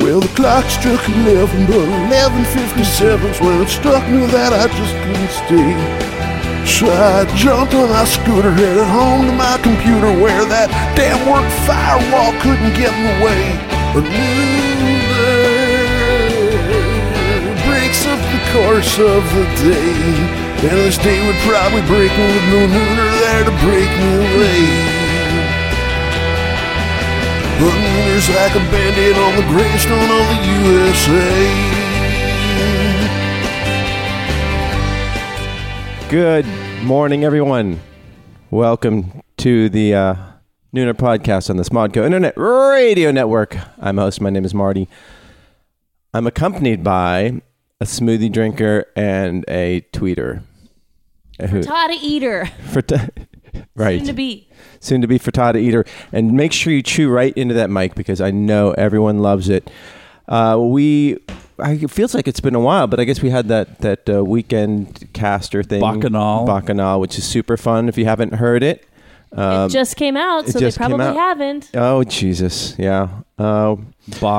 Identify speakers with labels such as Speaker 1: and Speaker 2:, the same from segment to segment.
Speaker 1: Well, the clock struck 11, but 11.57's when it struck me that I just couldn't stay. So I jumped on my scooter, headed home to my computer where that damn work firewall couldn't get in the way. A new day breaks up the course of the day. And this day would probably break me with no nooner there to break me away. Hunger's like a bandit on the gravestone of the USA.
Speaker 2: Good morning, everyone. Welcome to the uh, Nooner podcast on the Smodco Internet Radio Network. I'm host. My name is Marty. I'm accompanied by a smoothie drinker and a tweeter. Who-
Speaker 3: Tata Eater.
Speaker 2: Fritta- right.
Speaker 3: Soon to be.
Speaker 2: soon to be frittata eater. And make sure you chew right into that mic because I know everyone loves it. Uh, we, I, it feels like it's been a while, but I guess we had that that uh, weekend caster thing,
Speaker 4: Bacchanal.
Speaker 2: Bacchanal, which is super fun. If you haven't heard it, um,
Speaker 3: it just came out,
Speaker 2: it
Speaker 3: so they
Speaker 2: just came
Speaker 3: probably
Speaker 2: out.
Speaker 3: haven't.
Speaker 2: oh Jesus, yeah, uh,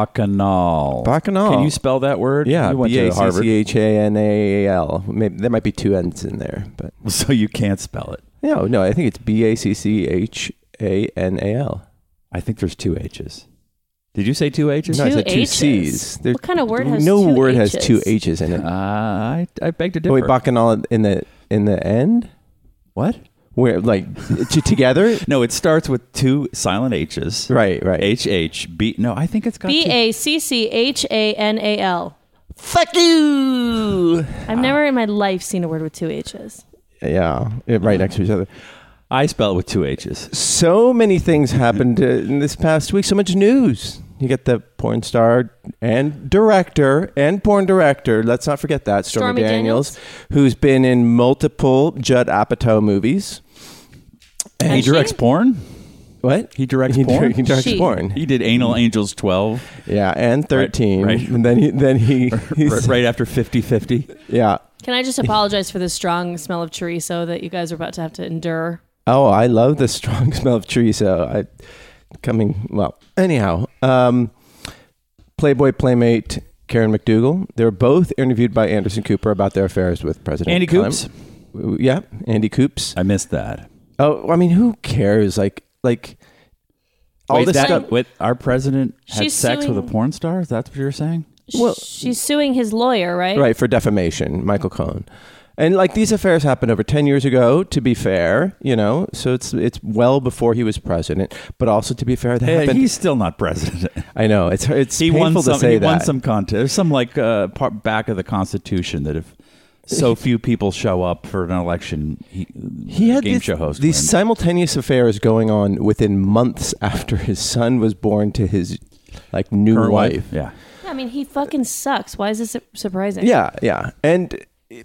Speaker 4: Bacchanal.
Speaker 2: Bacchanal.
Speaker 4: Can you spell that word?
Speaker 2: yeah,
Speaker 4: You went
Speaker 2: B
Speaker 4: to
Speaker 2: A C
Speaker 4: Harvard.
Speaker 2: C H A N A L. Maybe there might be two N's in there, but oh,
Speaker 4: So you can't spell it.
Speaker 2: no, no, I think it's B A C C H A N A L.
Speaker 4: I think there's two H's. Did you say two H's?
Speaker 2: No, I
Speaker 3: Two
Speaker 2: said two
Speaker 3: H's.
Speaker 2: C's. There-
Speaker 3: What kind of word has
Speaker 2: no
Speaker 3: two
Speaker 2: word has
Speaker 3: H's?
Speaker 2: two H's in it.
Speaker 4: Uh, I, I beg to differ.
Speaker 2: Oh, wait, bacchanal in the in the end,
Speaker 4: what?
Speaker 2: where like to, together,
Speaker 4: No, it starts with two silent H's.
Speaker 2: right, right.
Speaker 4: H H B. No, I think it's got
Speaker 3: B
Speaker 4: two.
Speaker 3: A C C H A N A L.
Speaker 2: Fuck you.
Speaker 3: I've never in my life seen a word with two H's.
Speaker 2: Yeah, it- right next to each other.
Speaker 4: I spell it with two H's.
Speaker 2: So many things happened uh, in this past week. So much news. You get the porn star and director and porn director. Let's not forget that Stormy,
Speaker 3: Stormy Daniels.
Speaker 2: who's been in multiple Judd Apatow movies.
Speaker 4: He
Speaker 3: And she-
Speaker 4: directs porn.
Speaker 2: What
Speaker 4: He directs
Speaker 2: he,
Speaker 4: porn?
Speaker 2: He directs
Speaker 3: She.
Speaker 2: porn.
Speaker 4: He did
Speaker 2: Mm.
Speaker 4: Anal Angels 12
Speaker 2: Yeah, and thirteen.
Speaker 4: right.
Speaker 2: And then he then he
Speaker 4: right,
Speaker 2: he's-
Speaker 4: right after 50 50.
Speaker 2: yeah.
Speaker 3: Can I just apologize for the strong smell of chorizo that you guys are about to have to endure?
Speaker 2: Oh, I love the strong smell of chorizo. I coming well. Anyhow, um, Playboy playmate Karen McDougal. They were both interviewed by Anderson Cooper about their affairs with President
Speaker 4: Andy
Speaker 2: Clinton.
Speaker 4: Coops. Uh,
Speaker 2: Yeah, Andy Coops.
Speaker 4: I missed that.
Speaker 2: Oh, I mean, who cares? Like, like all
Speaker 4: wait,
Speaker 2: this
Speaker 4: that,
Speaker 2: stuff.
Speaker 4: Wait, our president had
Speaker 3: She's
Speaker 4: sex with
Speaker 3: suing-
Speaker 4: a porn star? Is that what you're saying?
Speaker 2: Well-
Speaker 3: she's suing his lawyer, right?
Speaker 2: Right for defamation, Michael Cohen. And like these affairs happened over ten years ago. To be fair, you know, so it's it's well before he was president. But also to be fair, that
Speaker 4: Hey,
Speaker 2: happened.
Speaker 4: he's still not president.
Speaker 2: I know it's it's
Speaker 4: He
Speaker 2: painful
Speaker 4: won some.
Speaker 2: to say
Speaker 4: he
Speaker 2: that.
Speaker 4: won some contest. There's some like uh, part back of the Constitution that if so few people show up for an election, he,
Speaker 2: He
Speaker 4: the
Speaker 2: had
Speaker 4: game
Speaker 2: these,
Speaker 4: show host.
Speaker 2: these
Speaker 4: wins.
Speaker 2: simultaneous affairs going on within months after his son was born to his like new
Speaker 4: Her
Speaker 2: wife.
Speaker 4: Yeah,
Speaker 3: Yeah, I mean, he fucking sucks. Why is this surprising?
Speaker 2: Yeah, yeah. And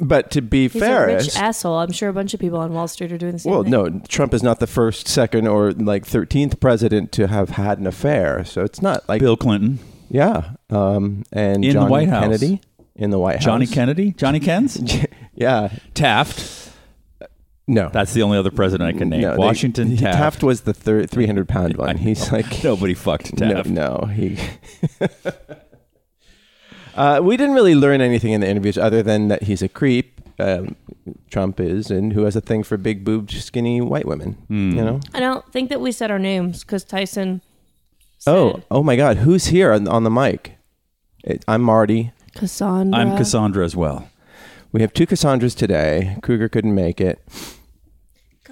Speaker 2: but to be
Speaker 3: He's
Speaker 2: fair,
Speaker 3: a rich asshole. I'm sure a bunch of people on Wall Street are doing the same
Speaker 2: well,
Speaker 3: thing.
Speaker 2: no, Trump is not the first, second, or like thirteenth president to have had an affair. So it's not like
Speaker 4: Bill Clinton,
Speaker 2: yeah, um, and
Speaker 4: In the
Speaker 2: John
Speaker 4: White House.
Speaker 2: Kennedy in the White
Speaker 4: Johnny
Speaker 2: House.
Speaker 4: Kennedy, Johnny Kens,
Speaker 2: yeah,
Speaker 4: Taft.
Speaker 2: no,
Speaker 4: That's the only other president I can name.
Speaker 2: no, they-
Speaker 4: Washington
Speaker 2: he-
Speaker 4: Taft.
Speaker 2: Taft was the thir- three hundred pound one. He's like
Speaker 4: Nobody fucked Taft.
Speaker 2: No, no, he. uh, we didn't really learn anything in the interviews other than that he's a creep. Um, Trump is, and who has a thing for big boobed, skinny white women. You know.
Speaker 3: I don't think that we said our names because Tyson.
Speaker 2: Oh, oh my God, who's here on, on the mic? It, I'm Marty.
Speaker 3: Cassandra.
Speaker 4: I'm Cassandra as well.
Speaker 2: We have two Cassandras today. Kruger couldn't make it.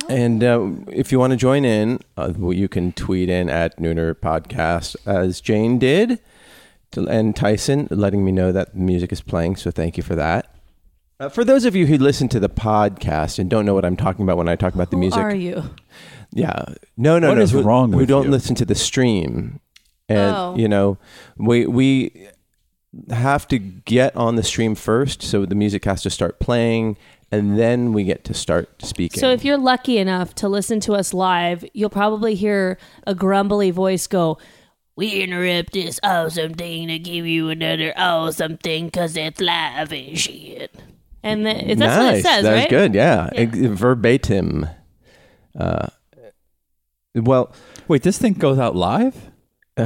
Speaker 2: And uh, if you want to join in, uh, well, you can tweet in at Nooner Podcast as Jane did, to, and Tyson letting me know that the music is playing. So thank you for that. Uh, for those of you who listen to the podcast and don't know what I'm talking about when I talk about the
Speaker 3: Who
Speaker 2: music,
Speaker 3: are you?
Speaker 2: yeah, no, no,
Speaker 4: What
Speaker 2: no.
Speaker 4: is
Speaker 2: who,
Speaker 4: wrong
Speaker 2: who
Speaker 4: with
Speaker 2: don't
Speaker 4: you?
Speaker 2: listen to the stream? And
Speaker 3: Oh.
Speaker 2: you know, we we have to get on the stream first, so the music has to start playing, and then we get to start speaking.
Speaker 3: So if you're lucky enough to listen to us live, you'll probably hear a grumbly voice go,
Speaker 5: We interrupt this awesome thing to give you another awesome thing because it's live and shit.
Speaker 3: and the, that's
Speaker 2: nice,
Speaker 3: what it says,
Speaker 2: that was
Speaker 3: right?
Speaker 2: good. Yeah, Ex- verbatim. Uh, well,
Speaker 4: Wait, this thing goes out live?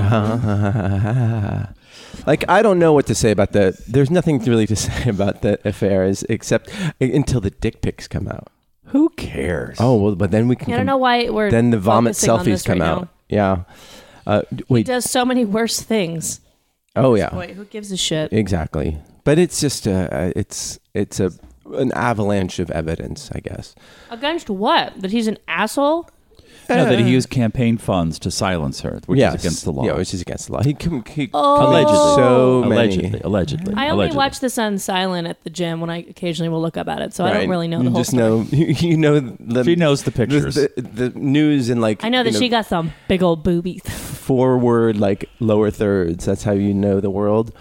Speaker 2: Like I don't know what to say about that. There's nothing really to say about that affair, is except e, until the dick pics come out.
Speaker 4: Who cares?
Speaker 2: Oh well, but then we can.
Speaker 3: I don't know why we're
Speaker 2: Then the vomit
Speaker 3: focusing on this
Speaker 2: selfies come
Speaker 3: right
Speaker 2: out.
Speaker 3: now.
Speaker 2: Yeah. Uh, d- wait.
Speaker 3: Does so many worse things.
Speaker 2: oh yeah.
Speaker 3: Boy, who gives a shit?
Speaker 2: Exactly. But it's just a. It's it's a an avalanche of evidence, I guess.
Speaker 3: Against what? That he's an asshole?
Speaker 2: Uh,
Speaker 4: No, that he used campaign funds to silence her, which
Speaker 2: Yeah,
Speaker 4: is against the law.
Speaker 2: Yeah, which is against the law. He, com- he
Speaker 3: Oh.
Speaker 2: allegedly
Speaker 3: Allegedly.
Speaker 2: so many.
Speaker 4: allegedly, allegedly.
Speaker 3: I only
Speaker 4: allegedly.
Speaker 3: watch this on silent at the gym when I occasionally will look up at it, so I
Speaker 2: Right.
Speaker 3: don't really know
Speaker 2: you
Speaker 3: the whole
Speaker 2: just
Speaker 3: story.
Speaker 2: know you know the,
Speaker 4: She knows the pictures.
Speaker 2: the, the, the news and like
Speaker 3: I know that
Speaker 2: you
Speaker 3: she got some big old boobies.
Speaker 2: forward like lower thirds. That's how you know the world.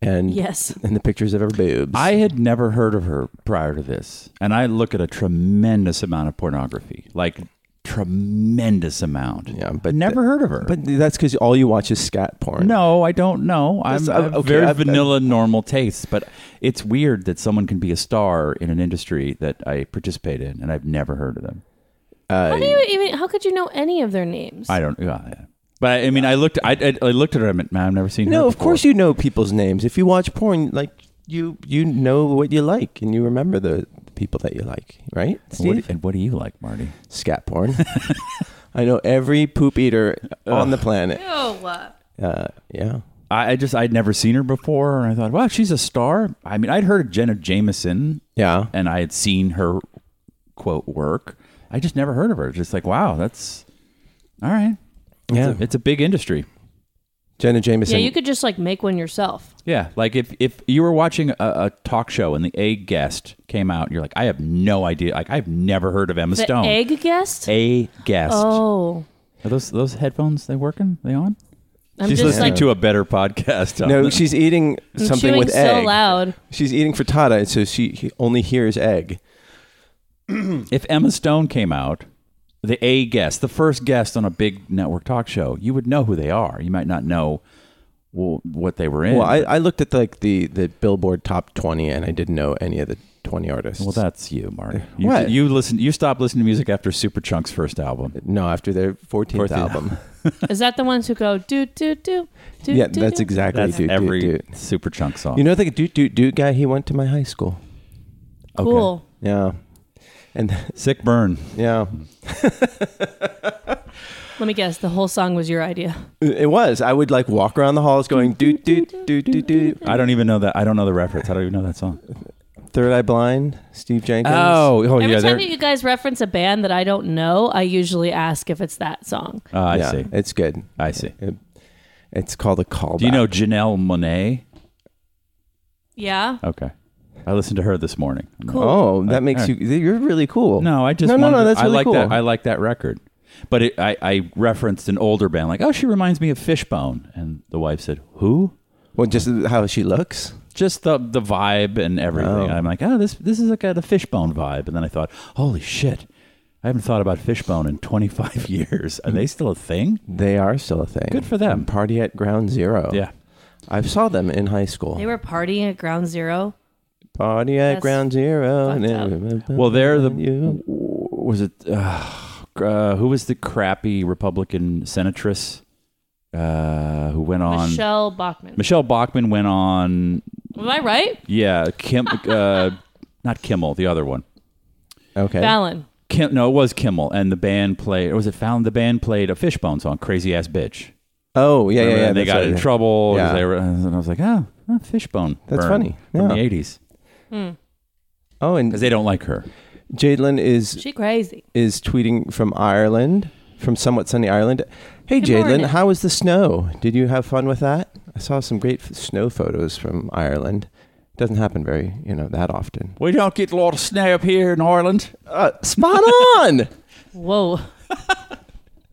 Speaker 2: And
Speaker 3: Yes.
Speaker 2: and the pictures of her boobs.
Speaker 4: I had never heard of her prior to this, and I look at a tremendous amount of pornography, like tremendous amount.
Speaker 2: Yeah, but
Speaker 4: never heard of her.
Speaker 2: but that's because all you watch is scat porn.
Speaker 4: no, I don't know. I'm
Speaker 2: That's-
Speaker 4: I have
Speaker 2: uh, okay,
Speaker 4: very
Speaker 2: I've-
Speaker 4: vanilla, normal tastes, but it's weird that someone can be a star in an industry that I participate in, and I've never heard of them.
Speaker 3: How do you even? How could you know any of their names?
Speaker 4: I don't. Yeah, yeah. But I mean, I looked. I, I, I looked at her. I meant, man, I've never seen her.
Speaker 2: no. Of
Speaker 4: before."
Speaker 2: course you know people's names. If you watch porn, like you you know what you like and you remember the people that you like, right?
Speaker 4: And
Speaker 2: Steve?
Speaker 4: What, and what do you like, Marty?
Speaker 2: scat porn. I know every poop eater on the planet. Uh, yeah.
Speaker 4: I, I just I'd never seen her before, and I thought, wow, she's a star. I mean, I'd heard of Jenna Jameson,
Speaker 2: Yeah.
Speaker 4: and I had seen her quote work. I just never heard of her. Just like, wow, that's all right.
Speaker 2: Yeah.
Speaker 4: It's a, it's a big industry.
Speaker 2: Jenna Jameson.
Speaker 3: Yeah, you could just like make one yourself.
Speaker 4: Yeah, like if if you were watching a, a talk show and the A guest came out, you're like, I have no idea. Like I've never heard of Emma
Speaker 3: The
Speaker 4: Stone.
Speaker 3: egg guest.
Speaker 4: A guest.
Speaker 3: Oh,
Speaker 4: Are those those headphones? They working? They on?
Speaker 3: I'm
Speaker 4: She's
Speaker 3: just
Speaker 4: listening
Speaker 3: like
Speaker 4: to a better podcast. on
Speaker 2: no,
Speaker 4: the-
Speaker 2: she's eating
Speaker 3: I'm
Speaker 2: something
Speaker 3: chewing
Speaker 2: with
Speaker 3: so
Speaker 2: egg.
Speaker 3: loud.
Speaker 2: She's eating frittata, so she he only hears egg.
Speaker 4: if Emma Stone came out, the A guest, the first guest on a big network talk show, you would know who they are. You might not know well, what they were in.
Speaker 2: Well, I, I looked at like the, the Billboard Top 20, and I didn't know any of the 20 artists.
Speaker 4: well, that's you, Marty. You,
Speaker 2: Eh, What?
Speaker 4: you listen? You stopped listening to music after Superchunk's first album.
Speaker 2: no, after their 14th,
Speaker 4: Fourteenth.
Speaker 2: album.
Speaker 3: Is that the ones who go do do do do?
Speaker 2: yeah,
Speaker 3: do,
Speaker 2: that's
Speaker 3: do?
Speaker 2: exactly
Speaker 4: That's
Speaker 2: Doot, Doot,
Speaker 4: every
Speaker 2: Doot.
Speaker 4: Superchunk song.
Speaker 2: You know the doot doot doot guy? He went to my high school.
Speaker 3: Cool.
Speaker 2: Yeah. And
Speaker 4: Sick Burn.
Speaker 2: yeah,
Speaker 3: Let me guess. The whole song was your idea.
Speaker 2: it was. I would like walk around the halls going doot doot doot doot doot.
Speaker 4: I don't even know that. I don't know the reference. I don't even know that song.
Speaker 2: Third Eye Blind, Steve Jenkins.
Speaker 4: oh
Speaker 3: Every time
Speaker 4: they're-
Speaker 3: that you guys reference a band that I don't know, I usually ask if it's that song.
Speaker 4: Ah, I
Speaker 2: yeah,
Speaker 4: see.
Speaker 2: It's good.
Speaker 4: I see.
Speaker 2: It- it's called a callback.
Speaker 4: Do you know Janelle Monet?
Speaker 3: Yeah.
Speaker 4: Okay, I listened to her this morning.
Speaker 3: Cool.
Speaker 2: Oh, that makes you. You're really cool.
Speaker 4: No, I just
Speaker 2: no, no,
Speaker 4: wanted
Speaker 2: no.
Speaker 4: to-
Speaker 2: That's really
Speaker 4: I like
Speaker 2: cool.
Speaker 4: that. I like that record. But it, I, I referenced an older band, like, oh, she reminds me of Fishbone, and the wife said, who?
Speaker 2: well, just how she looks.
Speaker 4: Just the the vibe and everything.
Speaker 2: Oh.
Speaker 4: I'm like, oh, this this is like a, the Fishbone vibe. And then I thought, holy shit, I haven't thought about Fishbone in 25 years. Are they still a thing?
Speaker 2: They are still a thing.
Speaker 4: Good for them.
Speaker 2: And party at Ground Zero.
Speaker 4: Yeah.
Speaker 2: I saw them in high school.
Speaker 3: They were partying at Ground Zero.
Speaker 2: party at
Speaker 3: That's
Speaker 2: Ground Zero.
Speaker 3: fucked
Speaker 4: Well, they're the
Speaker 2: You.
Speaker 4: was it uh, uh, who was the crappy Republican senatress uh, who went on
Speaker 3: Michelle Bachman.
Speaker 4: Michelle Bachman went on
Speaker 3: Am I right?
Speaker 4: Yeah, Kim, uh, not Kimmel, the other one.
Speaker 2: okay.
Speaker 3: Fallon.
Speaker 4: Kim, no, it was Kimmel, and the band played. Or was it Fallon? The band played a Fishbone song, "Crazy Ass Bitch."
Speaker 2: Oh yeah, yeah,
Speaker 4: Remember?
Speaker 2: yeah.
Speaker 4: And they
Speaker 2: that's
Speaker 4: got
Speaker 2: right.
Speaker 4: in trouble. 'cause
Speaker 2: Yeah.
Speaker 4: They were, and I was like, oh, oh, Fishbone.
Speaker 2: That's
Speaker 4: burn
Speaker 2: funny.
Speaker 4: From
Speaker 2: Yeah.
Speaker 4: the '80s,
Speaker 2: Oh, and
Speaker 4: because they don't like her.
Speaker 2: Jadelyn is
Speaker 3: She crazy.
Speaker 2: is tweeting from Ireland, from somewhat sunny Ireland. Hey,
Speaker 3: Good morning.
Speaker 2: Jadelyn, how was the snow? Did you have fun with that? I saw some great f- snow photos from Ireland. Doesn't happen very, you know, that often.
Speaker 4: We don't get a lot of snow up here in Ireland.
Speaker 2: Uh, spot on.
Speaker 3: Whoa.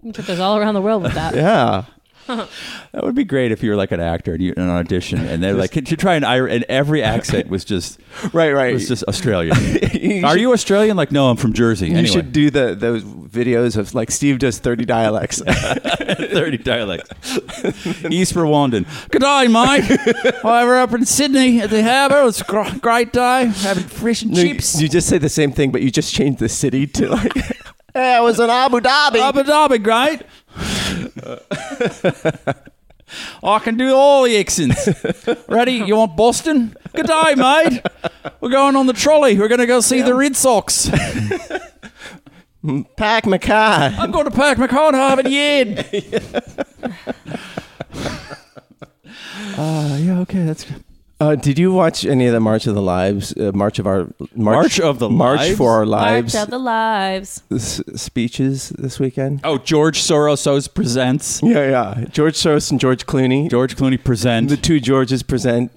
Speaker 3: you took us all around the world with that.
Speaker 2: yeah.
Speaker 4: That would be great if you were like an actor and you in an audition, and they're like, "Could you try an Irish?" And every accent was just
Speaker 2: Right, right.
Speaker 4: It was just Australian.
Speaker 2: You
Speaker 4: Are
Speaker 2: should-
Speaker 4: you Australian? Like, no, I'm from Jersey.
Speaker 2: You
Speaker 4: anyway.
Speaker 2: should do the those videos of like Steve does thirty dialects.
Speaker 4: 30 dialects. East Rwandan. Good day, mate. well, we're up in Sydney at the harbour. It's a gr- great day. Having fish and
Speaker 2: No, you,
Speaker 4: chips.
Speaker 2: you just say the same thing, but you just change the city to like. hey, I was in Abu Dhabi.
Speaker 4: Abu Dhabi, great. I can do all the accents. Ready? You want Boston? Good day, mate. We're going on the trolley. We're going to go see the Red Sox.
Speaker 2: Pack my car.
Speaker 4: I've got to pack my car and have it yet. Uh, yeah, okay, that's good.
Speaker 2: Uh, did you watch any of the March of the Lives? Uh, March of our March,
Speaker 4: March of the
Speaker 2: March
Speaker 4: Lives?
Speaker 2: for our
Speaker 3: March
Speaker 2: lives
Speaker 3: of the lives.
Speaker 2: s- speeches this weekend.
Speaker 4: Oh, George Soros presents.
Speaker 2: Yeah, yeah. George Soros and George Clooney.
Speaker 4: George Clooney presents.
Speaker 2: the two Georges present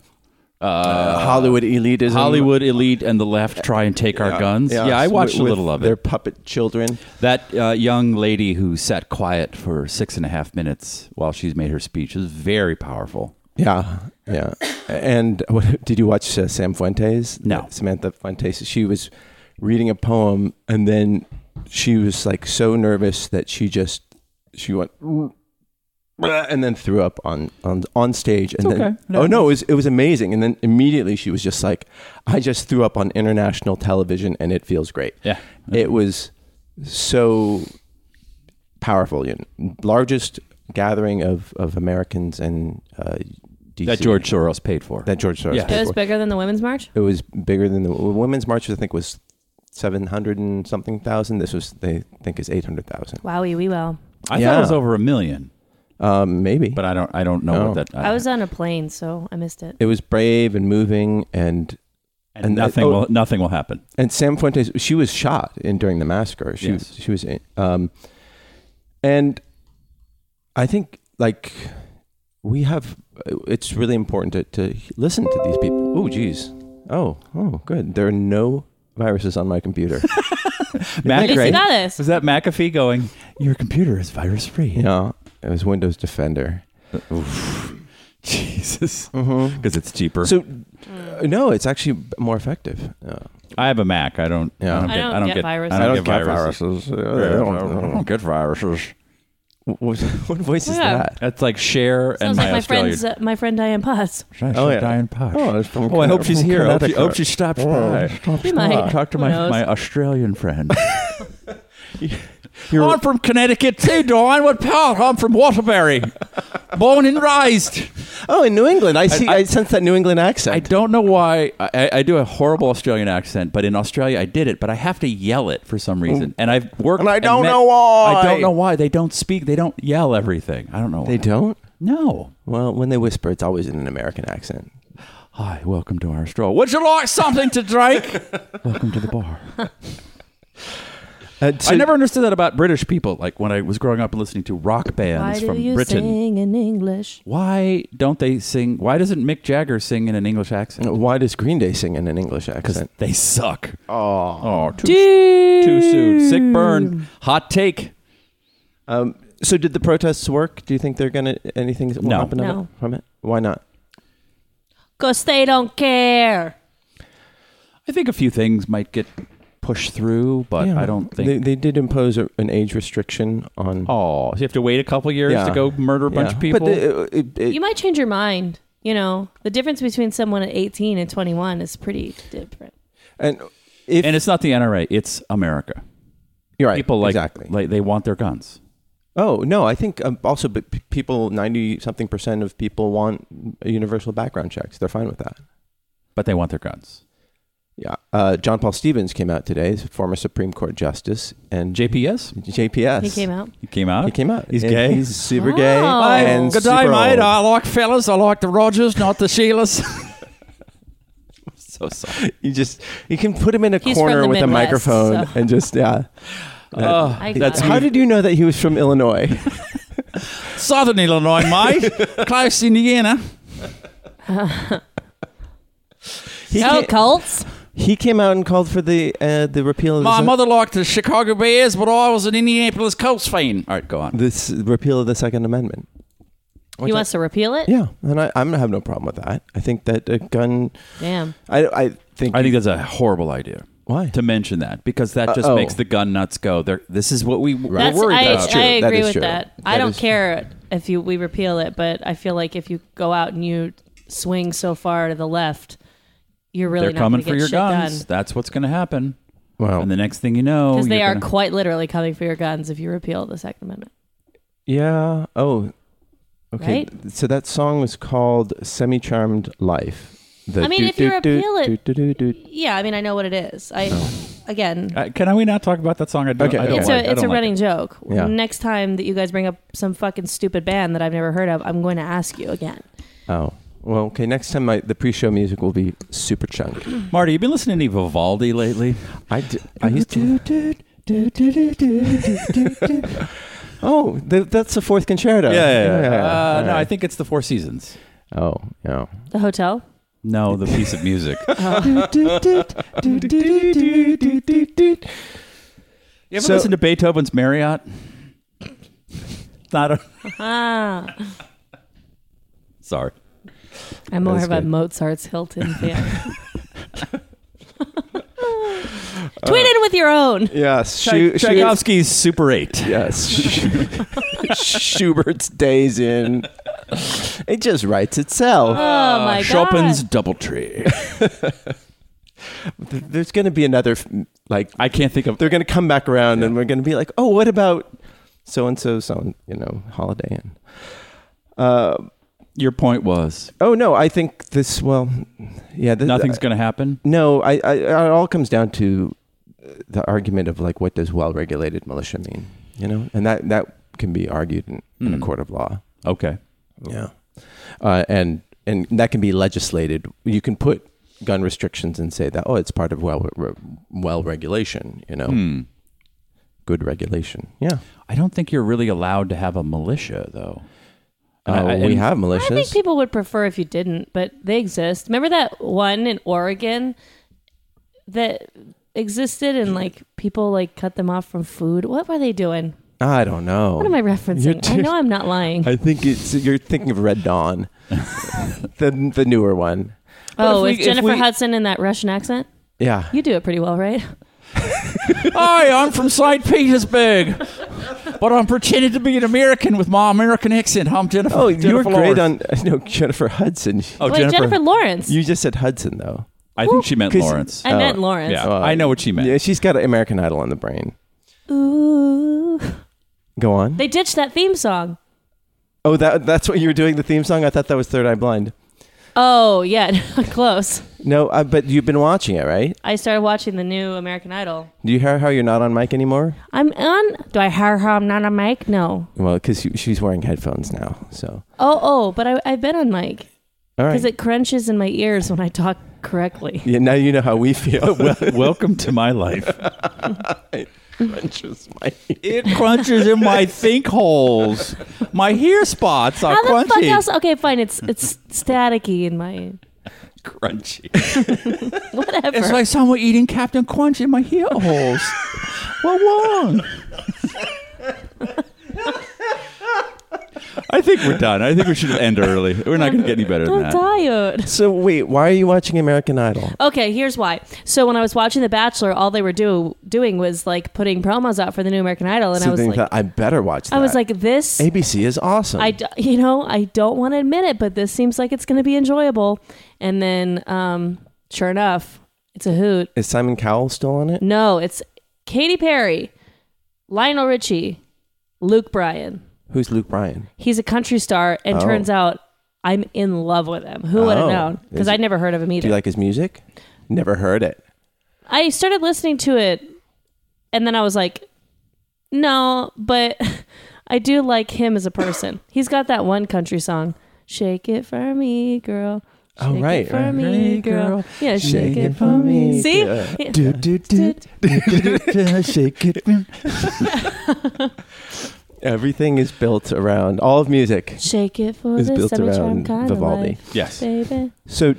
Speaker 2: uh, Hollywood elitism.
Speaker 4: Hollywood elite and the left try and take our guns. Yeah, I
Speaker 2: with-
Speaker 4: watched a
Speaker 2: with
Speaker 4: little of
Speaker 2: Their
Speaker 4: it.
Speaker 2: puppet children.
Speaker 4: That uh, young lady who sat quiet for six and a half minutes while she's made her speech is very powerful.
Speaker 2: Yeah, yeah. And what, did you watch uh, Sam Fuentes?
Speaker 4: No.
Speaker 2: Samantha Fuentes. She was reading a poem, and then she was like so nervous that she just she went. And then threw up on on on stage, and then
Speaker 4: okay. No.
Speaker 2: oh no, it was it was amazing. And then immediately she was just like, "I just threw up on international television, and it feels great."
Speaker 4: Yeah.
Speaker 2: it was so powerful. You know, largest gathering of, of Americans and uh, DC.
Speaker 4: That George Soros paid for.
Speaker 2: that George Soros.
Speaker 4: Yeah.
Speaker 2: paid
Speaker 3: It was
Speaker 2: for.
Speaker 3: bigger than the women's march.
Speaker 2: It was bigger than the women's march. I think was seven hundred and something thousand. This was they think is eight hundred thousand.
Speaker 3: Wowie, we well.
Speaker 4: I thought
Speaker 2: Yeah.
Speaker 4: it was over a million,
Speaker 2: Um, maybe,
Speaker 4: but I don't. I don't know
Speaker 2: No.
Speaker 4: what that.
Speaker 3: I was on a plane, so I missed it.
Speaker 2: it was brave and moving and.
Speaker 4: and
Speaker 2: and that-
Speaker 4: nothing
Speaker 2: oh.
Speaker 4: will. Nothing will happen.
Speaker 2: and Sam Fuentes, she was shot in during the massacre. She
Speaker 4: Yes.
Speaker 2: she was, um, and I think like we have, it's really important to, to listen to these people. Oh, geez. Oh, oh, good. There are no viruses on my computer.
Speaker 3: At
Speaker 4: Mac-
Speaker 3: least you
Speaker 2: great?
Speaker 3: got this.
Speaker 4: Is that McAfee going? Your computer is virus free.
Speaker 2: you know, it was Windows Defender.
Speaker 4: Jesus, because it's cheaper.
Speaker 2: So uh, no, it's actually more effective. Yeah.
Speaker 4: I have a Mac. I don't.
Speaker 2: Yeah.
Speaker 4: I don't
Speaker 3: I
Speaker 4: get.
Speaker 3: don't
Speaker 4: I don't
Speaker 3: get
Speaker 4: get
Speaker 3: viruses.
Speaker 4: I don't, get, viruses. I
Speaker 2: viruses.
Speaker 4: don't get viruses.
Speaker 2: What, what voice is
Speaker 3: Yeah.
Speaker 2: that?
Speaker 4: That's like share and
Speaker 3: Sounds
Speaker 4: my
Speaker 3: like my
Speaker 4: Australian.
Speaker 3: friend's, uh, my friend Diane Potts.
Speaker 4: oh,
Speaker 2: yeah.
Speaker 4: Diane Posh.
Speaker 2: Oh, it's from
Speaker 4: Oh, I hope she's
Speaker 2: from
Speaker 4: here. I hope she,
Speaker 2: Connecticut. Oh.
Speaker 4: hope she stops by.
Speaker 3: She might.
Speaker 4: Talk to
Speaker 3: Who
Speaker 4: my,
Speaker 3: knows?
Speaker 4: my Australian friend.
Speaker 2: You're-
Speaker 4: I'm from Connecticut too, Diane. What part? I'm from Waterbury. Born and raised.
Speaker 2: Oh, in New England, I see.
Speaker 4: I-
Speaker 2: I, sense that New England accent.
Speaker 4: I don't know why I- I, I do a horrible Australian accent, but in Australia I did it, but I have to yell it for some reason. And I've worked
Speaker 2: And I don't
Speaker 4: met-
Speaker 2: know why.
Speaker 4: I don't know why. They don't speak, they don't yell everything. I don't know why.
Speaker 2: They don't.
Speaker 4: No.
Speaker 2: Well, when they whisper, it's always in an American accent.
Speaker 4: Hi, welcome to our stroll. Would you like something to drink? welcome to the bar.
Speaker 2: Uh,
Speaker 4: I never understood that about British people. Like when I was growing up and listening to rock
Speaker 3: Why
Speaker 4: bands
Speaker 3: do
Speaker 4: from
Speaker 3: you
Speaker 4: Britain.
Speaker 3: sing in English?
Speaker 4: Why don't they sing? Why doesn't Mick Jagger sing in an English accent?
Speaker 2: Why does Green Day sing in an English accent?
Speaker 4: They suck. Oh, too,
Speaker 3: Dude.
Speaker 4: too soon. Sick burn. Hot take.
Speaker 2: Um, so, did the protests work? Do you think they're gonna anything will
Speaker 4: No.
Speaker 2: happen of it-
Speaker 3: No.
Speaker 2: from it? Why not?
Speaker 3: Cause they don't care.
Speaker 4: I think a few things might get pushed through, but I don't think.
Speaker 2: they, they did impose a, an age restriction on.
Speaker 4: oh, so you have to wait a couple years
Speaker 2: Yeah.
Speaker 4: to go murder a bunch
Speaker 2: Yeah.
Speaker 4: of people.
Speaker 2: But it, it, it,
Speaker 3: You might change your mind. You know, the difference between someone at 18 and 21 is pretty different.
Speaker 2: and if
Speaker 4: and it's not the NRA; it's America.
Speaker 2: you're right,
Speaker 4: People like,
Speaker 2: exactly.
Speaker 4: like they want their guns.
Speaker 2: oh no, I think um, also, but p- people ninety something percent of people want universal background checks. They're fine with that.
Speaker 4: but they want their guns.
Speaker 2: Yeah. Uh, John Paul Stevens came out today, he's a former Supreme Court justice, and J-
Speaker 4: JPS,
Speaker 2: JPS.
Speaker 3: He came out. Oh.
Speaker 4: he came out.
Speaker 2: He came out.
Speaker 4: He's
Speaker 2: And
Speaker 4: gay.
Speaker 2: He's super gay.
Speaker 3: Wow.
Speaker 2: And
Speaker 4: Good
Speaker 2: super
Speaker 4: day, mate.
Speaker 2: old.
Speaker 4: I like fellas. I like the Rogers, not the Sheilas. so sorry.
Speaker 2: You just you can put him in a
Speaker 3: He's
Speaker 2: corner
Speaker 3: from the
Speaker 2: with a
Speaker 3: Midwest,
Speaker 2: microphone
Speaker 3: so.
Speaker 2: and just yeah.
Speaker 4: Oh,
Speaker 3: I
Speaker 4: that's
Speaker 3: got it.
Speaker 2: How did you know that he was from Illinois?
Speaker 4: Southern Illinois, mate. Close Indiana.
Speaker 2: He,
Speaker 3: No
Speaker 2: ca-
Speaker 3: Oh, cults.
Speaker 2: he came out and called for the uh, the repeal of
Speaker 4: My
Speaker 2: the,
Speaker 4: mother liked the Chicago Bears, but I was an Indianapolis Colts fan. All right, go on.
Speaker 2: this repeal of the Second Amendment.
Speaker 3: He wants to repeal it.
Speaker 2: Yeah, and I, I'm have no problem with that. I think that a gun.
Speaker 3: Damn.
Speaker 2: I I think
Speaker 4: I think that's a horrible idea
Speaker 2: why
Speaker 4: to mention that because that just
Speaker 2: Uh, oh.
Speaker 4: makes the gun nuts go. They're, this is what we were
Speaker 3: That's,
Speaker 4: worried
Speaker 3: I,
Speaker 4: about.
Speaker 2: true.
Speaker 3: I
Speaker 2: That
Speaker 3: agree
Speaker 2: is
Speaker 3: with
Speaker 2: true.
Speaker 3: that. I
Speaker 2: That
Speaker 3: don't
Speaker 2: is true.
Speaker 3: care if you we repeal it, but I feel like if you go out and you swing so far to the left, you're really
Speaker 4: They're
Speaker 3: not
Speaker 4: coming
Speaker 3: gonna
Speaker 4: for
Speaker 3: get
Speaker 4: your
Speaker 3: shit
Speaker 4: guns.
Speaker 3: done.
Speaker 4: That's what's going to happen.
Speaker 2: Well,
Speaker 4: And the next thing you know,
Speaker 3: Because they
Speaker 4: you're
Speaker 3: are
Speaker 4: gonna-
Speaker 3: quite literally coming for your guns if you repeal the Second Amendment.
Speaker 2: yeah. Oh, Okay,
Speaker 3: Right?
Speaker 2: th- so that song was called "Semi Charmed Life." The
Speaker 3: I mean, if you
Speaker 2: do-do-do,
Speaker 3: repeal it-
Speaker 2: do-do-do-do.
Speaker 3: Yeah, I mean, I know what it is. I again,
Speaker 4: Uh, can I, we not talk about that song? I don't,
Speaker 2: Okay,
Speaker 4: I don't
Speaker 2: okay.
Speaker 3: it's
Speaker 4: like- I
Speaker 3: a it's
Speaker 4: don't
Speaker 3: a
Speaker 4: like
Speaker 3: running joke.
Speaker 2: Yeah.
Speaker 3: Next time that you guys bring up some fucking stupid band that I've never heard of, I'm going to ask you again.
Speaker 2: Oh, well, okay. Next time, my, the pre-show music will be super chunk.
Speaker 4: it. Marty, you been listening to any Vivaldi lately?
Speaker 2: I, d- I used to. oh, th- that's the fourth concerto.
Speaker 4: Uh,
Speaker 2: All
Speaker 4: No, I
Speaker 2: right.
Speaker 4: think it's the Four Seasons.
Speaker 2: Oh, yeah.
Speaker 3: The hotel.
Speaker 4: No, the piece of music. You ever
Speaker 2: So-
Speaker 4: listen to Beethoven's Marriott? Not a.
Speaker 3: Ah,
Speaker 4: Sorry.
Speaker 3: I'm more
Speaker 2: That's
Speaker 3: of a
Speaker 2: good.
Speaker 3: Mozart's Hilton fan.
Speaker 4: Uh,
Speaker 3: Tweet in with your own.
Speaker 2: Yes,
Speaker 4: Tchai-
Speaker 2: Schu- Schu-
Speaker 4: Tchaikovsky's Super 8.
Speaker 2: Yes, Schu- Schubert's Days in. It just writes itself.
Speaker 3: Oh my
Speaker 4: uh, Chopin's
Speaker 3: god.
Speaker 4: Doubletree.
Speaker 2: Th- There's going to be another f- like
Speaker 4: I can't think of.
Speaker 2: they're going to come back around and we're going to be like, oh, what about so and so, so and you know, Holiday Inn. Uh,
Speaker 4: Your point was
Speaker 2: oh no, I think this. Well, yeah, th-
Speaker 4: nothing's
Speaker 2: uh,
Speaker 4: going to happen.
Speaker 2: no, I, I, it all comes down to uh, the argument of like, what does well-regulated militia mean? You know, and that that can be argued in, in a
Speaker 4: Mm.
Speaker 2: court of law.
Speaker 4: Okay.
Speaker 2: Yeah, uh, and and that can be legislated. You can put gun restrictions and say that oh, it's part of well re- well regulation. You know,
Speaker 4: Hmm.
Speaker 2: good regulation. Yeah.
Speaker 4: I don't think you're really allowed to have a militia, though.
Speaker 2: Uh,
Speaker 4: I- I-
Speaker 2: we
Speaker 4: and-
Speaker 2: have
Speaker 3: I think
Speaker 2: militias.
Speaker 3: people would prefer if you didn't, but they exist. Remember that one in Oregon that existed and like people like cut them off from food. What were they doing?
Speaker 2: I don't know.
Speaker 3: What am
Speaker 4: Oh,
Speaker 3: I referencing? I know I'm not lying.
Speaker 2: I think it's you're thinking of Red Dawn, the the newer one.
Speaker 3: oh,
Speaker 4: But if
Speaker 3: with
Speaker 4: we- if
Speaker 3: Jennifer
Speaker 4: we-
Speaker 3: Hudson in that Russian accent?
Speaker 2: Yeah.
Speaker 3: You do it pretty well, right?
Speaker 4: Hi, I'm from St. Petersburg, but I'm pretending to be an American with my American accent. I'm Jennifer.
Speaker 2: oh, you were
Speaker 4: Jennifer
Speaker 2: great
Speaker 4: Lawrence.
Speaker 2: on no Jennifer Hudson.
Speaker 4: Oh,
Speaker 3: Wait, Jennifer, Lawrence.
Speaker 2: You just said Hudson though.
Speaker 4: I think she meant
Speaker 2: 'Cause-
Speaker 4: Lawrence.
Speaker 3: I meant
Speaker 2: Oh,
Speaker 3: Lawrence.
Speaker 4: yeah, I know what she meant.
Speaker 2: Yeah, she's got American Idol on the brain.
Speaker 3: Ooh.
Speaker 2: Go on.
Speaker 3: They ditched that theme song.
Speaker 2: oh, that that's what you were doing the theme song. I thought that was Third Eye Blind.
Speaker 3: Oh, yeah, close.
Speaker 2: No, uh, but you've been watching it, right?
Speaker 3: I started watching the new American Idol.
Speaker 2: Do you hear how you're not on mic anymore?
Speaker 3: I'm on. Do I hear her? I'm not on mic? No.
Speaker 2: Well, because she's wearing headphones now. So
Speaker 3: Oh, oh, but I, I've been on mic
Speaker 2: all right.
Speaker 3: because it crunches in my ears when I talk correctly.
Speaker 2: yeah, now you know how we feel.
Speaker 4: Welcome to my life.
Speaker 2: Just my-
Speaker 4: It crunches in my think holes. My hair spots are
Speaker 3: How the fuck
Speaker 4: crunchy.
Speaker 3: else? Okay, fine. It's it's staticky in my
Speaker 4: Crunchy.
Speaker 3: whatever.
Speaker 4: It's like someone eating Captain Crunch in my hair holes. what wrong? I think we're done. I think we should end early. We're not going to get any better than
Speaker 3: I'm
Speaker 4: that.
Speaker 3: tired.
Speaker 2: so wait, why are you watching American Idol?
Speaker 3: Okay, here's why. So when I was watching The Bachelor, all they were do, doing was like putting promos out for the new American Idol, and
Speaker 2: so
Speaker 3: I was
Speaker 2: then you
Speaker 3: like,
Speaker 2: thought, I better watch. That.
Speaker 3: I was like, this.
Speaker 2: ABC is awesome.
Speaker 3: I, d- you know, I don't want to admit it, but this seems like it's going to be enjoyable. And then, um, sure enough, it's a hoot.
Speaker 2: is Simon Cowell still on it?
Speaker 3: No, it's Katy Perry, Lionel Richie, Luke Bryan.
Speaker 2: Who's Luke Bryan?
Speaker 3: He's a country star, and
Speaker 2: Oh.
Speaker 3: turns out I'm in love with him. Who would have
Speaker 2: Oh.
Speaker 3: known? Because
Speaker 2: Is-
Speaker 3: I'd never heard of him
Speaker 2: Do
Speaker 3: either.
Speaker 2: you like his music? Never heard it.
Speaker 3: I started listening to it, and then I was like, no, but I do like him as a person. He's got that one country song, "Shake It for Me, Girl."
Speaker 2: Oh,
Speaker 3: Shake
Speaker 2: right,
Speaker 3: it for
Speaker 2: right,
Speaker 3: me,
Speaker 2: right,
Speaker 3: girl.
Speaker 2: girl.
Speaker 3: Yeah, shake, it for me. See, Yeah.
Speaker 2: Do, do, do, do, do, do, shake it. Everything is built around all of music
Speaker 3: shake it for
Speaker 2: is
Speaker 3: this
Speaker 2: built
Speaker 3: summertime
Speaker 2: around
Speaker 3: kind of
Speaker 2: Vivaldi.
Speaker 3: life,
Speaker 4: Yes.
Speaker 3: baby.
Speaker 2: So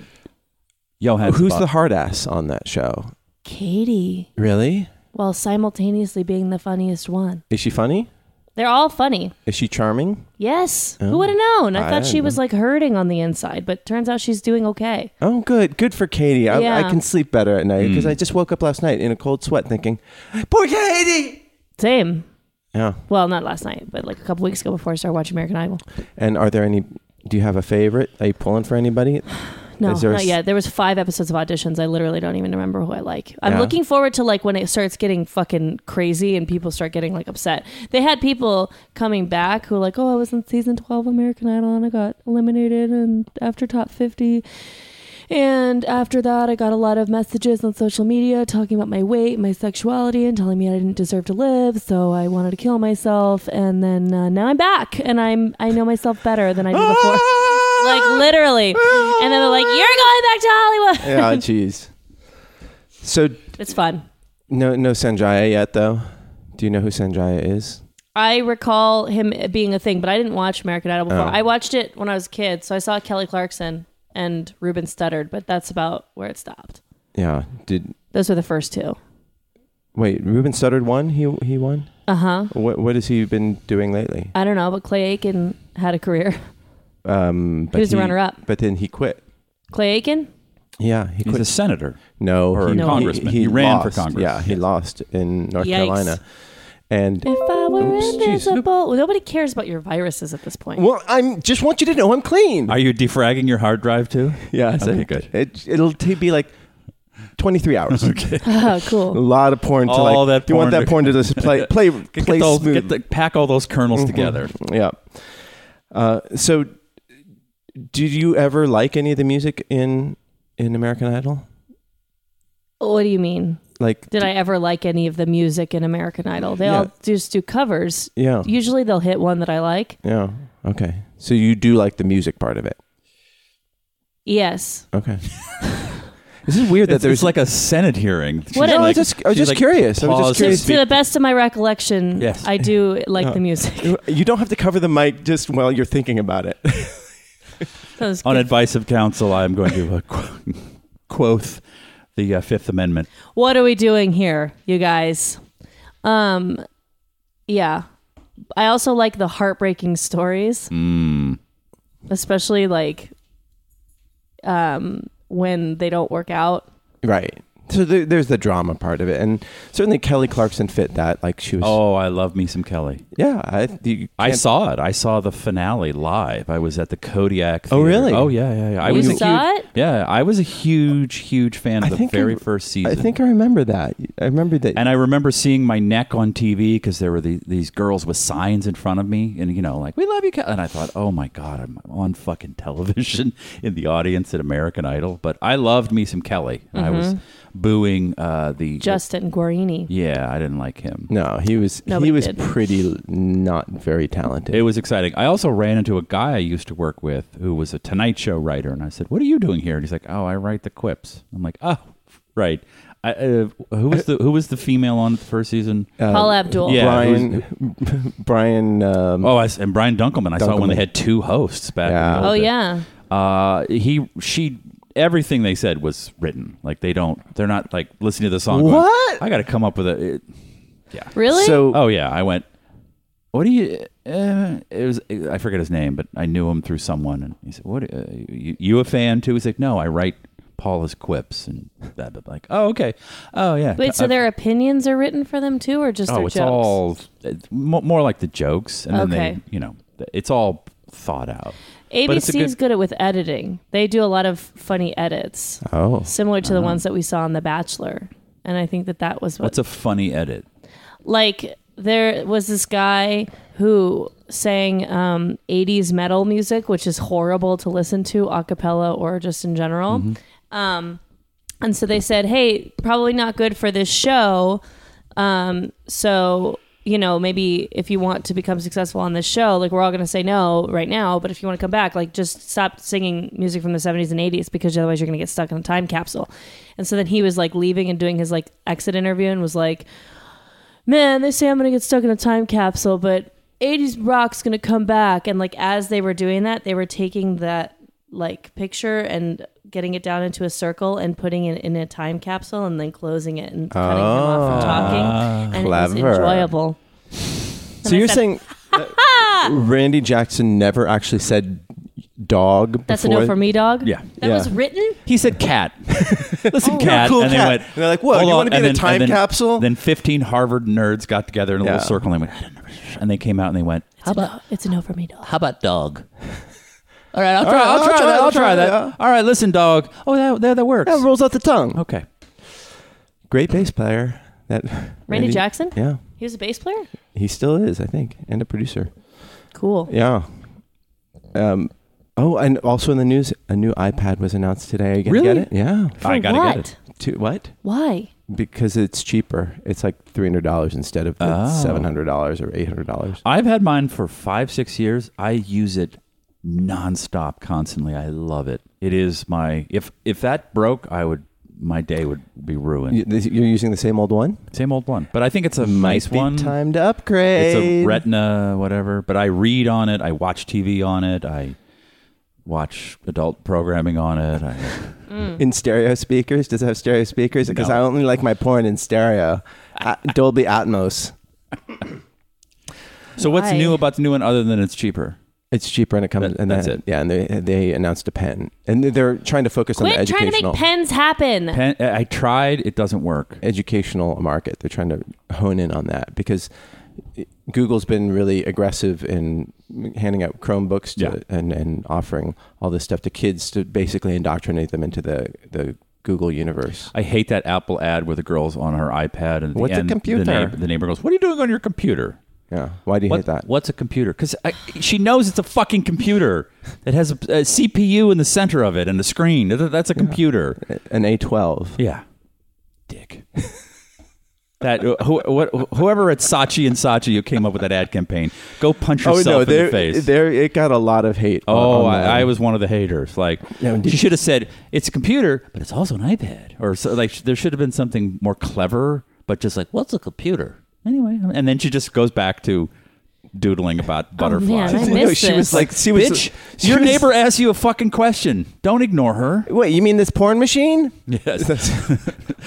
Speaker 4: Johann.
Speaker 2: who's
Speaker 4: Spot.
Speaker 2: the hard ass on that show?
Speaker 3: Katie,
Speaker 2: Really?
Speaker 3: while simultaneously being the funniest one.
Speaker 2: Is she funny?
Speaker 3: They're all funny.
Speaker 2: Is she charming?
Speaker 3: Yes.
Speaker 2: Oh.
Speaker 3: Who would have known? I,
Speaker 2: I
Speaker 3: thought she
Speaker 2: don't
Speaker 3: was like hurting on the inside, but turns out she's doing okay.
Speaker 2: Oh, good. Good for Katie. I, I
Speaker 3: Yeah.
Speaker 2: can sleep better at night because I just woke up last night in a cold sweat thinking, poor Katie.
Speaker 3: Same.
Speaker 2: Yeah.
Speaker 3: Well, not last night, but like a couple weeks ago before I started watching American Idol.
Speaker 2: And are there any? Do you have a favorite? Are you pulling for anybody?
Speaker 3: No,
Speaker 2: Is there a
Speaker 3: not
Speaker 2: s-
Speaker 3: yet. There was five episodes of auditions. I literally don't even remember who I like. I'm
Speaker 2: Yeah.
Speaker 3: looking forward to like when it starts getting fucking crazy and people start getting like upset. They had people coming back who were like, oh, I was in season 12 American Idol and I got eliminated and after top 50. And after that, I got a lot of messages on social media talking about my weight, my sexuality, and telling me I didn't deserve to live. So I wanted to kill myself. And then uh, now I'm back, and I'm I know myself better than I did before. like literally. And then they're like, "You're going back to Hollywood."
Speaker 2: Yeah, jeez. So
Speaker 3: it's fun.
Speaker 2: no, no Sanjaya yet though. Do you know who Sanjaya is?
Speaker 3: I recall him being a thing, but I didn't watch American Idol before.
Speaker 2: Oh.
Speaker 3: I watched it when I was a kid, so I saw Kelly Clarkson and Ruben Studdard, but that's about where it stopped.
Speaker 2: Yeah. Did
Speaker 3: Those were the first two.
Speaker 2: wait? Ruben Studdard won. He he won.
Speaker 3: Uh huh.
Speaker 2: What what has he been doing lately?
Speaker 3: I don't know, but Clay Aiken had a career.
Speaker 2: Um, but
Speaker 3: He was the runner-up.
Speaker 2: But then he quit.
Speaker 3: Clay Aiken?
Speaker 2: Yeah, he
Speaker 4: He's
Speaker 2: quit.
Speaker 4: a senator.
Speaker 2: no,
Speaker 4: or
Speaker 2: he,
Speaker 4: No. congressman. He ran for
Speaker 2: lost.
Speaker 4: Congress.
Speaker 2: Yeah, he lost in North
Speaker 3: Yikes.
Speaker 2: Carolina. And
Speaker 3: If I were
Speaker 2: Oops, jeez.
Speaker 3: invisible. Well, nobody cares about your viruses at this point.
Speaker 2: well, I'm just want you to know I'm clean.
Speaker 4: Are you defragging your hard drive too?
Speaker 2: yeah, so
Speaker 4: Okay, good.
Speaker 2: It, it'll t- be like 23 hours. okay.
Speaker 3: Oh,
Speaker 2: A
Speaker 3: cool.
Speaker 2: lot of porn to
Speaker 4: All
Speaker 2: like.
Speaker 4: that
Speaker 2: you want
Speaker 4: porn
Speaker 2: that
Speaker 4: to-
Speaker 2: porn to just play play
Speaker 4: Get,
Speaker 2: play
Speaker 4: those,
Speaker 2: smooth. Mm-hmm.
Speaker 4: get the, pack all those kernels together.
Speaker 2: Yeah. Uh, so, did you ever like any of the music in in American Idol?
Speaker 3: What do you mean?
Speaker 2: Like,
Speaker 3: Did I ever like any of the music in American Idol? They all just do covers.
Speaker 2: yeah,
Speaker 3: Usually they'll hit one that I like.
Speaker 2: yeah. Okay, so you do like the music part of it.
Speaker 3: Yes.
Speaker 2: Okay. this is weird that
Speaker 4: It's,
Speaker 2: there's
Speaker 4: it's like a Senate hearing. She's
Speaker 3: What
Speaker 2: No, I
Speaker 3: a-
Speaker 2: was
Speaker 4: like-
Speaker 2: just, I was
Speaker 4: she's
Speaker 2: just
Speaker 4: like
Speaker 2: curious. I was just
Speaker 4: paused
Speaker 2: curious.
Speaker 3: To the best of my recollection,
Speaker 4: Yes. Uh,
Speaker 3: I do like the music.
Speaker 2: You don't have to cover the mic just while you're thinking about it.
Speaker 3: That was
Speaker 4: on
Speaker 3: good.
Speaker 4: advice of counsel, I'm going to uh, qu- quoth the uh, Fifth Amendment.
Speaker 3: what are we doing here, you guys? Um, yeah. I also like the heartbreaking stories,
Speaker 4: Mm.
Speaker 3: especially like um, when they don't work out.
Speaker 2: right. So there, there's the drama part of it, and certainly Kelly Clarkson fit that. Like she was.
Speaker 4: Oh, I love me some Kelly.
Speaker 2: Yeah. I, you
Speaker 4: I
Speaker 2: can't-
Speaker 4: saw it. I saw the finale live. I was at the Kodiak.
Speaker 2: Oh,
Speaker 4: Theater.
Speaker 2: really?
Speaker 4: Oh yeah, yeah. yeah. I
Speaker 3: You
Speaker 4: was a
Speaker 3: saw
Speaker 4: huge-
Speaker 3: it?
Speaker 4: Yeah, I was a huge, huge fan
Speaker 2: I
Speaker 4: of the
Speaker 2: think I-
Speaker 4: very first season.
Speaker 2: I think I remember that. I remember that.
Speaker 4: And I remember seeing my neck on TV because there were the, these girls with signs in front of me, and you know, like "We love you," Cal-" and I thought, "Oh my god, I'm on fucking television in the audience at American Idol." But I loved me some Kelly. And I was booing uh, the
Speaker 3: Justin Guarini.
Speaker 4: yeah, I didn't like him.
Speaker 2: no, he was
Speaker 3: Nobody
Speaker 2: he was
Speaker 3: did.
Speaker 2: pretty l- not very talented.
Speaker 4: It was exciting. I also ran into a guy I used to work with who was a Tonight Show writer, and I said, "What are you doing here?" And he's like, "Oh, I write the quips." I'm like, "Oh, right." I, uh, who was the who was the female on the first season?
Speaker 3: Paul Abdul.
Speaker 4: yeah.
Speaker 2: Uh, Brian Brian um,
Speaker 4: Oh, I, s- and Brian Dunkelman. I saw it when
Speaker 2: Dunkelman.
Speaker 4: they had two hosts back.
Speaker 2: Yeah.
Speaker 4: In the
Speaker 3: Oh,
Speaker 4: old day.
Speaker 3: yeah.
Speaker 4: Uh, he, she, everything they said was written. Like they don't, they're not like listening to the song. going,
Speaker 2: What?
Speaker 4: I got to come up with a. It,
Speaker 3: Really?
Speaker 2: So
Speaker 4: oh yeah, I went. What do you? Uh, it was I forget his name, but I knew him through someone, and he said, "What? Uh, you, you a fan too?" He's like, "No, I write Paula's quips and that." But like, oh okay, oh yeah.
Speaker 3: Wait, so
Speaker 4: I've-
Speaker 3: their opinions are written for them too, or just
Speaker 4: oh,
Speaker 3: their
Speaker 4: it's
Speaker 3: jokes?
Speaker 4: all it's mo- more like the jokes, and
Speaker 3: Okay.
Speaker 4: then they, you know, it's all thought out. But it's a
Speaker 3: ABC's
Speaker 4: good-
Speaker 3: good... at with editing. They do a lot of funny edits,
Speaker 2: oh
Speaker 3: similar to the ones that we saw on The Bachelor. And I think that that was what,
Speaker 4: What's Uh-huh. a funny edit?
Speaker 3: like there was this guy who sang um, 80s metal music, which is horrible to listen to a cappella or just in general. Um, and so they said, hey, probably not good for this show. Um, so, you know, maybe if you want to become successful on this show, like we're all going to say no right now. But if you want to come back, like just stop singing music from the 70s and 80s because otherwise you're going to get stuck in a time capsule. And so then he was like leaving and doing his like exit interview and was like, man, they say I'm gonna get stuck in a time capsule, but 80s rock's gonna come back. And like as they were doing that, they were taking that like picture and getting it down into a circle and putting it in a time capsule and then closing it and cutting him off from
Speaker 4: Ah.
Speaker 3: talking. And it
Speaker 2: Clever.
Speaker 3: was enjoyable.
Speaker 2: so you're saying that Randy Jackson never actually said dog.
Speaker 3: That's
Speaker 2: before?
Speaker 3: a no for me, dog.
Speaker 4: Yeah.
Speaker 3: That
Speaker 2: Yeah.
Speaker 3: was written?
Speaker 4: He said cat. Listen,
Speaker 2: you're a cool cat. And they're like, "Whoa,
Speaker 4: "Well,
Speaker 2: you wanna be in a time capsule?"
Speaker 4: Then 15 Harvard nerds got together in a
Speaker 2: Yeah.
Speaker 4: little circle and they went, and they came out and they went,
Speaker 3: How about it's a no for me, dog.
Speaker 4: how about dog? All right, I'll
Speaker 2: All
Speaker 4: try.
Speaker 2: right,
Speaker 4: I'll, try, that. I'll try that.
Speaker 2: yeah.
Speaker 4: All right, listen, dog. Oh, that that, that works.
Speaker 2: That rolls off the tongue.
Speaker 4: okay.
Speaker 2: Great bass player. That
Speaker 3: Randy Jackson?
Speaker 2: Yeah,
Speaker 3: He was a bass player?
Speaker 2: he still is, I think, and a producer.
Speaker 3: Cool.
Speaker 2: Yeah. Um. Oh, and also in the news, a new iPad was announced today. You gonna
Speaker 4: Really?
Speaker 2: get it? Yeah.
Speaker 3: For
Speaker 4: I gotta
Speaker 3: what?
Speaker 4: get it.
Speaker 2: To what?
Speaker 3: Why?
Speaker 2: Because it's cheaper. It's like three hundred dollars instead of the
Speaker 4: Oh.
Speaker 2: seven hundred dollars or eight hundred dollars.
Speaker 4: I've had mine for five, six years. I use it nonstop, constantly. I love it. It is my if if that broke, I would my day would be ruined.
Speaker 2: You're using the same old one.
Speaker 4: Same old one, but I think it's a nice
Speaker 2: Might be
Speaker 4: one.
Speaker 2: Time to upgrade.
Speaker 4: It's a Retina, whatever. But I read on it. I watch TV on it. I watch adult programming on it. I,
Speaker 3: Mm-hmm.
Speaker 2: in stereo speakers? Does it have stereo speakers? Because
Speaker 4: No.
Speaker 2: I only like my porn in stereo, A- Dolby Atmos.
Speaker 4: so what's
Speaker 3: Why?
Speaker 4: new about the new one other than it's cheaper?
Speaker 2: It's cheaper and it comes.
Speaker 4: That-
Speaker 2: and
Speaker 4: that's
Speaker 2: then-
Speaker 4: it.
Speaker 2: Yeah, and they they announced a pen, and they- they're trying to focus on the
Speaker 3: Quit trying to
Speaker 2: educational
Speaker 3: make pens happen.
Speaker 4: Pen, I tried. It doesn't work.
Speaker 2: educational market. They're trying to hone in on that because Google's been really aggressive in handing out Chromebooks to,
Speaker 4: Yeah.
Speaker 2: and and offering all this stuff to kids to basically indoctrinate them into the the Google universe.
Speaker 4: I hate that Apple ad where the girl's on her iPad and at the
Speaker 2: What's a
Speaker 4: end, the
Speaker 2: computer?
Speaker 4: neighbor- The, neighbor goes, "What are you doing on your computer?"
Speaker 2: Yeah, why do you
Speaker 4: What-
Speaker 2: hate that?
Speaker 4: What's a computer? Because she knows it's a fucking computer that has a, a CPU in the center of it and a screen. Th- That's a computer.
Speaker 2: An A twelve.
Speaker 4: Yeah, dick. that who, what, whoever at Saatchi and Saatchi who came up with that ad campaign, go punch
Speaker 2: Oh,
Speaker 4: yourself in
Speaker 2: there,
Speaker 4: the face.
Speaker 2: there it got a lot of hate.
Speaker 4: Oh,
Speaker 2: online.
Speaker 4: I, I was one of the haters. Like
Speaker 2: Yeah, and did-
Speaker 4: she should have said it's a computer, but it's also an iPad, or so, like there should have been something more clever. But just like what's a computer anyway? um, And then she just goes back to doodling about
Speaker 3: Oh,
Speaker 4: butterflies.
Speaker 3: man, I
Speaker 2: You
Speaker 3: miss
Speaker 2: know, she
Speaker 3: this.
Speaker 2: was like, she was,
Speaker 4: Bitch,
Speaker 2: she
Speaker 4: your
Speaker 2: was-
Speaker 4: neighbor asks you a fucking question. Don't ignore her.
Speaker 2: Wait, you mean this porn machine?
Speaker 4: Yes.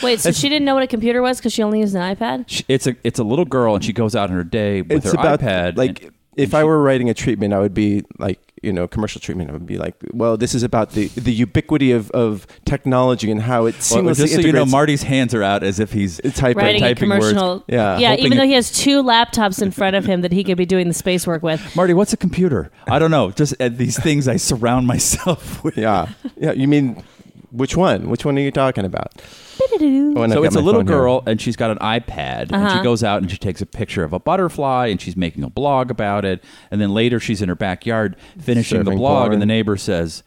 Speaker 3: Wait, so she didn't know what a computer was because she only used an iPad?
Speaker 4: She- it's a it's a little girl, and she goes out on her day with
Speaker 2: it's
Speaker 4: her
Speaker 2: about
Speaker 4: iPad.
Speaker 2: like
Speaker 4: and-
Speaker 2: if I were writing a treatment, I would be like you know commercial treatment. I would be like, well, this is about the the ubiquity of, of technology and how it seamlessly
Speaker 4: Well, just so
Speaker 2: integrates.
Speaker 4: you know, Marty's hands are out as if he's
Speaker 2: it's hyper
Speaker 3: Writing a
Speaker 4: typing words.
Speaker 3: commercial.
Speaker 2: Yeah.
Speaker 3: Yeah,
Speaker 4: Hoping
Speaker 3: even though
Speaker 4: it-
Speaker 3: he has two laptops in front of him that he could be doing the space work with.
Speaker 4: Marty, what's a computer? I don't know. Just uh, these things I surround myself with.
Speaker 2: Yeah, yeah. You mean which one? Which one are you talking about? Oh, and I've
Speaker 4: So
Speaker 2: got
Speaker 4: it's a Uh-huh.
Speaker 2: my
Speaker 4: little
Speaker 2: phone here.
Speaker 4: girl, and she's got an iPad, and she goes out and she takes a picture of a butterfly, and she's making a blog about it. And then later, she's in her backyard finishing the
Speaker 2: Surfing
Speaker 4: blog,
Speaker 2: porn.
Speaker 4: and the neighbor says,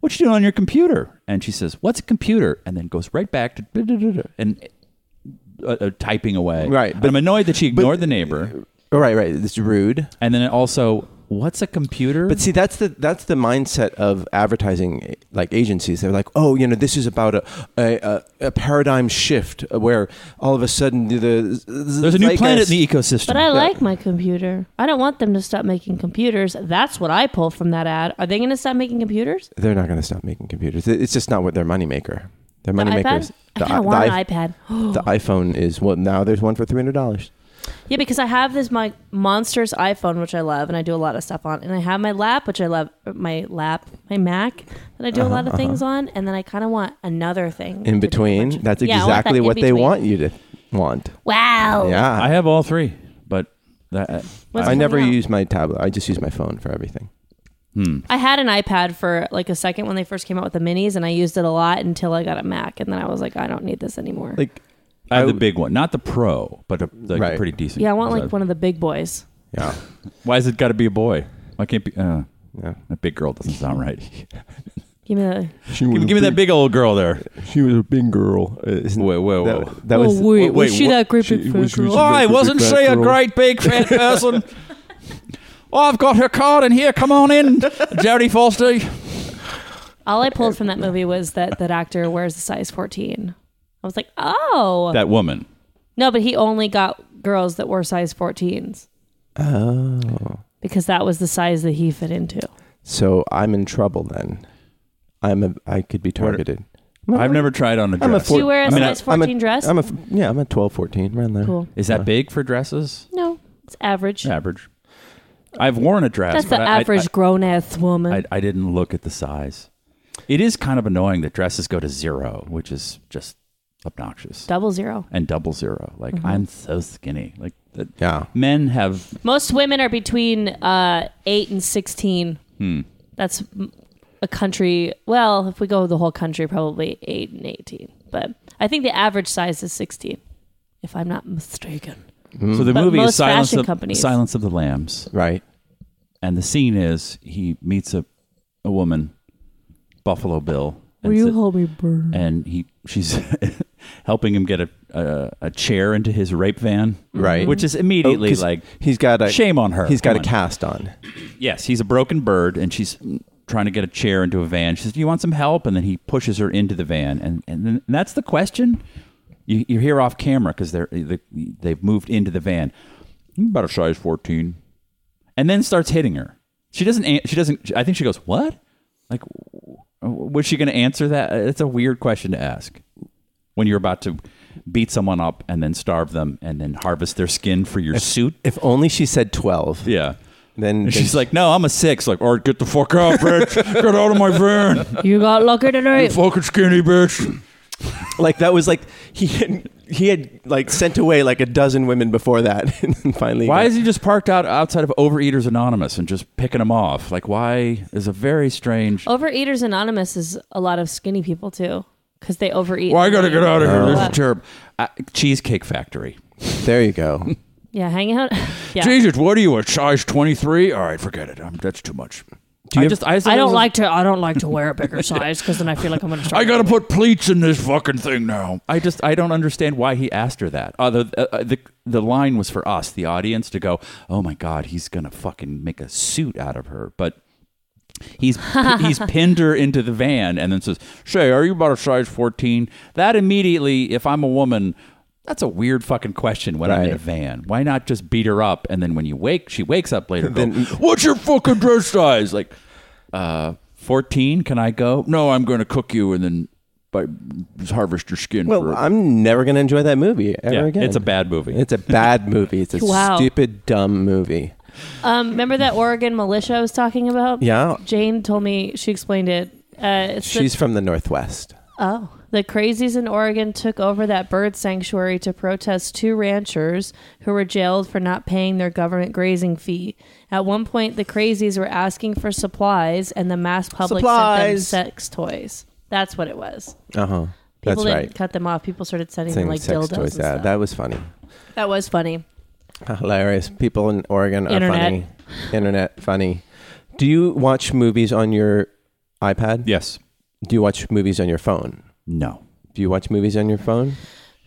Speaker 4: "What you doing on your computer?" And she says, "What's a computer?" And then goes right back to da-da-da-da, and uh, uh, typing away.
Speaker 2: Right,
Speaker 4: But
Speaker 2: but-
Speaker 4: I'm annoyed that she ignored the neighbor,
Speaker 2: Oh, right, right. It's rude.
Speaker 4: and then also, what's a computer?
Speaker 2: But see, that's the that's the mindset of advertising like agencies. They're like, oh, you know, this is about a a, a, a paradigm shift where all of a sudden the, the
Speaker 4: There's a new planet in the ecosystem.
Speaker 3: But I like my computer. I don't want them to stop making computers. That's what I pull from that ad. Are they going to stop making computers?
Speaker 2: They're not going to stop making computers. It- It's just not what their moneymaker. Their
Speaker 3: The
Speaker 2: moneymaker
Speaker 3: iPad?
Speaker 2: is
Speaker 3: I
Speaker 2: the,
Speaker 3: kind of
Speaker 2: i-
Speaker 3: want
Speaker 2: the
Speaker 3: an
Speaker 2: i-
Speaker 3: iPad.
Speaker 2: the iPhone is well now. There's one for three hundred dollars.
Speaker 3: Yeah, because I have this my monsters iPhone, which I love, and I do a lot of stuff on, and I have my lap, which I love, uh, my lap, my Mac, that I do a lot of things on, and then I kind of want another thing
Speaker 2: Uh-huh, In
Speaker 3: to do a bunch
Speaker 2: between,
Speaker 3: of-
Speaker 2: that's
Speaker 3: Yeah, I want that
Speaker 2: exactly
Speaker 3: in
Speaker 2: what they
Speaker 3: between.
Speaker 2: want you to want.
Speaker 5: Wow.
Speaker 2: Yeah,
Speaker 4: I have all three, but that,
Speaker 3: What's
Speaker 2: I
Speaker 3: coming
Speaker 2: never
Speaker 3: out?
Speaker 2: use my tablet. I just use my phone for everything.
Speaker 3: I had an iPad for like a second when they first came out with the minis, and I used it a lot until I got a Mac, and then I was like, I don't need this anymore.
Speaker 2: Like
Speaker 4: I have
Speaker 2: I
Speaker 4: the
Speaker 2: would-
Speaker 4: big one, not the pro, but a, like a
Speaker 2: Right.
Speaker 4: pretty decent.
Speaker 3: yeah, I want
Speaker 4: size.
Speaker 3: like one of the big boys.
Speaker 2: yeah,
Speaker 4: Why has it got to be a boy? Why can't be uh,
Speaker 2: yeah.
Speaker 4: a big girl? Doesn't sound right.
Speaker 3: Give me the
Speaker 2: She
Speaker 4: give, me- give me that big old girl there.
Speaker 2: She was a big girl.
Speaker 4: Whoa, whoa, whoa.
Speaker 2: That, that
Speaker 3: Oh,
Speaker 2: was
Speaker 4: wait, was she what- that
Speaker 3: great
Speaker 1: she- big was- fat girl? was-
Speaker 4: I wasn't
Speaker 1: big
Speaker 4: she
Speaker 1: fat
Speaker 4: a
Speaker 1: girl.
Speaker 4: great big fat person? oh, I've got her card in here. Come on in, Jodie Foster.
Speaker 3: All I pulled from that movie was that that actor wears a size fourteen. I was like, oh,
Speaker 4: That woman.
Speaker 3: no, but he only got girls that were size fourteens
Speaker 2: Oh,
Speaker 3: because that was the size that he fit into.
Speaker 2: so I'm in trouble then. I'm a. I could be targeted.
Speaker 4: I've never tried on a dress.
Speaker 2: I'm a
Speaker 3: Do you wear a
Speaker 2: I mean, I-
Speaker 3: size fourteen
Speaker 2: I'm a,
Speaker 3: dress?
Speaker 2: I'm a. Yeah, I'm a 12, 14, around there.
Speaker 3: cool.
Speaker 4: Is that big for dresses?
Speaker 3: No, it's average.
Speaker 4: Average. I've worn a dress.
Speaker 3: That's
Speaker 4: but
Speaker 3: the
Speaker 4: I- I-
Speaker 3: average grown ass woman.
Speaker 4: I, I didn't look at the size. It is kind of annoying that dresses go to zero, which is just obnoxious.
Speaker 3: Double zero.
Speaker 4: and double zero. Like
Speaker 3: Mm-hmm.
Speaker 4: I'm so skinny. Like that
Speaker 2: Yeah.
Speaker 4: men have Hmm.
Speaker 3: Most women are between uh, eight and sixteen. That's m- a country. Well, if we go the whole country, probably eight and eighteen. But I think the average size is sixteen, if I'm not mistaken.
Speaker 2: Mm-hmm.
Speaker 4: So the
Speaker 3: But
Speaker 4: movie is
Speaker 3: most
Speaker 4: Silence
Speaker 3: fashion
Speaker 4: of,
Speaker 3: companies-
Speaker 4: Silence of the Lambs,
Speaker 2: Right.
Speaker 4: and the scene is he meets a a woman, Buffalo Bill, and, sa-
Speaker 3: me burn?
Speaker 4: and he she's helping him get a, a a chair into his rape van,
Speaker 2: Right. Oh,
Speaker 4: Which is immediately
Speaker 2: 'Cause
Speaker 4: like
Speaker 2: he's got a
Speaker 4: shame on her.
Speaker 2: He's got
Speaker 4: Come
Speaker 2: a
Speaker 4: on.
Speaker 2: cast on.
Speaker 4: Yes, he's a broken bird, and she's trying to get a chair into a van. She says, "Do you want some help?" And then he pushes her into the van, and and, then, and that's the question. You, you hear off camera because they're they, they've moved into the van, about a size fourteen, and then starts hitting her. She doesn't. an- She doesn't. I think she goes, "What?" Like, w- w- was she going to answer that? It's a weird question to ask when you're about to beat someone up and then starve them and then harvest their skin for your suit.
Speaker 2: If only she said twelve.
Speaker 4: Yeah.
Speaker 2: Then, then
Speaker 4: And she's like, "No, I'm a six. Like, all right, get the fuck out, bitch. Get out of my van.
Speaker 3: You got lucky
Speaker 4: You
Speaker 3: tonight.
Speaker 4: fucking skinny bitch."
Speaker 2: like that was like he had, he had like sent away like a dozen women before that, and then finally.
Speaker 4: Why
Speaker 2: got-
Speaker 4: is he just parked out outside of Overeaters Anonymous and just picking them off? Like, why is a very strange.
Speaker 3: Overeaters Anonymous is a lot of skinny people too, because they overeat.
Speaker 4: Why I gotta get out of here? This
Speaker 3: Uh.
Speaker 4: is terrible. Uh, Cheesecake Factory.
Speaker 2: there? You go.
Speaker 3: Yeah, hanging out. yeah.
Speaker 4: Jesus, what are you a size twenty three? All right, forget it. Um that's too much. I just, I, just-
Speaker 3: I don't like to. I don't like to wear a bigger size because then I feel like I'm gonna. Start
Speaker 4: I gotta put pleats in this fucking thing now. I just I don't understand why he asked her that. Uh, the, uh, uh, the the line was for us, the audience, to go. Oh my god, he's gonna fucking make a suit out of her. But he's he's pinned her into the van and then says, "Shay, are you about a size 14?" That immediately, if I'm a woman. That's a weird fucking question when I'm in a
Speaker 2: Right.
Speaker 4: van. Why not just beat her up and then when you wake, she wakes up later. Go, What's your fucking dress size? Like, uh, 14 can i go no i'm going to cook you and then by, harvest your skin
Speaker 2: Well,
Speaker 4: for
Speaker 2: I'm never gonna enjoy that movie ever
Speaker 4: yeah,
Speaker 2: again.
Speaker 4: it's a bad movie
Speaker 2: It's a bad movie. It's a
Speaker 3: Wow.
Speaker 2: stupid, dumb movie.
Speaker 3: Um, remember that Oregon militia I was talking about?
Speaker 2: Yeah.
Speaker 3: Jane told me she explained it. Uh, it's the-
Speaker 2: She's from the Northwest.
Speaker 3: Oh, the crazies in Oregon took over that bird sanctuary to protest two ranchers who were jailed for not paying their government grazing fee. At one point, the crazies were asking for supplies, and the mass public
Speaker 2: Supplies.
Speaker 3: sent them sex toys. That's what it was.
Speaker 2: Uh huh.
Speaker 3: People
Speaker 2: That's
Speaker 3: didn't
Speaker 2: right.
Speaker 3: cut them off. People started sending
Speaker 2: Saying
Speaker 3: them like
Speaker 2: sex
Speaker 3: dildos.
Speaker 2: toys.
Speaker 3: and
Speaker 2: Yeah,
Speaker 3: stuff.
Speaker 2: that was funny.
Speaker 3: that was funny.
Speaker 2: Hilarious. People in Oregon are
Speaker 3: Internet.
Speaker 2: funny. Internet funny. Do you watch movies on your iPad?
Speaker 4: yes
Speaker 2: Do you watch movies on your phone?
Speaker 4: no
Speaker 2: Do you watch movies on your phone?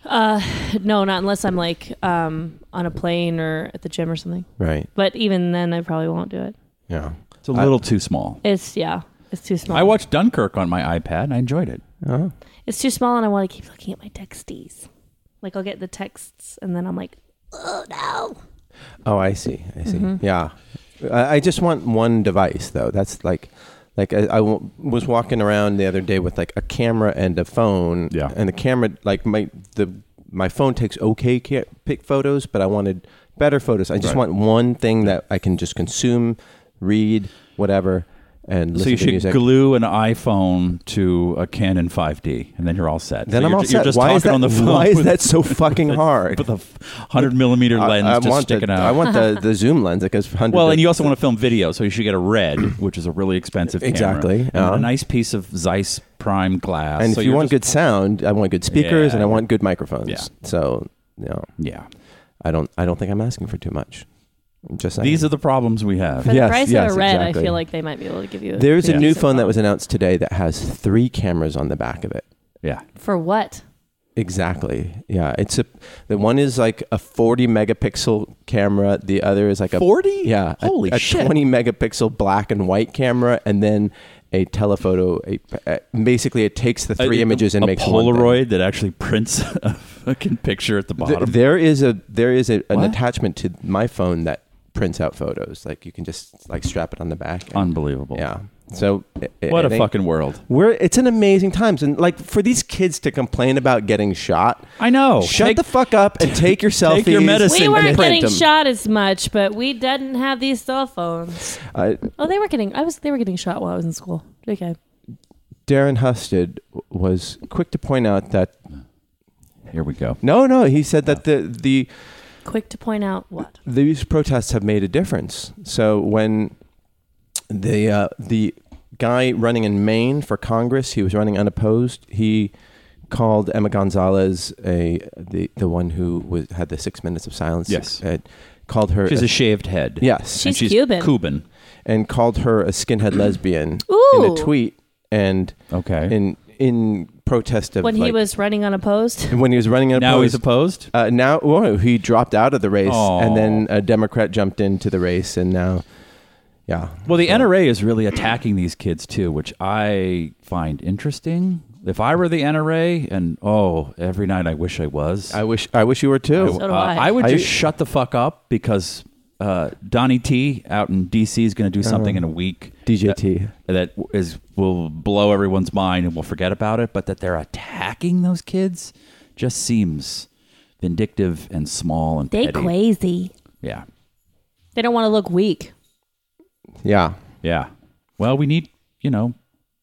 Speaker 3: Uh, No, not unless I'm like um, on a plane or at the gym or something.
Speaker 2: Right.
Speaker 3: But even then, I probably won't do it.
Speaker 2: Yeah.
Speaker 4: it's a little too small
Speaker 3: It's yeah, it's too small.
Speaker 4: i watched dunkirk on my ipad and i enjoyed it
Speaker 2: Oh.
Speaker 3: it's too small, and I want to keep looking at my texties. Like I'll get the texts, and then I'm like, oh no.
Speaker 2: Oh, I see. I see. Yeah. I, I just want one device though. That's like, like I, I w- was walking around the other day with like a camera and a phone.
Speaker 4: Yeah.
Speaker 2: And the camera, like my the my phone takes okay ca- pick photos, but I wanted better photos. I just
Speaker 4: Right.
Speaker 2: want one thing that I can just consume, read, whatever, and listen
Speaker 4: so you
Speaker 2: to
Speaker 4: should
Speaker 2: music.
Speaker 4: glue an iphone to a canon 5d and then you're all set
Speaker 2: then
Speaker 4: So
Speaker 2: I'm
Speaker 4: you're,
Speaker 2: all
Speaker 4: ju-
Speaker 2: set.
Speaker 4: you're just
Speaker 2: why
Speaker 4: talking
Speaker 2: is that,
Speaker 4: on the phone
Speaker 2: Why is
Speaker 4: with,
Speaker 2: that so fucking hard?
Speaker 4: with a 100 millimeter lens just
Speaker 2: want
Speaker 4: sticking
Speaker 2: the,
Speaker 4: out
Speaker 2: I want the, the zoom lens that goes 100
Speaker 4: Well, and you also want to film video, so you should get a red, which is a really expensive camera.
Speaker 2: Exactly,
Speaker 4: And
Speaker 2: uh-huh.
Speaker 4: a nice piece of Zeiss Prime glass.
Speaker 2: And
Speaker 4: So
Speaker 2: if you
Speaker 4: you're
Speaker 2: want
Speaker 4: just-
Speaker 2: good sound, I want good speakers and I
Speaker 4: Yeah.
Speaker 2: want good microphones.
Speaker 4: Yeah.
Speaker 2: So, you know,
Speaker 4: yeah,
Speaker 2: I don't I don't think I'm asking for too much. I'm just saying.
Speaker 4: these are the problems we have.
Speaker 3: For the
Speaker 2: Yes,
Speaker 3: price
Speaker 2: yes,
Speaker 3: of a red,
Speaker 2: exactly.
Speaker 3: I feel like they might be able to give you. A
Speaker 2: There's a
Speaker 4: Yeah.
Speaker 2: new
Speaker 3: decent
Speaker 2: phone that was announced today that has 3 cameras on the back of it.
Speaker 4: Yeah,
Speaker 3: for what?
Speaker 2: Exactly. Yeah, it's a the one is like a 40 megapixel camera, the other is like a
Speaker 4: 40?
Speaker 2: Yeah, a-
Speaker 4: Holy
Speaker 2: a,
Speaker 4: shit.
Speaker 2: 20 megapixel black and white camera and then a telephoto a, a- basically it takes the three
Speaker 4: A-
Speaker 2: images and
Speaker 4: a
Speaker 2: makes one thing.
Speaker 4: Polaroid that actually prints a fucking picture at the
Speaker 2: Th-
Speaker 4: bottom.
Speaker 2: there is a there is a, an
Speaker 4: What?
Speaker 2: attachment to my phone that prints out photos. Like you can just like strap it on the back. and-
Speaker 4: Unbelievable.
Speaker 2: yeah. So it- it-
Speaker 4: What
Speaker 2: it
Speaker 4: a
Speaker 2: ain't-
Speaker 4: fucking world.
Speaker 2: We're it's an amazing times and like for these kids to complain about getting shot.
Speaker 4: I know.
Speaker 2: Shut
Speaker 4: Oh, Take-
Speaker 2: the fuck up and take your selfies.
Speaker 4: your medicine.
Speaker 3: We
Speaker 4: Listen,
Speaker 3: weren't
Speaker 2: and print
Speaker 3: getting
Speaker 2: them.
Speaker 3: shot as much, but we didn't have these cell phones.
Speaker 2: I-
Speaker 3: Oh, they were getting. I was. They were getting shot while I was in school. Okay.
Speaker 2: Darren Husted w- was quick to point out that
Speaker 4: Here we go.
Speaker 2: no, no, he said that the the
Speaker 3: Quick to point out what.
Speaker 2: these protests have made a difference. So when the uh, the guy running in Maine for Congress, he was running unopposed. He called Emma Gonzalez a the the one who was had the six minutes of silence.
Speaker 4: Yes.
Speaker 2: uh, called her
Speaker 4: She's a shaved head.
Speaker 2: yes,
Speaker 3: She's Cuban.
Speaker 4: Cuban.
Speaker 2: and called her a skinhead lesbian in
Speaker 3: Ooh.
Speaker 2: a tweet and
Speaker 4: Okay.
Speaker 2: in in protest of
Speaker 3: when he
Speaker 2: like-
Speaker 3: was running unopposed.
Speaker 2: when he was running unopposed.
Speaker 4: Now he's opposed.
Speaker 2: Uh, now, well, he dropped out of the race,
Speaker 4: Aw.
Speaker 2: and then a Democrat jumped into the race, and now, yeah,
Speaker 4: Well, the NRA is really attacking these kids too, which I find interesting. If I were the NRA, and oh, every night I wish I was.
Speaker 2: I wish I wish you were too.
Speaker 3: So do
Speaker 4: Uh,
Speaker 3: I.
Speaker 4: I would
Speaker 2: I-
Speaker 4: just shut the fuck up because uh, Donnie T out in DC is going to do something in a week.
Speaker 2: DJT.
Speaker 4: that is will blow everyone's mind and we'll forget about it. But that they're attacking those kids just seems vindictive and small and
Speaker 3: They
Speaker 4: petty.
Speaker 3: crazy.
Speaker 4: Yeah,
Speaker 3: They don't want to look weak.
Speaker 2: Yeah,
Speaker 4: yeah. Well, we need you know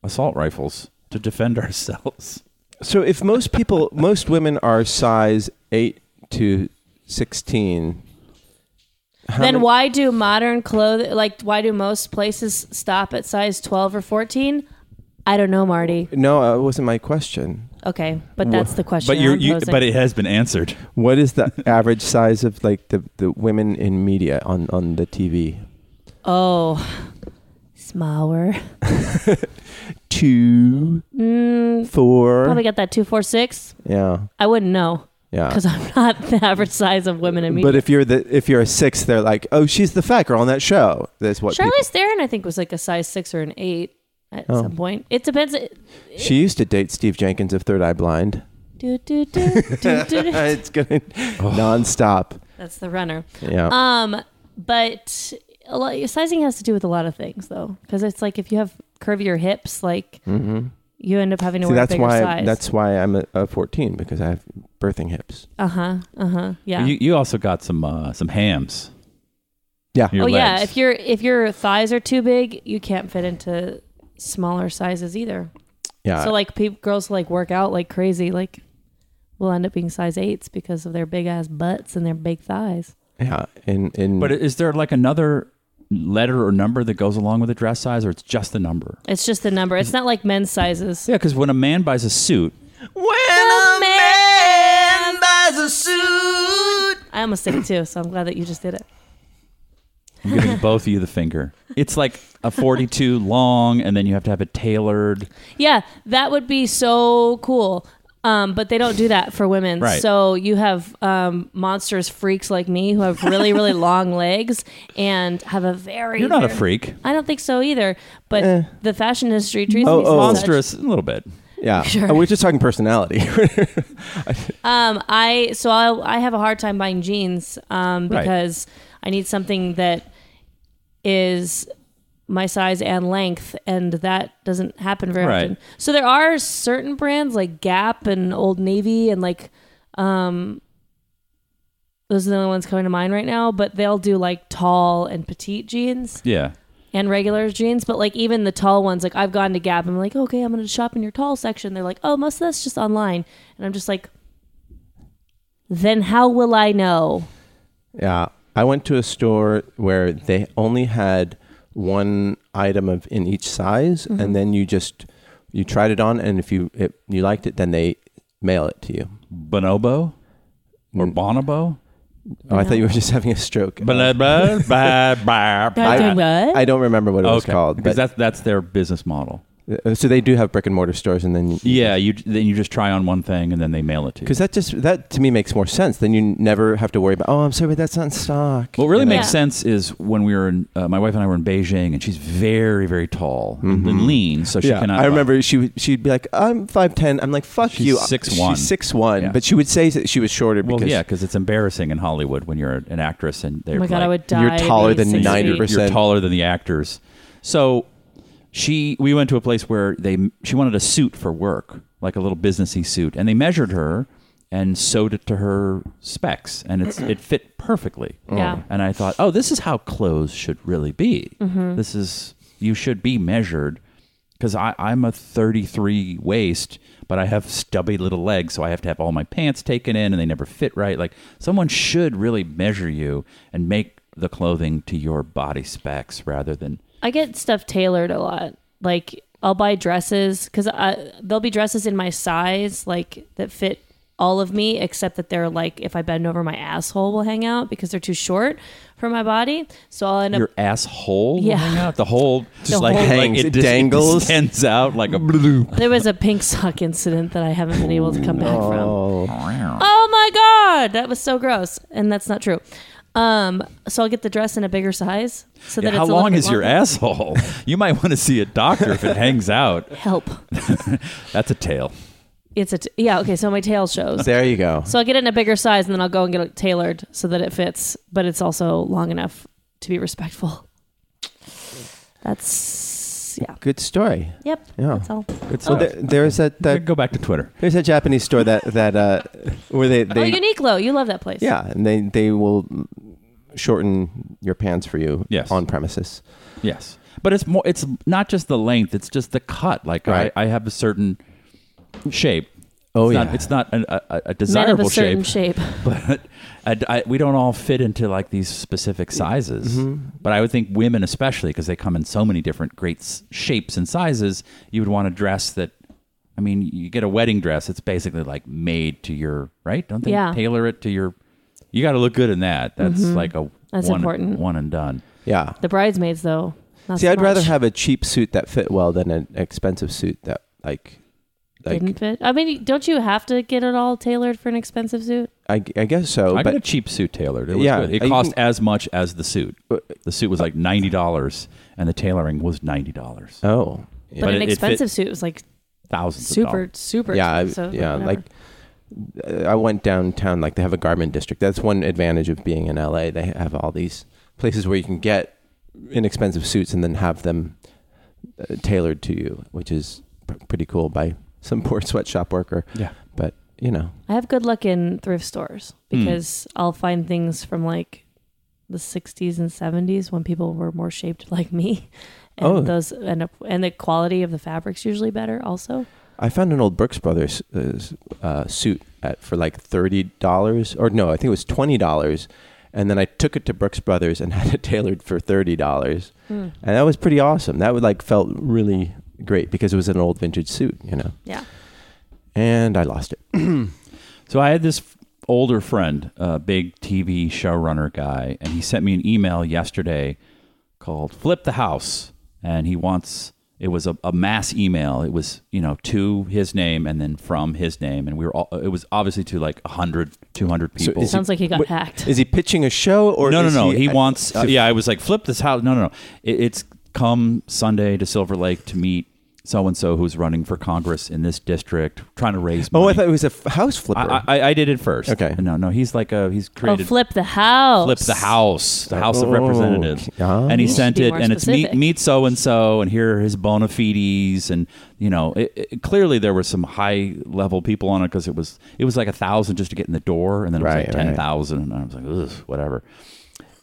Speaker 4: assault rifles to defend ourselves.
Speaker 2: So if most people, most women are size eight to sixteen,
Speaker 3: then why do modern clothing like why do most places stop at size 12 or 14? I don't know, Marty.
Speaker 2: no, uh, it wasn't my question.
Speaker 3: Okay, but that's the question.
Speaker 4: But you,
Speaker 3: I'm
Speaker 4: you
Speaker 3: posing.
Speaker 4: but it has been answered.
Speaker 2: What is the average size of like the, the women in media on on the TV?
Speaker 3: oh, smaller.
Speaker 2: Two, four,
Speaker 3: Mm, Probably got that 246.
Speaker 2: yeah,
Speaker 3: I wouldn't know
Speaker 4: Uh.
Speaker 2: yeah.
Speaker 3: because I'm not the average size of women in media.
Speaker 2: But if you're the if you're a six, they're like, oh, she's the fat girl on that show. That's what people-
Speaker 3: Charlize Theron, I think, was like a size six or an eight at
Speaker 4: Oh.
Speaker 3: some point. It depends.
Speaker 2: she used to date Steve Jenkins of Third Eye Blind.
Speaker 3: Do, do, do, do, do, do.
Speaker 2: it's gonna nonstop.
Speaker 3: That's the runner.
Speaker 2: Yeah.
Speaker 3: Um, but a lot, sizing has to do with a lot of things, though, because it's like if you have curvier hips, like you end up having to
Speaker 2: Mm-hmm. See,
Speaker 3: wear a
Speaker 2: that's
Speaker 3: bigger
Speaker 2: why
Speaker 3: size.
Speaker 2: that's why I'm a, a 14 because I have birthing hips.
Speaker 3: uh huh, uh huh, yeah.
Speaker 4: You, you also got some uh, some hams.
Speaker 2: Yeah.
Speaker 4: Your
Speaker 3: oh yeah,
Speaker 4: legs.
Speaker 3: if your if your thighs are too big, you can't fit into smaller sizes either.
Speaker 2: Yeah.
Speaker 3: So like peop girls who, like work out like crazy, like will end up being size eights because of their big ass butts and their big thighs.
Speaker 2: yeah. In in
Speaker 4: But is there like another letter or number that goes along with the dress size, or it's just the number?
Speaker 3: It's just the number. It's not like men's sizes.
Speaker 4: Yeah, because when a man buys a suit,
Speaker 3: I almost did it too, so I'm glad that you just did it.
Speaker 4: I'm giving both of you the finger. It's like a 42 long, and then you have to have it tailored.
Speaker 3: Yeah, that would be so cool. Um, but they don't do that for women.
Speaker 4: Right.
Speaker 3: So you have um, monsters, freaks like me who have really, really long legs and have a very.
Speaker 4: You're not a
Speaker 3: very-
Speaker 4: freak.
Speaker 3: I don't think so either. But the fashion industry treats me
Speaker 2: oh.
Speaker 3: as such.
Speaker 4: Monstrous, a little bit.
Speaker 2: yeah. Oh, we're just talking personality.
Speaker 3: Um, I so I I have a hard time buying jeans um,
Speaker 4: Right.
Speaker 3: because I need something that is my size and length, and that doesn't happen very
Speaker 4: Right.
Speaker 3: often. So there are certain brands like Gap and Old Navy and like um, those are the only ones coming to mind right now. But they'll do like tall and petite jeans
Speaker 4: Yeah.
Speaker 3: and regular jeans. But like even the tall ones, like I've gone to Gap, I'm like, okay, I'm gonna shop in your tall section. They're like, oh, most of that's just online, and I'm just like, then how will I know?
Speaker 2: yeah. I went to a store where they only had one item of in each size
Speaker 4: Mm-hmm.
Speaker 2: and then you just you tried it on and if you it, you liked it then they mail it to you. Mm.
Speaker 4: Bonobo or Bonobo?
Speaker 2: Oh, I thought you were just having a stroke.
Speaker 4: Blah, blah, blah, blah, blah.
Speaker 3: Doing
Speaker 4: Okay.
Speaker 3: what?
Speaker 2: I don't remember what it was called.
Speaker 4: Because
Speaker 2: But,
Speaker 4: that's, that's their business model.
Speaker 2: uh, so they do have brick and mortar stores and then
Speaker 4: Yeah, you then you just try on one thing and then they mail it to you.
Speaker 2: Because that just that to me makes more sense. Then you never have to worry about. Oh, I'm sorry, but that's not in stock.
Speaker 4: What really
Speaker 2: You know?
Speaker 4: makes
Speaker 3: Yeah.
Speaker 4: sense is when we were in, uh, my wife and I were in Beijing, and she's very, very tall and lean, so she
Speaker 2: Mm-hmm. yeah,
Speaker 4: cannot.
Speaker 2: I remember she would she'd be like, "I'm five ten. I'm like, "Fuck
Speaker 4: She's
Speaker 2: you."
Speaker 4: 6'1".
Speaker 2: She's six one,
Speaker 4: Yeah.
Speaker 2: but she would say that she was shorter
Speaker 4: Well,
Speaker 2: because
Speaker 4: yeah, because it's embarrassing in Hollywood when you're an actress and they're
Speaker 3: oh my god,
Speaker 4: like,
Speaker 3: I would die.
Speaker 2: you're taller
Speaker 3: being
Speaker 2: than
Speaker 3: six feet.
Speaker 2: 90%.
Speaker 4: You're taller than the actors. So she, we went to a place where they she wanted a suit for work, like a little businessy suit, and they measured her and sewed it to her specs, and it's it fit perfectly.
Speaker 3: Yeah.
Speaker 4: And I thought, oh, this is how clothes should really be. This is you should be measured because I'm a 33 waist, but I have stubby little legs, so I have to have all my pants taken in, and they never fit right. Like someone should really measure you and make the clothing to your body specs rather than
Speaker 3: I get stuff tailored a lot. Like I'll buy dresses because there'll be dresses in my size, like that fit all of me, except that they're like if I bend over, my asshole will hang out because they're too short for my body. So I'll end up
Speaker 4: Your asshole will
Speaker 3: Yeah.
Speaker 4: hang out. The whole just like
Speaker 2: whole-
Speaker 4: hangs,
Speaker 2: It
Speaker 4: it, dis-
Speaker 2: dangles.
Speaker 4: it distends out like a bloop.
Speaker 3: There was a pink sock incident that I haven't been able to come back from. Oh my god, that was so gross, and that's not true. Um, so I'll get the dress in a bigger size so that it's a
Speaker 4: How
Speaker 3: little
Speaker 4: long
Speaker 3: bit
Speaker 4: is your
Speaker 3: longer.
Speaker 4: asshole? You might want to see a doctor if it hangs out.
Speaker 3: Help!
Speaker 4: That's a tail.
Speaker 3: It's a t- yeah. Okay, so my tail shows.
Speaker 2: There you go.
Speaker 3: So I'll get it in a bigger size, and then I'll go and get it tailored so that it fits, but it's also long enough to be respectful. That's yeah.
Speaker 2: Good story.
Speaker 3: Yep.
Speaker 2: Yeah.
Speaker 3: That's all.
Speaker 4: It's
Speaker 2: Well, there, there's that, that
Speaker 4: go back to Twitter.
Speaker 2: there's that Japanese store that that uh, where they,
Speaker 3: Oh,
Speaker 2: they
Speaker 3: Uniqlo, you love that place.
Speaker 2: yeah, and they they will shorten your pants for you
Speaker 4: Yes.
Speaker 2: on premises.
Speaker 4: Yes, but it's more. It's not just the length. It's just the cut. Like
Speaker 2: Right.
Speaker 4: I, I have a certain shape.
Speaker 2: Oh,
Speaker 4: it's
Speaker 2: yeah.
Speaker 4: Not, it's not an, a, a- a
Speaker 3: Men of
Speaker 4: desirable
Speaker 3: a certain
Speaker 4: shape,
Speaker 3: shape.
Speaker 4: but I, I- we don't all fit into like these specific
Speaker 3: Mm-hmm.
Speaker 4: sizes. But I would think women, especially, because they come in so many different great s- shapes and sizes, you would want a dress that. I mean, you get a wedding dress. It's basically like made to your right. Don't they
Speaker 3: Yeah. Mm-hmm.
Speaker 4: tailor it to your? You got to look good in that. That's like a
Speaker 3: That's
Speaker 4: one,
Speaker 3: important.
Speaker 4: one and done.
Speaker 2: Yeah.
Speaker 3: The bridesmaids, though. not
Speaker 2: See,
Speaker 3: so
Speaker 2: I'd rather
Speaker 3: much.
Speaker 2: have a cheap suit that fit well than an expensive suit that like like
Speaker 3: didn't fit. I mean, don't you have to get it all tailored for an expensive suit?
Speaker 2: I, I guess so,
Speaker 4: I got
Speaker 2: Oh,
Speaker 4: a
Speaker 2: but
Speaker 4: cheap suit tailored. It was
Speaker 2: Yeah,
Speaker 4: good. It
Speaker 2: you
Speaker 4: cost
Speaker 2: can- Uh,
Speaker 4: as much as the suit. The suit was like ninety dollars, and the tailoring was ninety dollars.
Speaker 2: oh
Speaker 3: But,
Speaker 4: But
Speaker 3: an
Speaker 4: it- it fit
Speaker 3: expensive suit was like
Speaker 4: Thousands of
Speaker 3: super,
Speaker 4: dollars.
Speaker 3: super
Speaker 2: yeah, I-
Speaker 3: expensive.
Speaker 2: yeah.
Speaker 3: whatever.
Speaker 2: Like uh, I went downtown. Like they have a garment district. That's one advantage of being in LA. They have all these places where you can get inexpensive suits and then have them uh, tailored to you, which is p- pretty cool by some poor sweatshop worker.
Speaker 4: Yeah.
Speaker 2: But you know,
Speaker 3: I have good luck in thrift stores
Speaker 4: Hmm.
Speaker 3: because I'll find things from like the 60s and 70s when people were more shaped like me. And
Speaker 2: Oh.
Speaker 3: those end up, and the quality of the fabric's usually better also.
Speaker 2: I found an old Brooks Brothers uh, uh, suit at, for like thirty dollars, or no, I think it was twenty dollars, and then I took it to Brooks Brothers and had it tailored for thirty dollars,
Speaker 3: Hmm.
Speaker 2: and that was pretty awesome. That would like felt really great because it was an old vintage suit, you know,
Speaker 3: Yeah.
Speaker 2: and I lost it.
Speaker 4: So I had this f- older friend, a big TV showrunner guy, and he sent me an email yesterday called "Flip the House," and he wants. It was a, a mass email. It was you know to his name and then from his name, and we were all. It was obviously to like 100, 200
Speaker 2: So
Speaker 4: people.
Speaker 2: is
Speaker 3: Sounds like he got
Speaker 2: wait,
Speaker 3: hacked. Oh,
Speaker 2: Is he pitching a show or
Speaker 4: no, no,
Speaker 2: is
Speaker 4: no. He,
Speaker 2: I-
Speaker 4: wants. uh, yeah, I was like, flip this house. No, no, no. It, it's come Sunday to Silver Lake to meet so and so who's running for Congress in this district, trying to raise money.
Speaker 2: Oh, I thought it was a f- house flipper.
Speaker 4: I, I, I did it first.
Speaker 2: Okay.
Speaker 4: No, no. He's like a. He's
Speaker 3: Oh,
Speaker 4: created.
Speaker 3: flip the house.
Speaker 4: Flip the house, the House of
Speaker 2: Oh,
Speaker 4: Representatives,
Speaker 2: yeah.
Speaker 4: and he
Speaker 3: You should
Speaker 4: sent
Speaker 3: be
Speaker 4: it,
Speaker 3: more
Speaker 4: and it's meet
Speaker 3: specific.
Speaker 4: meet so and so, and here are his bona fides, and you know, it, it- clearly there were some high level people on it because it was it was like a thousand just to get in the door, and then it was
Speaker 2: Right,
Speaker 4: like
Speaker 2: right.
Speaker 4: ten thousand, and I was like, Ugh, whatever.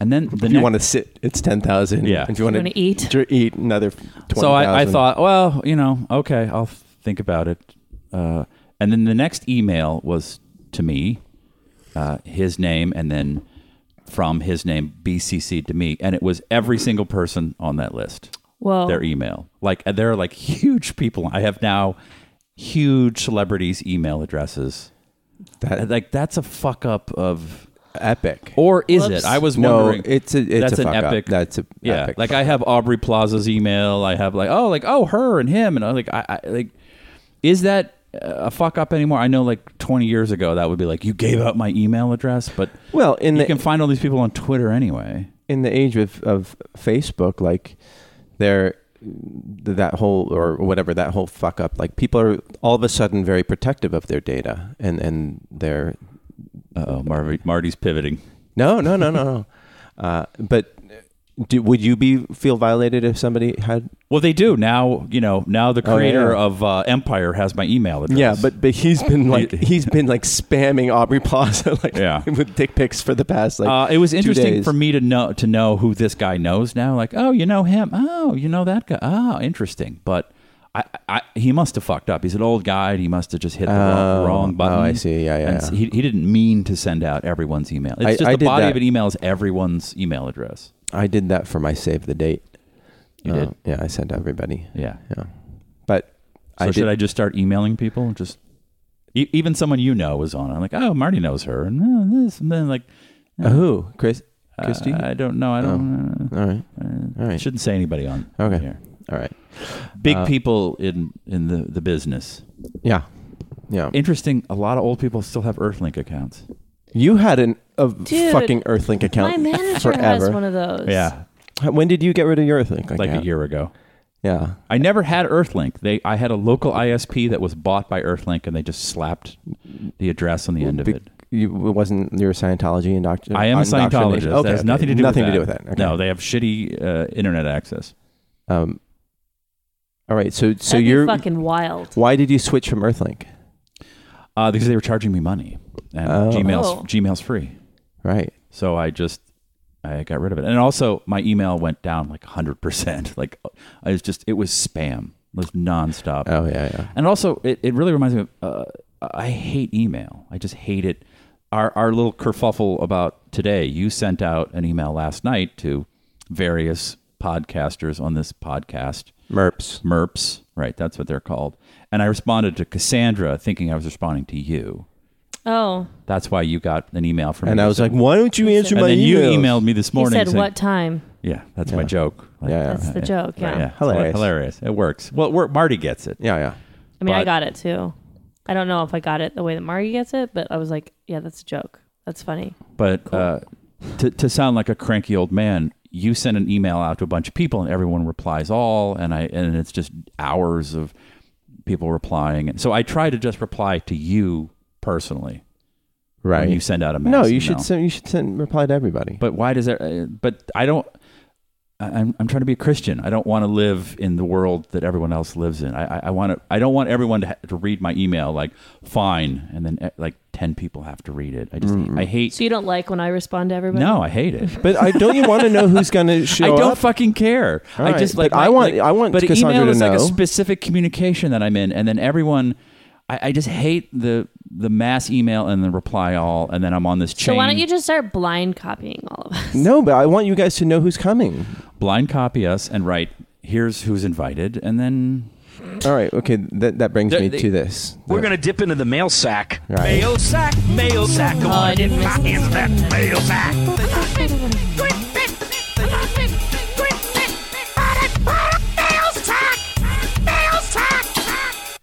Speaker 4: And then the
Speaker 2: if
Speaker 4: next,
Speaker 2: you want to sit, it's ten thousand.
Speaker 4: Yeah.
Speaker 2: If you want
Speaker 3: wanna eat?
Speaker 2: eat another. 20,
Speaker 4: so I, I thought, well, you know, okay, I'll think about it. Uh, and then the next email was to me, uh, his name, and then from his name, BCC to me, and it was every single person on that list.
Speaker 3: Whoa.
Speaker 4: Their e-, email, like and there are like huge people. I have now huge celebrities' email addresses. Uh,
Speaker 2: That-
Speaker 4: Like that's a fuck up of.
Speaker 2: epic.
Speaker 4: Or is
Speaker 3: Whoops.
Speaker 4: it? I was
Speaker 2: No,
Speaker 4: wondering.
Speaker 2: it's a- it's
Speaker 4: that's
Speaker 2: a
Speaker 4: an
Speaker 2: fuck up.
Speaker 4: epic.
Speaker 2: That's a
Speaker 4: yeah.
Speaker 2: epic
Speaker 4: like I have Aubrey Plaza's email. I have like oh like oh her and him and I'm like I, I like is that uh, a fuck up anymore? I know like 20 years ago that would be like you gave out my email address, but
Speaker 2: Well, in
Speaker 4: you
Speaker 2: the
Speaker 4: can find all these people on Twitter anyway.
Speaker 2: in the age of, of Facebook, like there that whole or whatever that whole fuck up, like people are all of a sudden very protective of their data and and their
Speaker 4: Oh, Marvy, Marty's pivoting.
Speaker 2: no no no no no. Uh, but do, would you be feel violated if somebody had?
Speaker 4: Well, they do now. You know now the
Speaker 2: Oh, yeah.
Speaker 4: creator of uh, Empire has my email address.
Speaker 2: Yeah, but but he's been like he's been like spamming Aubrey Plaza like
Speaker 4: Yeah.
Speaker 2: with dick pics for the past like.
Speaker 4: uh, it was
Speaker 2: two
Speaker 4: interesting
Speaker 2: days.
Speaker 4: for me to know to know who this guy knows now. Like, oh, you know him. Oh, you know that guy. Oh, interesting. But I, I he must have fucked up. He's an old guy. And he must have just hit the wrong,
Speaker 2: Oh,
Speaker 4: wrong button.
Speaker 2: oh, I see. Yeah, yeah,
Speaker 4: And
Speaker 2: yeah.
Speaker 4: s- He, he didn't mean to send out everyone's email. It's
Speaker 2: I-
Speaker 4: just
Speaker 2: I
Speaker 4: the
Speaker 2: did
Speaker 4: body
Speaker 2: that.
Speaker 4: of an email is everyone's email address.
Speaker 2: I did that for my save the date. Uh,
Speaker 4: You did.
Speaker 2: Yeah, I sent everybody.
Speaker 4: Yeah.
Speaker 2: Yeah, but I
Speaker 4: So should
Speaker 2: did,
Speaker 4: I just start emailing people? Just e- even someone you know was on. it. I'm like, oh, Marty knows her, and uh, this, and then like,
Speaker 2: who Chris?
Speaker 4: uh,
Speaker 2: Christy?
Speaker 4: I don't know. I don't.
Speaker 2: All right,
Speaker 4: Uh,
Speaker 2: Oh. all right,
Speaker 4: Shouldn't say anybody on.
Speaker 2: Okay.
Speaker 4: Here.
Speaker 2: all right.
Speaker 4: Big
Speaker 2: Uh,
Speaker 4: people in in the the business.
Speaker 2: Yeah, yeah.
Speaker 4: Interesting. A lot of old people still have Earthlink accounts.
Speaker 2: you had an a
Speaker 3: Dude,
Speaker 2: fucking Earthlink
Speaker 3: My
Speaker 2: account
Speaker 3: manager has
Speaker 2: forever.
Speaker 3: one of those.
Speaker 4: Yeah,
Speaker 2: when did you get rid of your Earthlink?
Speaker 4: like
Speaker 2: account?
Speaker 4: a year ago.
Speaker 2: Yeah,
Speaker 4: I never had Earthlink. They, I had a local ISP that was bought by Earthlink, and they just slapped the address on the end of
Speaker 2: Be-
Speaker 4: it.
Speaker 2: You, it wasn't your Scientology indoctrination.
Speaker 4: I am a Scientologist.
Speaker 2: Okay,
Speaker 4: that has
Speaker 2: okay.
Speaker 4: nothing to do
Speaker 2: nothing
Speaker 4: with
Speaker 2: to do
Speaker 4: that.
Speaker 2: with that. Okay.
Speaker 4: No, they have shitty uh, internet access.
Speaker 2: Um, all right. So so
Speaker 3: That'd be
Speaker 2: you're
Speaker 3: fucking wild.
Speaker 2: why did you switch from Earthlink?
Speaker 4: Uh, because they were charging me money, and
Speaker 2: Oh.
Speaker 4: Gmail's
Speaker 3: Oh.
Speaker 4: Gmail's free,
Speaker 2: Right.
Speaker 4: so I just I got rid of it. And also, my email went down like hundred percent. Like I was just it was spam, it was nonstop.
Speaker 2: Oh yeah yeah.
Speaker 4: And also, it, it really reminds me of uh, I hate email. I just hate it. Our, our little kerfuffle about today, you sent out an email last night to various podcasters on this podcast,
Speaker 2: Merps.
Speaker 4: MERPs, right? That's what they're called. And I responded to Cassandra thinking I was responding to you.
Speaker 3: Oh,
Speaker 4: That's why you got an email from me.
Speaker 2: And I was
Speaker 4: So-
Speaker 2: like, why don't you answer
Speaker 4: and
Speaker 2: my
Speaker 4: then
Speaker 2: emails?
Speaker 4: you emailed me this
Speaker 3: he
Speaker 4: morning.
Speaker 3: said
Speaker 4: saying-
Speaker 3: what time?
Speaker 4: Yeah, that's my joke. Like,
Speaker 2: Yeah,
Speaker 3: That's
Speaker 2: yeah.
Speaker 3: the joke. Yeah.
Speaker 4: yeah, it's
Speaker 2: Hilarious.
Speaker 4: hilarious. It works. Well, it work- Marty gets it.
Speaker 2: yeah yeah.
Speaker 3: I mean, I
Speaker 4: But-
Speaker 3: got it too. I don't know if I got it the way that Margie gets it, but I was like, yeah, that's a joke. That's funny.
Speaker 4: But uh, to, to sound like a cranky old man, you send an email out to a bunch of people and everyone replies all, and I and it's just hours of people replying. And so I try to just reply to you personally
Speaker 2: Right.
Speaker 4: when you send out a mass
Speaker 2: no, you
Speaker 4: email.
Speaker 2: should send. You should send reply to everybody.
Speaker 4: But why does that? Uh, but I don't. I- I'm, I'm trying to be a Christian. I don't want to live in the world that everyone else lives in. I, I, I want to. I don't want everyone to, ha- to read my email. Like, fine, and then eh, like ten people have to read it. I just I hate.
Speaker 3: So you don't like when I respond to everybody?
Speaker 4: No, I hate it.
Speaker 2: But I don't you want to know who's going to show
Speaker 4: I don't
Speaker 2: up?
Speaker 4: fucking care.
Speaker 2: All
Speaker 4: I
Speaker 2: right,
Speaker 4: just like
Speaker 2: but I want- I want
Speaker 4: But
Speaker 2: Cassandra
Speaker 4: email
Speaker 2: to
Speaker 4: is like a
Speaker 2: know.
Speaker 4: specific communication that I'm in, and then everyone. I, I just hate the the mass email and the reply all, and then I'm on this chain.
Speaker 3: So why don't you just start blind copying all of us?
Speaker 2: no, but I want you guys to know who's coming.
Speaker 4: blind copy us and write? Here's who's invited, and then
Speaker 2: All right. Okay. That that brings
Speaker 6: They-
Speaker 2: me
Speaker 6: they-
Speaker 2: to this.
Speaker 7: We're gonna dip into the mail sack.
Speaker 2: Right.
Speaker 7: Mail sack, mail sack.
Speaker 4: Oh,
Speaker 7: Come on, get my hands in that mail sack.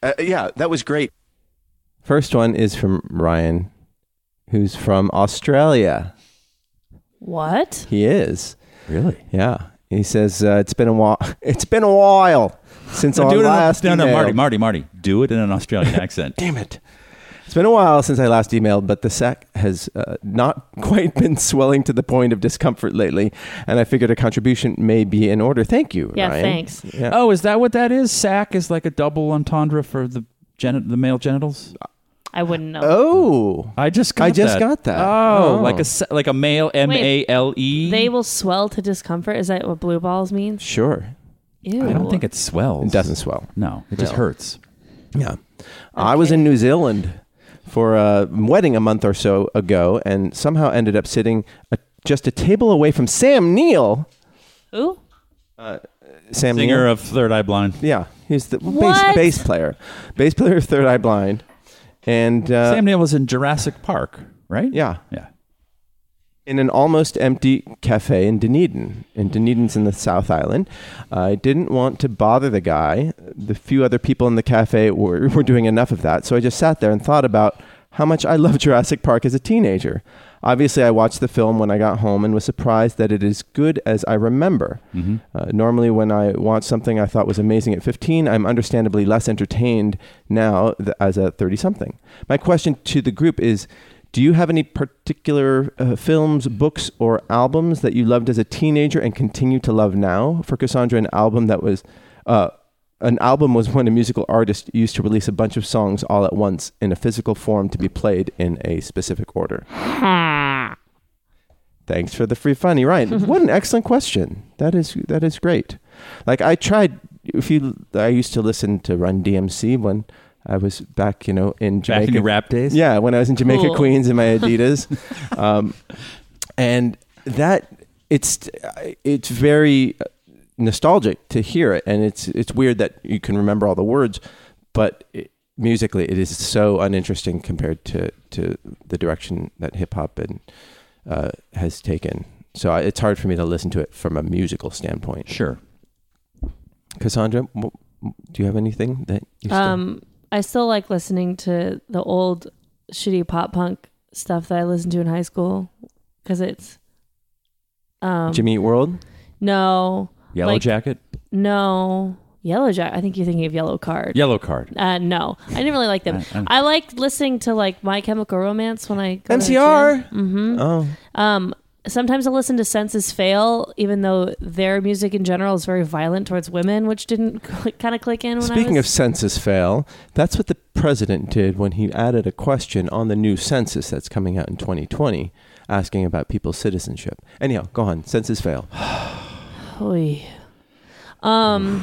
Speaker 7: Uh, yeah, that was great.
Speaker 2: First one is from Ryan, who's from Australia.
Speaker 3: What?
Speaker 2: He is.
Speaker 4: really.
Speaker 2: Yeah. He says uh, it's been a while. It's been a while since I
Speaker 4: do it in a-
Speaker 2: last.
Speaker 4: no, no,
Speaker 2: emailed.
Speaker 4: Marty, Marty, Marty. Do it in an Australian accent.
Speaker 2: Damn it. It's been a while since I last emailed, but the sack has uh, not quite been swelling to the point of discomfort lately, and I figured a contribution may be in order. Thank you.
Speaker 3: Yeah,
Speaker 2: Ryan.
Speaker 3: thanks.
Speaker 2: Yeah.
Speaker 4: Oh, is that what that is? Sack is like a double entendre for the gen- the male genitals.
Speaker 3: I wouldn't know.
Speaker 2: Oh.
Speaker 4: I just got
Speaker 2: I just
Speaker 4: that.
Speaker 2: got that.
Speaker 4: Oh,
Speaker 2: Oh.
Speaker 4: like a sa- like a male M A L E.
Speaker 3: They will swell to discomfort. Is that what blue balls means?
Speaker 2: Sure.
Speaker 3: Ew.
Speaker 4: I don't think it swells.
Speaker 2: It doesn't swell.
Speaker 4: No, it just hurts.
Speaker 2: Yeah. I was in New Zealand for a wedding a month or so ago and somehow ended up sitting a, just a table away from Sam Neill.
Speaker 3: Ooh.
Speaker 2: Sam
Speaker 4: Singer
Speaker 2: Neill.
Speaker 4: of Third Eye Blind.
Speaker 2: yeah. He's the bass,
Speaker 3: What?
Speaker 2: bass player. Bass player of Third Eye Blind. And uh,
Speaker 4: Sam Neill was in Jurassic Park, right?
Speaker 2: yeah,
Speaker 4: Yeah.
Speaker 2: in an almost empty cafe in Dunedin. And Dunedin's in the South Island. I didn't want to bother the guy. The few other people in the cafe were, were doing enough of that. So I just sat there and thought about how much I loved Jurassic Park as a teenager. Obviously, I watched the film when I got home and was surprised that it is good as I remember. Uh, normally, when I watch something I thought was amazing at 15, I'm understandably less entertained now th- as a 30 something. My question to the group is do you have any particular uh, films, books, or albums that you loved as a teenager and continue to love now? For Cassandra, an album that was uh, an album was when a musical artist used to release a bunch of songs all at once in a physical form to be played in a specific order. Thanks for the free funny, Ryan. what an excellent question. That is that is great. Like I tried. If you, I used to listen to Run DMC when I was back, you know, in Jamaica.
Speaker 4: Back in your rap days.
Speaker 2: Yeah, when I was in Jamaica,
Speaker 3: Cool.
Speaker 2: Queens, in my Adidas, um, and that it's it's very nostalgic to hear it, and it's it's weird that you can remember all the words, but it, musically it is so uninteresting compared to to the direction that hip hop and uh, has taken. So I, it's hard for me to listen to it from a musical standpoint.
Speaker 4: Sure.
Speaker 2: Cassandra, w- w- do you have anything that you still-
Speaker 3: Um, I still like listening to the old shitty pop punk stuff that I listened to in high school because it's um
Speaker 2: Jimmy Eat World?
Speaker 3: no
Speaker 4: Yellow
Speaker 3: Like-
Speaker 4: jacket.
Speaker 3: no yellow jack. I think you're thinking of yellow card.
Speaker 4: Yellow card.
Speaker 3: Uh, no, I didn't really like them.
Speaker 4: I-
Speaker 3: I, liked listening to like My Chemical Romance when I go to the gym.
Speaker 2: MCR. Mm-hmm. Oh,
Speaker 3: Um, sometimes I listen to Senses Fail, even though their music in general is very violent towards women, which didn't kind of click in. When
Speaker 2: Speaking
Speaker 3: I
Speaker 2: of
Speaker 3: was,
Speaker 2: census fail, that's what the president did when he added a question on the new census that's coming out in 2020, asking about people's citizenship. Anyhow, go on. Census fail.
Speaker 3: of, um,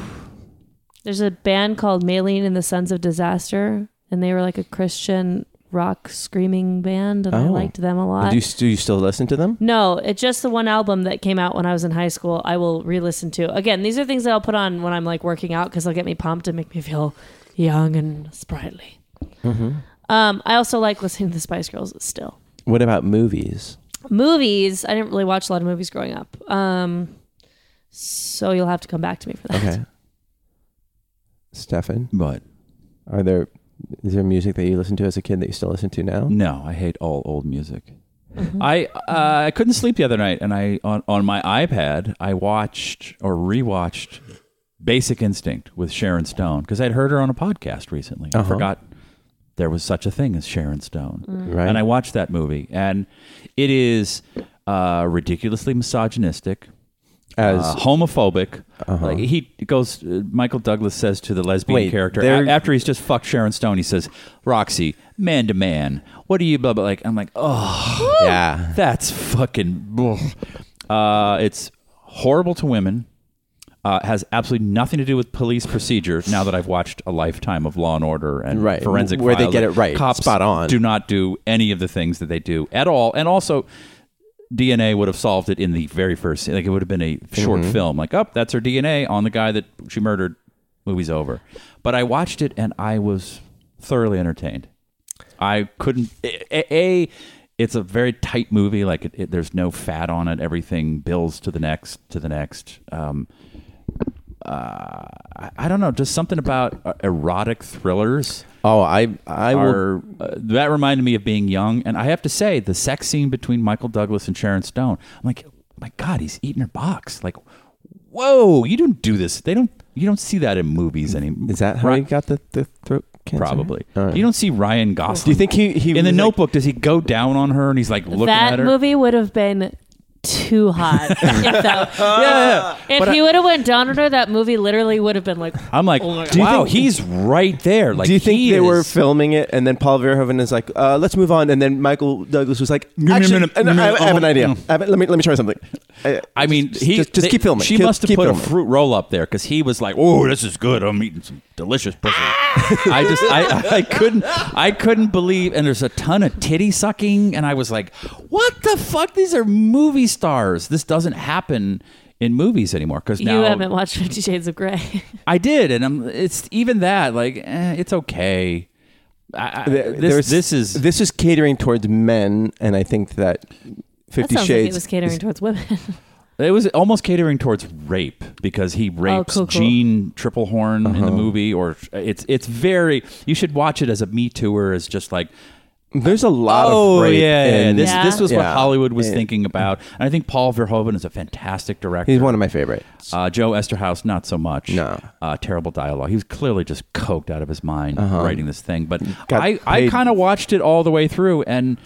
Speaker 3: there's a band called Maylene and the Sons of Disaster, and they were like a Christian rock screaming band, and I
Speaker 2: Oh.
Speaker 3: liked them a lot.
Speaker 2: Do you, do you still listen to them?
Speaker 3: No, it's just the one album that came out when I was in high school. I will re-listen to. Again, these are things that I'll put on when I'm like working out because they'll get me pumped and make me feel young and sprightly.
Speaker 4: Mm-hmm.
Speaker 3: Um, I also like listening to the Spice Girls still.
Speaker 2: What about movies?
Speaker 3: Movies. I didn't really watch a lot of movies growing up. Um, so you'll have to come back to me for that.
Speaker 2: Okay. Stefan,
Speaker 4: But
Speaker 2: are there is there music that you listened to as a kid that you still listen to now?
Speaker 4: no, I hate all old music. I uh, I couldn't sleep the other night, and I on, on my iPad I watched or rewatched Basic Instinct with Sharon Stone because I'd heard her on a podcast recently. I
Speaker 2: Uh-huh.
Speaker 4: forgot there was such a thing as Sharon Stone.
Speaker 2: Right.
Speaker 4: And I watched that movie, and it is uh, ridiculously misogynistic,
Speaker 2: As
Speaker 4: uh, homophobic. Like he goes, uh, Michael Douglas says to the lesbian
Speaker 2: Wait,
Speaker 4: character a-
Speaker 2: they're-
Speaker 4: after he's just fucked Sharon Stone. He says, "Roxy, man to man, what are you?" Blah blah. Like I'm like, oh,
Speaker 2: yeah.
Speaker 4: that's fucking. ugh." Uh, it's horrible to women. Uh, has absolutely nothing to do with police procedure. Now that I've watched a lifetime of Law and Order and
Speaker 2: Right,
Speaker 4: forensic,
Speaker 2: where they
Speaker 4: Files,
Speaker 2: get it
Speaker 4: like,
Speaker 2: right,
Speaker 4: cops
Speaker 2: spot on.
Speaker 4: do not do any of the things that they do at all. And also, DNA would have solved it in the very first. Like it would have been a short
Speaker 2: Mm-hmm.
Speaker 4: film. Like, oh, that's her DNA on the guy that she murdered. Movie's over. But I watched it and I was thoroughly entertained. I couldn't. A, a it's a very tight movie. Like it, it, there's no fat on it. Everything builds to the next, to the next. Um, uh, I, I don't know. Just something about uh, erotic thrillers
Speaker 2: Oh, I I will
Speaker 4: are uh, that reminded me of being young. And I have to say, the sex scene between Michael Douglas and Sharon Stone, I'm like, my God, he's eating her box. Like, whoa, you don't do this. They don't. You don't see that in movies anymore.
Speaker 2: Is that how
Speaker 4: Ri-
Speaker 2: he got the, the throat cancer?
Speaker 4: Probably.
Speaker 2: All right.
Speaker 4: You don't see Ryan Gosling.
Speaker 2: Do you think he, he
Speaker 4: in
Speaker 2: was
Speaker 4: the
Speaker 2: like-
Speaker 4: Notebook does he go down on her and he's like looking at
Speaker 3: That
Speaker 4: her?
Speaker 3: movie would have been too hot. if that,
Speaker 4: Yeah, yeah.
Speaker 3: if
Speaker 4: But I-
Speaker 3: he would have went down on her, that movie literally would have been like.
Speaker 4: I'm like,
Speaker 2: Do you
Speaker 4: wow,
Speaker 2: think-
Speaker 4: he's right there. Like,
Speaker 2: Do you think
Speaker 4: he
Speaker 2: they were
Speaker 4: is-
Speaker 2: filming it and then Paul Verhoeven is like, uh, let's move on? And then Michael Douglas was like,
Speaker 4: No, no,
Speaker 2: actually,
Speaker 4: no, no,
Speaker 2: and
Speaker 4: no,
Speaker 2: I, I have an
Speaker 4: no.
Speaker 2: idea. I have- let, me, let me try something. I,
Speaker 4: Oh, hmm. I mean,
Speaker 2: just,
Speaker 4: he
Speaker 2: just, just
Speaker 4: they-
Speaker 2: keep filming.
Speaker 4: She
Speaker 2: Keep-
Speaker 4: must have
Speaker 2: keep
Speaker 4: put
Speaker 2: filming.
Speaker 4: a fruit roll up there because he was like, "Oh, this is good. I'm eating some delicious pussy." I just, I, I couldn't, I couldn't believe. And there's a ton of titty sucking, and I was like, "What the fuck? These are movie stars. This doesn't happen." In movies anymore because now
Speaker 3: You haven't watched Fifty Shades of Grey.
Speaker 4: I did, and I'm. It's even that like eh, it's okay. I, I,
Speaker 2: Th-
Speaker 4: this,
Speaker 2: there's-
Speaker 4: this is
Speaker 2: this is catering towards men, and I think that
Speaker 3: That
Speaker 2: Fifty
Speaker 3: sounds
Speaker 2: Shades.
Speaker 3: like it was catering towards women.
Speaker 4: It was almost catering towards rape because he rapes
Speaker 3: Oh, cool, cool.
Speaker 4: Gene Triplehorn in the movie, or it's it's very. You should watch it as a Me Tooer, as just like
Speaker 2: there's a lot
Speaker 4: oh
Speaker 2: of rape.
Speaker 4: yeah, yeah, yeah.
Speaker 2: in-
Speaker 4: this
Speaker 3: Yeah.
Speaker 4: this was what
Speaker 2: Yeah.
Speaker 4: Hollywood was
Speaker 2: Yeah.
Speaker 4: thinking about, and I think Paul Verhoeven is a fantastic director.
Speaker 2: He's one of my favorites.
Speaker 4: Uh, Joe Esterhaus, not so much.
Speaker 2: No.
Speaker 4: Uh, terrible dialogue. He was clearly just coked out of his mind writing this thing. But
Speaker 2: Uh-huh. Got
Speaker 4: I, I
Speaker 2: paid-
Speaker 4: kind of watched it all the way through, and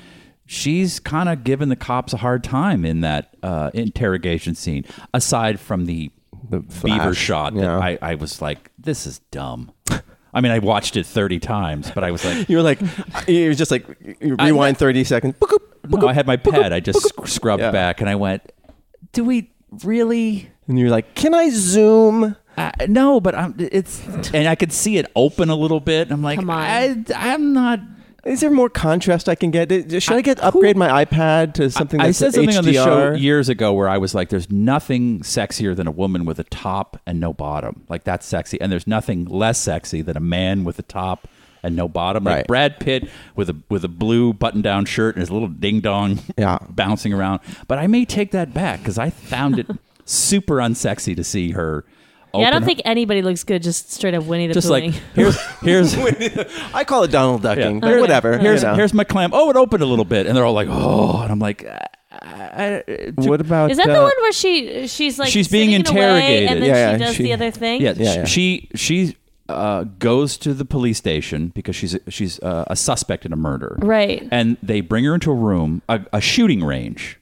Speaker 4: she's kind of giving the cops a hard time in that uh, interrogation scene, aside from the,
Speaker 2: The
Speaker 4: beaver
Speaker 2: flash,
Speaker 4: shot that
Speaker 2: yeah.
Speaker 4: I, I was like, this is dumb. I mean, I watched it 30 times, but I was like,
Speaker 2: you were like, you were just like, you
Speaker 4: I-
Speaker 2: rewind thirty seconds. Boop, boop,
Speaker 4: no, I had my pad. I just sc- scrubbed
Speaker 2: Yeah.
Speaker 4: back, and I went, do we really?
Speaker 2: And you're like, can I zoom?
Speaker 4: Uh, no, but I'm it's and I could see it open a little bit. And I'm like,
Speaker 3: Come on.
Speaker 4: I, I'm not
Speaker 2: Is there more contrast I can get? Did- Should I get upgrade my iPad to something
Speaker 4: I
Speaker 2: that's
Speaker 4: said something
Speaker 2: HDR?
Speaker 4: on the show years ago where I was like, "There's nothing sexier than a woman with a top and no bottom. Like that's sexy, and there's nothing less sexy than a man with a top and no bottom. Like
Speaker 2: Right.
Speaker 4: Brad Pitt with a with a blue button down shirt and his little ding dong,
Speaker 2: Yeah.
Speaker 4: bouncing around. But I may take that back because I found it super unsexy to see her. Open
Speaker 3: Yeah, I don't
Speaker 4: her-
Speaker 3: think anybody looks good just straight up Winnie the
Speaker 4: just
Speaker 3: Pooh.
Speaker 4: like here's here's
Speaker 2: I call it Donald ducking. but
Speaker 4: Here-
Speaker 2: whatever.
Speaker 4: Here's
Speaker 2: you know.
Speaker 4: here's my clam. Oh, it opened a little bit, and they're all like, oh, and I'm like, I, I, I-
Speaker 2: what about
Speaker 3: Is that the
Speaker 2: uh,
Speaker 3: one where she she's like
Speaker 4: She's being
Speaker 3: sitting in a way
Speaker 4: interrogated.
Speaker 3: and then
Speaker 2: Yeah,
Speaker 3: she
Speaker 2: yeah,
Speaker 3: does
Speaker 2: she-
Speaker 3: the other thing?
Speaker 4: Yeah,
Speaker 2: Yeah, yeah.
Speaker 4: she she uh, goes to the police station because she's she's uh, a suspect in a murder.
Speaker 3: Right.
Speaker 4: And they bring her into a room, a, a shooting range,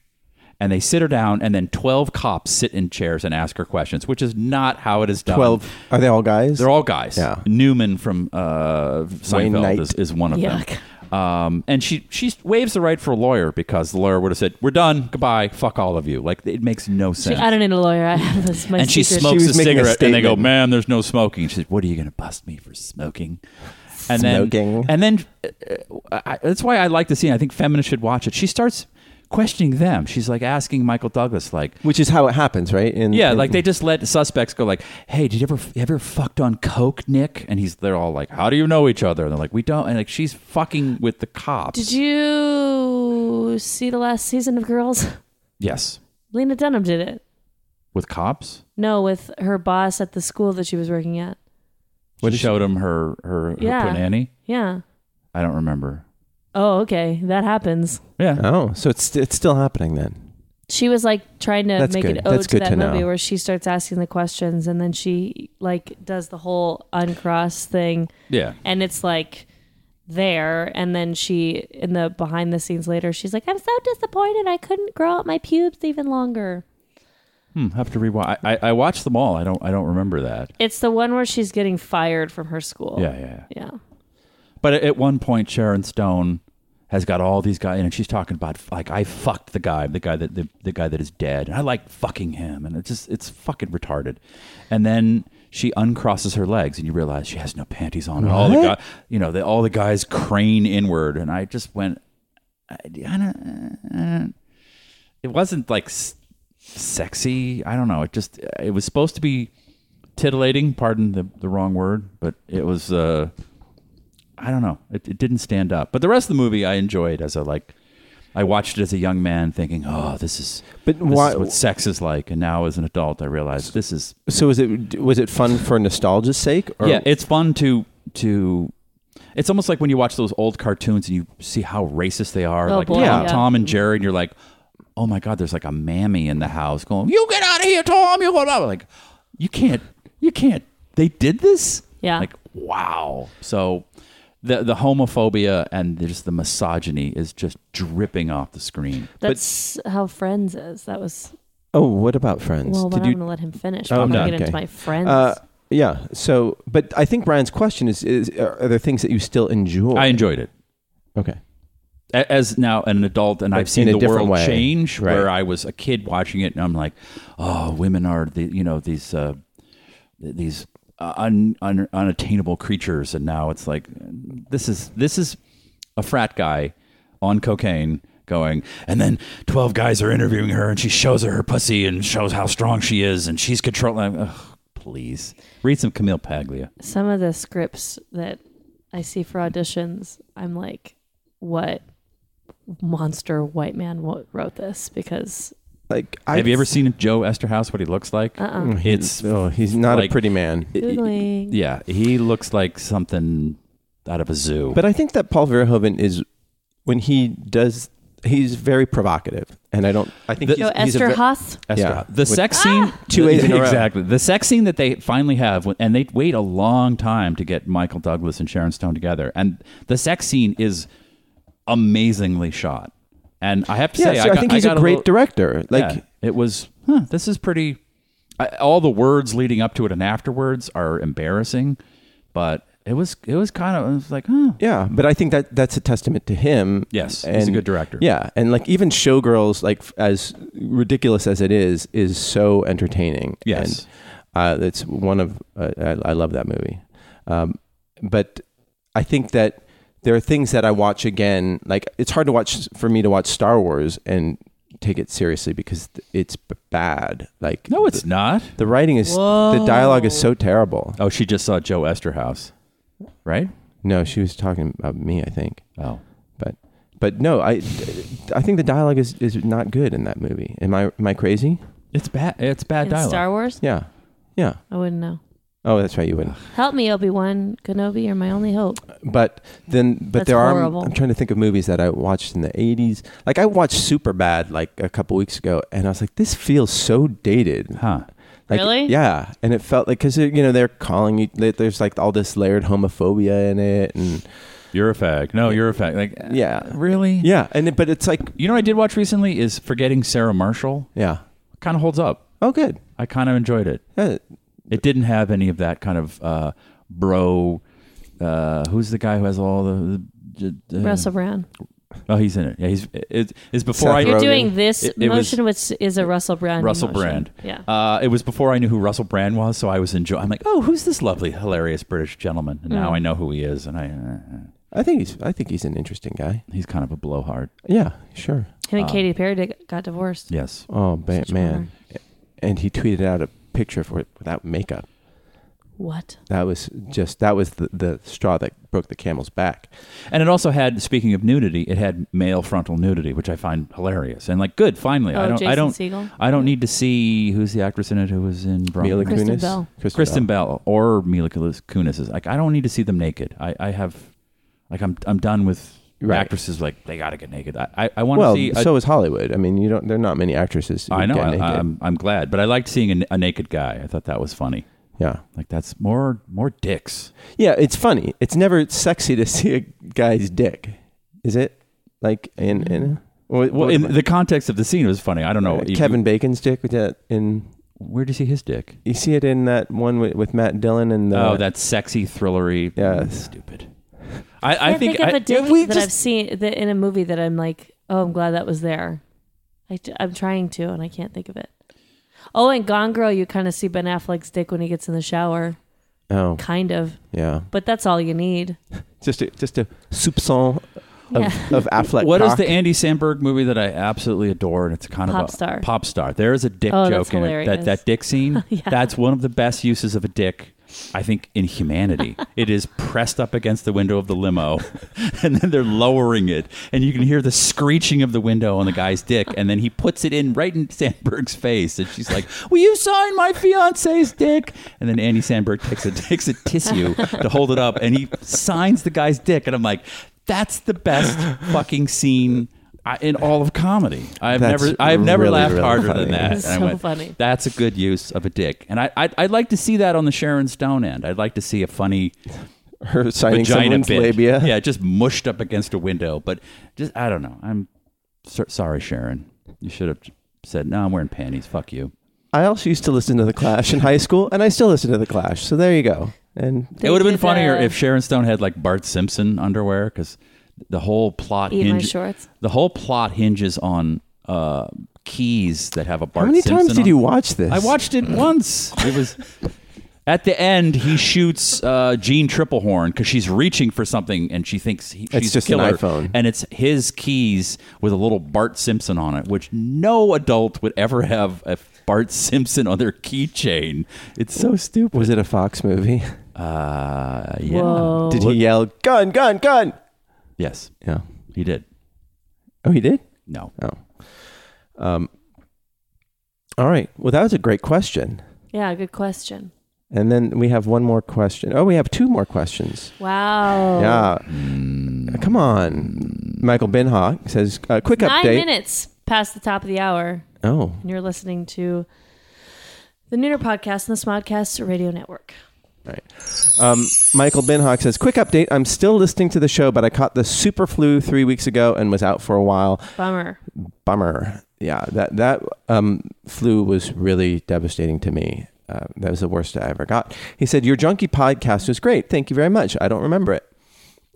Speaker 4: and they sit her down, and then twelve cops sit in chairs and ask her questions, which is not how it is done.
Speaker 2: twelve? Are they all guys?
Speaker 4: They're all guys.
Speaker 2: Yeah.
Speaker 4: Newman from uh,
Speaker 2: Knight.
Speaker 4: Seinfeld is, is one of
Speaker 3: Yuck.
Speaker 4: them. Um, and she she waves the right for a lawyer because the lawyer would have said, "We're done. Goodbye. Fuck all of you." Like it makes no
Speaker 3: She-
Speaker 4: sense
Speaker 3: I don't need a lawyer. I have this my
Speaker 4: and she
Speaker 3: secret.
Speaker 4: smokes
Speaker 2: She
Speaker 4: a
Speaker 2: was making a
Speaker 4: cigarette, and they go,
Speaker 2: statement.
Speaker 4: "Man, there's no smoking." She says, "What are you going to bust me for smoking?" And
Speaker 2: Smoking.
Speaker 4: then, and then, uh, I, that's why I like the scene. I think feminists should watch it. She starts questioning them. She's like asking Michael Douglas, like,
Speaker 2: which is how it happens, right? In,
Speaker 4: "Yeah,
Speaker 2: in-
Speaker 4: like they just let suspects go, like, hey, did you ever have you ever fucked on coke, Nick?" And he's they're all like, "How do you know each other?" And they're like, "We don't." And like she's fucking with the cops.
Speaker 3: Did you see the last season of Girls?
Speaker 4: Yes,
Speaker 3: Lena Dunham did it.
Speaker 4: with cops.
Speaker 3: No, with her boss at the school that she was working at.
Speaker 4: What showed him her her, her
Speaker 3: Yeah.
Speaker 4: nanny?
Speaker 3: Yeah.
Speaker 4: I don't remember.
Speaker 3: Oh, okay. That happens.
Speaker 4: Yeah.
Speaker 2: Oh, so it's it's still happening then.
Speaker 3: She was like trying to
Speaker 2: That's
Speaker 3: make
Speaker 2: good.
Speaker 3: an ode
Speaker 2: That's
Speaker 3: to
Speaker 2: good
Speaker 3: that
Speaker 2: to know.
Speaker 3: movie where she starts asking the questions and then she like does the whole uncross thing
Speaker 4: Yeah.
Speaker 3: and it's like there and then she in the behind the scenes later she's like i'm so disappointed i couldn't grow out my pubes even longer
Speaker 4: Hmm, have to rewatch. I, I, I watched them all. I don't I don't remember that.
Speaker 3: it's the one where she's getting fired from her school
Speaker 4: Yeah, yeah.
Speaker 3: yeah
Speaker 4: But at, at one point, Sharon Stone has got all these guys, and she's talking about like I fucked the guy, the guy that the, the guy that is dead, and I like fucking him, and it's just it's fucking retarded. And then she uncrosses her legs, and you realize she has no panties on, and all the guy, you know, the, all the guys crane inward, and I just went, I, I don't, I don't- it wasn't like s- sexy. I don't know. It just it was supposed to be titillating. Pardon the the wrong word, but it was. uh I don't know. It, it didn't stand up. But the rest of the movie I enjoyed as a like I watched it as a young man thinking, "Oh, this is
Speaker 2: But
Speaker 4: this
Speaker 2: why-
Speaker 4: is what sex is like." And now as an adult, I realize this is
Speaker 2: So is it was it fun for nostalgia's sake? Or
Speaker 4: Yeah, it's fun to to it's almost like when you watch those old cartoons and you see how racist they are,
Speaker 3: Oh,
Speaker 4: like
Speaker 3: boy,
Speaker 4: Tom,
Speaker 3: yeah.
Speaker 4: Tom and Jerry, and you're like, "Oh my god, there's like a mammy in the house going, "You get out of here, Tom. You go out." Like, "You can't. You can't. They did this?"
Speaker 3: Yeah.
Speaker 4: Like, wow. So the the homophobia and just the misogyny is just dripping off the screen.
Speaker 3: that's how friends is that was
Speaker 2: oh, what about Friends?
Speaker 3: well but
Speaker 2: Did
Speaker 3: i'm
Speaker 2: you
Speaker 3: gonna let him finish
Speaker 2: Oh,
Speaker 3: i'm gonna
Speaker 2: okay.
Speaker 3: get into my friends
Speaker 2: Uh, yeah. So, but I think Brian's question is: is are there things that you still enjoy?
Speaker 4: I enjoyed it.
Speaker 2: okay.
Speaker 4: a- as now an adult and I've
Speaker 2: But
Speaker 4: seen
Speaker 2: in a
Speaker 4: the
Speaker 2: different
Speaker 4: world
Speaker 2: way.
Speaker 4: change
Speaker 2: Right.
Speaker 4: where I was a kid watching it and I'm like, oh, women are the you know these uh, th- these uh, un, un, unattainable creatures, and now it's like this is this is a frat guy on cocaine going and then 12 guys are interviewing her and she shows her her pussy and shows how strong she is and she's controlling Ugh, please read some camille paglia
Speaker 3: some of the scripts that I see for auditions, I'm like, what monster white man wo- wrote this? Because
Speaker 2: Like, I,
Speaker 4: have you ever seen joe esterhaus what he looks like uh-uh. it's
Speaker 2: Oh, he's not a
Speaker 4: Like-
Speaker 2: pretty man.
Speaker 3: Googling.
Speaker 4: Yeah, he looks like something out of a zoo.
Speaker 2: But I think that Paul Verhoeven is when he does. He's very provocative, and I don't. I think
Speaker 4: The-
Speaker 2: he's,
Speaker 3: oh,
Speaker 2: he's a
Speaker 3: Esther
Speaker 2: ve-
Speaker 3: Hoth.
Speaker 4: That's
Speaker 2: Yeah.
Speaker 4: right. the
Speaker 2: With-
Speaker 4: sex scene,
Speaker 2: Two ways in a row.
Speaker 4: exactly. The sex scene that they finally have, when- and they wait a long time to get Michael Douglas and Sharon Stone together, and the sex scene is amazingly shot. And I have to
Speaker 2: Yeah,
Speaker 4: say,
Speaker 2: so I,
Speaker 4: got-
Speaker 2: think he's a
Speaker 4: got
Speaker 2: great
Speaker 4: little-
Speaker 2: director. Like,
Speaker 4: Yeah, it was. Huh, this is pretty. I, all the words leading up to it and afterwards are embarrassing, but it was it was kind of it was like, huh,
Speaker 2: Yeah, but I think that that's a testament to him.
Speaker 4: Yes, he's a good director.
Speaker 2: Yeah, and like even Showgirls, like f- as ridiculous as it is, is so entertaining.
Speaker 4: Yes.
Speaker 2: and, uh, it's one of uh, I, I love that movie, um, but I think that there are things that I watch again. Like it's hard to watch for me to watch Star Wars and take it seriously because th- it's b- bad. Like
Speaker 4: No, it's not.
Speaker 2: the writing is the dialogue is so terrible.
Speaker 4: Oh, she just saw Joe Esterhaus, right?
Speaker 2: No, she was talking about me, I think.
Speaker 4: Oh,
Speaker 2: But but no, I I think the dialogue is, is not good in that movie. Am I am I crazy?
Speaker 4: it's bad. It's bad
Speaker 3: in
Speaker 4: uh, dialogue.
Speaker 3: Star Wars?
Speaker 2: Yeah. Yeah.
Speaker 3: I wouldn't know.
Speaker 2: Oh, that's right, you wouldn't.
Speaker 3: Help me, Obi Wan Kenobi. You're my only hope.
Speaker 2: But then but
Speaker 3: That's
Speaker 2: there are
Speaker 3: horrible.
Speaker 2: I'm trying to think of movies that I watched in the 80s. Like I watched Superbad like a couple weeks ago and I was like this feels so dated.
Speaker 4: Huh.
Speaker 2: Like,
Speaker 3: Really?
Speaker 2: Yeah, and it felt like because you know they're calling you. they- There's like all this layered homophobia in it, and
Speaker 4: You're a fag. No, you're a fag. Like, eh,
Speaker 2: Yeah.
Speaker 4: really?
Speaker 2: yeah, and it, but it's like
Speaker 4: You know what I did watch recently is Forgetting Sarah Marshall.
Speaker 2: yeah,
Speaker 4: Kind of holds up.
Speaker 2: oh good,
Speaker 4: I kind of enjoyed it.
Speaker 2: Yeah,
Speaker 4: It didn't have any of that kind of uh, bro. Uh, who's the guy who has all the? the- uh,
Speaker 3: Russell Brand.
Speaker 4: Oh, he's in it. Yeah, he's it's, it's before I
Speaker 2: Seth
Speaker 3: You're
Speaker 2: Rogen.
Speaker 3: doing this
Speaker 4: It- it was-
Speaker 3: motion, which is a Russell Brand.
Speaker 4: Russell
Speaker 3: motion.
Speaker 4: Brand.
Speaker 3: Yeah.
Speaker 4: Uh, it was before I knew who Russell Brand was, so I was enjoying. I'm like, oh, who's this lovely, hilarious British gentleman? And
Speaker 3: Mm.
Speaker 4: now I know who he is, and I uh,
Speaker 2: I think he's I think he's an interesting guy.
Speaker 4: he's kind of a blowhard.
Speaker 2: Yeah, sure.
Speaker 3: Him
Speaker 4: uh,
Speaker 3: and Katy Perry did- got divorced.
Speaker 4: Yes.
Speaker 2: Oh ba-
Speaker 3: Such
Speaker 2: man, and he tweeted out a picture for it without makeup.
Speaker 3: What?
Speaker 2: That was just that was the, the straw that broke the camel's back.
Speaker 4: And it also had, speaking of nudity, it had male frontal nudity, which I find hilarious and like good. Finally, I
Speaker 3: Oh,
Speaker 4: don't, I
Speaker 3: Jason
Speaker 4: don't,
Speaker 3: Segel?
Speaker 4: I don't need to see who's the actress in it who was in
Speaker 2: Mila
Speaker 4: Bronx.
Speaker 3: Kristen
Speaker 2: Kunis,
Speaker 3: Bell.
Speaker 4: Kristen Bell or Mila Kunis. Kunis is like I don't need to see them naked. I, I have, like I'm, I'm done with
Speaker 2: Right.
Speaker 4: actresses like they got to get naked. I, I, I want to
Speaker 2: Well,
Speaker 4: see. a-
Speaker 2: so is Hollywood. I mean, you don't. There are not many actresses. who
Speaker 4: I know.
Speaker 2: get
Speaker 4: I, um,
Speaker 2: naked.
Speaker 4: I'm, I'm glad, but I liked seeing a, a naked guy. I thought that was funny.
Speaker 2: yeah.
Speaker 4: Like that's more, more dicks.
Speaker 2: Yeah, it's funny. It's never sexy to see a guy's dick, is it? Like in in well,
Speaker 4: Well, in the context of the scene, it was funny. I don't know. You-
Speaker 2: Uh, Kevin Bacon's dick with that in
Speaker 4: where do you see his dick?
Speaker 2: you see it in that one with, with Matt Dillon and the
Speaker 4: Oh, that sexy thrillery. mm,
Speaker 2: Yes.
Speaker 4: Stupid. I,
Speaker 3: I,
Speaker 4: I think
Speaker 3: of
Speaker 4: I,
Speaker 3: a dick
Speaker 2: we
Speaker 3: that I've
Speaker 2: just-
Speaker 3: seen that in a movie that I'm like, oh, I'm glad that was there. I, am trying to, and I can't think of it. Oh, and Gone Girl, you kind of see Ben Affleck's dick when he gets in the shower,
Speaker 2: oh
Speaker 3: kind of.
Speaker 2: yeah,
Speaker 3: But that's all you need.
Speaker 2: just a, just a soupçon
Speaker 4: Oh,
Speaker 2: of,
Speaker 3: Yeah.
Speaker 2: of Affleck.
Speaker 4: what is
Speaker 2: cock.
Speaker 4: the Andy Samberg movie that I absolutely adore? And it's kind
Speaker 3: Pop
Speaker 4: of a
Speaker 3: Star.
Speaker 4: pop star. There is a dick
Speaker 3: Oh,
Speaker 4: joke
Speaker 3: that's
Speaker 4: in it. That
Speaker 3: hilarious.
Speaker 4: that dick scene.
Speaker 3: Yeah.
Speaker 4: That's one of the best uses of a dick. I think in humanity, it is pressed up against the window of the limo, and then they're lowering it, and you can hear the screeching of the window on the guy's dick, and then he puts it in right in Sandberg's face, and she's like, "Will you sign my fiance's dick?" And then Andy Sandberg takes a takes a tissue to hold it up, and he signs the guy's dick, and I'm like, "That's the best fucking scene." I, in all of comedy, I've
Speaker 2: That's
Speaker 4: never, I've never
Speaker 2: really,
Speaker 4: laughed
Speaker 2: really
Speaker 4: harder
Speaker 2: funny.
Speaker 4: than that.
Speaker 3: That's
Speaker 4: And I
Speaker 3: so
Speaker 4: went,
Speaker 3: funny.
Speaker 4: that's a good use of a dick, and I I'd, I'd like to see that on the Sharon Stone end. I'd like to see a funny
Speaker 2: her signing
Speaker 4: vagina
Speaker 2: someone's
Speaker 4: bit.
Speaker 2: labia?
Speaker 4: Yeah, just mushed up against a window. But just I don't know. I'm so, sorry, Sharon. You should have said no. I'm wearing panties. Fuck you.
Speaker 2: I also used to listen to the Clash in high school, and I still listen to the Clash. So there you go. And
Speaker 3: They
Speaker 4: it would have been
Speaker 3: did uh,
Speaker 4: funnier
Speaker 3: the-
Speaker 4: if Sharon Stone had like Bart Simpson underwear because the whole plot
Speaker 3: Eat my
Speaker 4: hinge-
Speaker 3: shorts.
Speaker 4: The whole plot hinges on uh, keys that have a Bart.
Speaker 2: how many
Speaker 4: Simpson
Speaker 2: times did
Speaker 4: on-
Speaker 2: you watch this?
Speaker 4: I watched it once. It was at the end. He shoots uh, Gene Triplehorn because she's reaching for something and she thinks he, she's
Speaker 2: just
Speaker 4: a
Speaker 2: an
Speaker 4: killer.
Speaker 2: iPhone.
Speaker 4: and it's his keys with a little Bart Simpson on it, which no adult would ever have a Bart Simpson on their keychain. It's uh, so stupid.
Speaker 2: Was it a Fox movie?
Speaker 4: Uh, yeah.
Speaker 3: Whoa.
Speaker 2: Did he yell "gun, gun, gun"?
Speaker 4: Yes,
Speaker 2: Yeah.
Speaker 4: he did.
Speaker 2: Oh, he did.
Speaker 4: No.
Speaker 2: Oh. Um, all right. Well, that was a great question.
Speaker 3: Yeah, good question.
Speaker 2: And then we have one more question. Oh, we have two more questions.
Speaker 3: Wow.
Speaker 2: Yeah.
Speaker 4: Mm,
Speaker 2: Come on. Michael Binhock says, uh, quick
Speaker 3: Nine
Speaker 2: update.
Speaker 3: minutes past the top of the hour,
Speaker 2: Oh,
Speaker 3: and you're listening to the Nooner Podcast and the Smodcast Radio Network.
Speaker 2: um, Michael Binhock says, quick update. I'm still listening to the show, but I caught the super flu three weeks ago and was out for a while.
Speaker 3: Bummer.
Speaker 2: Bummer. Yeah, that, that um, flu was really devastating to me. Uh, that was the worst I ever got. He said, Your junkie podcast was great. Thank you very much. I don't remember it.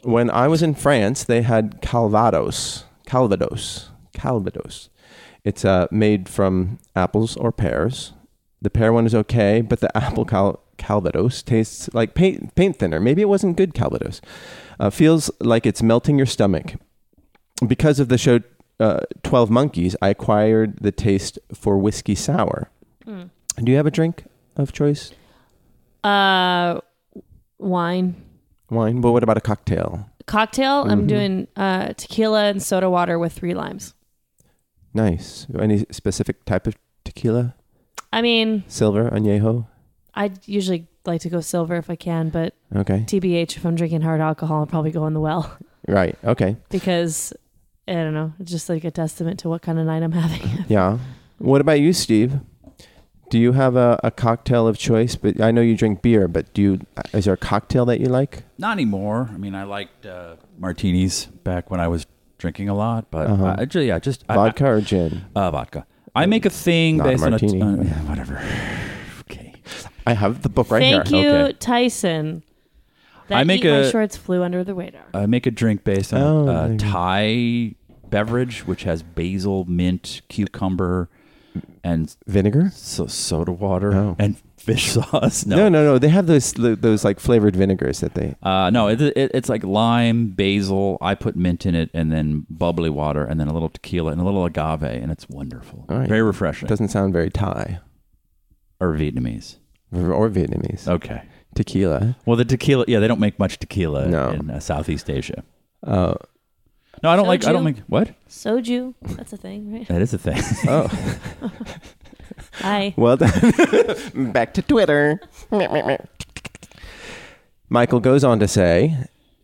Speaker 2: when I was in France, they had calvados, calvados, calvados. It's uh, made from apples or pears. The pear one is okay, but the apple cal- calvados tastes like paint paint thinner. Maybe it wasn't good calvados. uh, feels like it's melting your stomach. Because of the show uh, 12 Monkeys, I acquired the taste for whiskey sour. Hmm. Do you have a drink of choice?
Speaker 3: Uh, wine.
Speaker 2: Wine, but what about a cocktail?
Speaker 3: Cocktail,
Speaker 2: Mm-hmm.
Speaker 3: I'm doing uh, tequila and soda water with three limes.
Speaker 2: Nice. Any specific type of tequila?
Speaker 3: I mean,
Speaker 2: Silver, añejo?
Speaker 3: I usually like to go silver if I can, but
Speaker 2: Okay.
Speaker 3: TBH, if I'm drinking hard alcohol, I'll probably go in the well
Speaker 2: Right. Okay.
Speaker 3: because I don't know, it's just like a testament to what kind of night I'm having.
Speaker 2: Yeah. What about you, Steve? Do you have a, a cocktail of choice? But I know you drink beer, but do you, uh, is there a cocktail that you like?
Speaker 4: Not anymore. I mean, I liked uh, martinis back when I was drinking a lot, but uh
Speaker 2: Uh-huh.
Speaker 4: I ju- yeah, just I-
Speaker 2: Vodka or gin?
Speaker 4: I, uh, vodka. I make a thing
Speaker 2: Not a
Speaker 4: based on
Speaker 2: martini.
Speaker 4: on yeah, whatever. okay.
Speaker 2: I have the book right
Speaker 3: Thank
Speaker 2: here.
Speaker 3: you,
Speaker 4: okay.
Speaker 3: Tyson. That
Speaker 4: I make
Speaker 3: Eat My
Speaker 4: a-
Speaker 3: shorts flew under the radar.
Speaker 4: I make a drink based on
Speaker 2: Oh,
Speaker 4: uh,
Speaker 2: maybe.
Speaker 4: Thai beverage, which has basil, mint, cucumber, and
Speaker 2: Vinegar?
Speaker 4: so soda water
Speaker 2: Oh.
Speaker 4: and fish sauce. No,
Speaker 2: No, no, no. They have those those like flavored vinegars that they.
Speaker 4: Uh, no, it, it, it's like lime, basil. I put mint in it, and then bubbly water, and then a little tequila and a little agave, and it's wonderful.
Speaker 2: All right.
Speaker 4: Very refreshing.
Speaker 2: Doesn't sound very Thai
Speaker 4: or Vietnamese.
Speaker 2: or Vietnamese.
Speaker 4: Okay.
Speaker 2: Tequila.
Speaker 4: Well, the tequila. Yeah, they don't make much tequila
Speaker 2: No.
Speaker 4: in uh, Southeast Asia.
Speaker 2: Uh,
Speaker 4: No, I don't like. I
Speaker 3: Soju.
Speaker 4: don't make what.
Speaker 3: Soju, that's a thing, right?
Speaker 4: That is a thing.
Speaker 2: oh,
Speaker 3: Hi.
Speaker 2: well done. Back to Twitter. Michael goes on to say,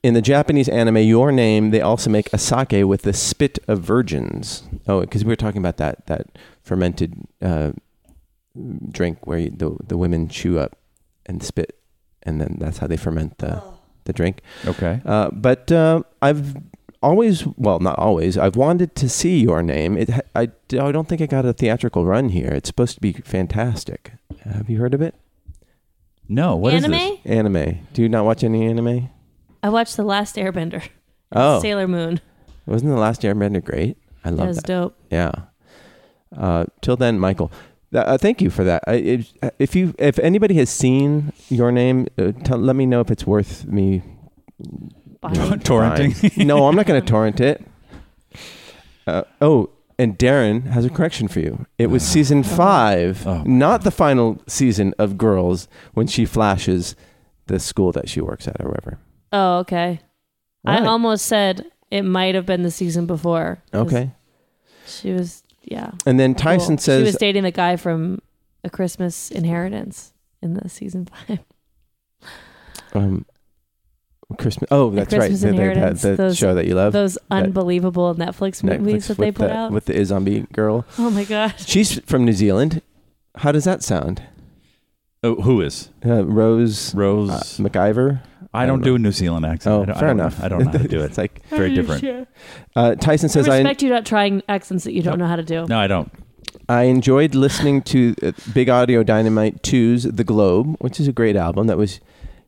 Speaker 2: in the Japanese anime Your Name, they also make a sake with the spit of virgins. Oh, because we were talking about that that fermented uh, drink where you, the the women chew up and spit, and then that's how they ferment the the drink.
Speaker 4: okay.
Speaker 2: Uh, but uh, I've always, well, not always, I've wanted to see your name. It, ha- I, I don't think it got a theatrical run here. It's supposed to be fantastic. Have you heard of it?
Speaker 4: No. What is
Speaker 3: Anime?
Speaker 4: this?
Speaker 2: Anime. Do you not watch any anime?
Speaker 3: I watched The Last Airbender.
Speaker 2: Oh,
Speaker 3: Sailor Moon.
Speaker 2: wasn't the last Airbender great? I
Speaker 3: That
Speaker 2: love
Speaker 3: was
Speaker 2: that.
Speaker 3: dope.
Speaker 2: Yeah. Uh, till then, Michael. Th- Uh, thank you for that. I, it, uh, if you, if anybody has seen your name, uh, tell let me know if it's worth me
Speaker 3: Bye.
Speaker 4: Torrenting.
Speaker 2: Fine. no, I'm not going to torrent it. Uh, oh, and Darren has a correction for you. It was season five,
Speaker 4: Uh-huh. Oh.
Speaker 2: not the final season of Girls, when she flashes the school that she works at or whatever.
Speaker 3: Oh, okay. I
Speaker 2: Right.
Speaker 3: almost said it might have been the season before. 'cause
Speaker 2: Okay.
Speaker 3: She was, yeah.
Speaker 2: And then Tyson
Speaker 3: Cool.
Speaker 2: says,
Speaker 3: she was dating the guy from A Christmas Inheritance in the season five.
Speaker 2: um, Christmas. Oh, that's right.
Speaker 3: Christmas
Speaker 2: The, the,
Speaker 3: Inheritance,
Speaker 2: the, the
Speaker 3: those-
Speaker 2: show that you love.
Speaker 3: Those
Speaker 2: that-
Speaker 3: unbelievable Netflix movies
Speaker 2: Netflix
Speaker 3: that they
Speaker 2: with
Speaker 3: put
Speaker 2: the,
Speaker 3: out.
Speaker 2: With the zombie girl.
Speaker 3: oh my gosh.
Speaker 2: She's from New Zealand. How does that sound?
Speaker 4: Oh, who is
Speaker 2: Uh, Rose
Speaker 4: Rose?
Speaker 2: uh, McIver?
Speaker 4: I
Speaker 2: I
Speaker 4: don't
Speaker 2: don't
Speaker 4: do a New Zealand accent.
Speaker 2: Oh,
Speaker 4: I don't, I
Speaker 2: fair
Speaker 4: don't know-
Speaker 2: enough.
Speaker 4: I don't know how to do it.
Speaker 2: it's like
Speaker 3: Oh,
Speaker 4: Very different.
Speaker 2: uh, Tyson
Speaker 3: I
Speaker 2: says I,
Speaker 3: respect you not trying accents that you don't know how to do.
Speaker 4: No, I don't.
Speaker 2: I enjoyed listening to uh, Big Audio Dynamite 2's The Globe, which is a great album that was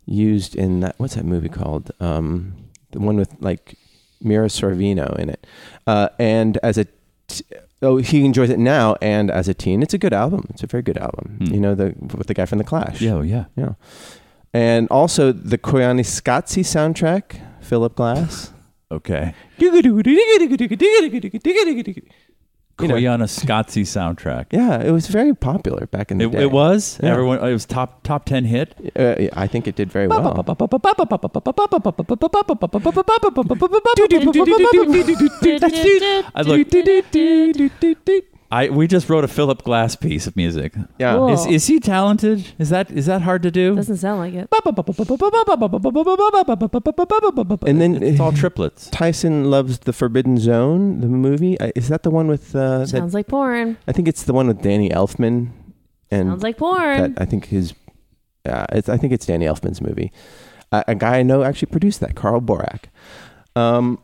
Speaker 2: used in that what's that movie called? Um, the one with like Mira Sorvino in it. Uh, and as a t- oh, he enjoys it now and as a teen, it's a good album. It's a very good album.
Speaker 4: Hmm.
Speaker 2: You know the with the guy from The Clash.
Speaker 4: Yeah, oh, yeah.
Speaker 2: And also the Koyani Scotzi soundtrack, Philip Glass.
Speaker 4: Okay.
Speaker 2: You know.
Speaker 4: Koyana Scotzi soundtrack.
Speaker 2: Yeah, it was very popular back in the
Speaker 4: It,
Speaker 2: day.
Speaker 4: it was
Speaker 2: Yeah.
Speaker 4: everyone. It was top top ten hit.
Speaker 2: Uh, I think it did very well.
Speaker 4: I look. I we just wrote a Philip Glass piece of music.
Speaker 2: Yeah.
Speaker 3: Cool.
Speaker 4: Is is he talented? Is that is that hard to do?
Speaker 3: Doesn't sound like it.
Speaker 2: And then
Speaker 4: it's all triplets.
Speaker 2: Tyson loves the Forbidden Zone, the movie. I- Is that the one with? Uh, that,
Speaker 3: Sounds like porn.
Speaker 2: I think it's the one with Danny Elfman. And
Speaker 3: Sounds like porn.
Speaker 2: that I think his, uh, it's, I think it's Danny Elfman's movie. Uh, a guy I know actually produced that, Carl Borak. Um,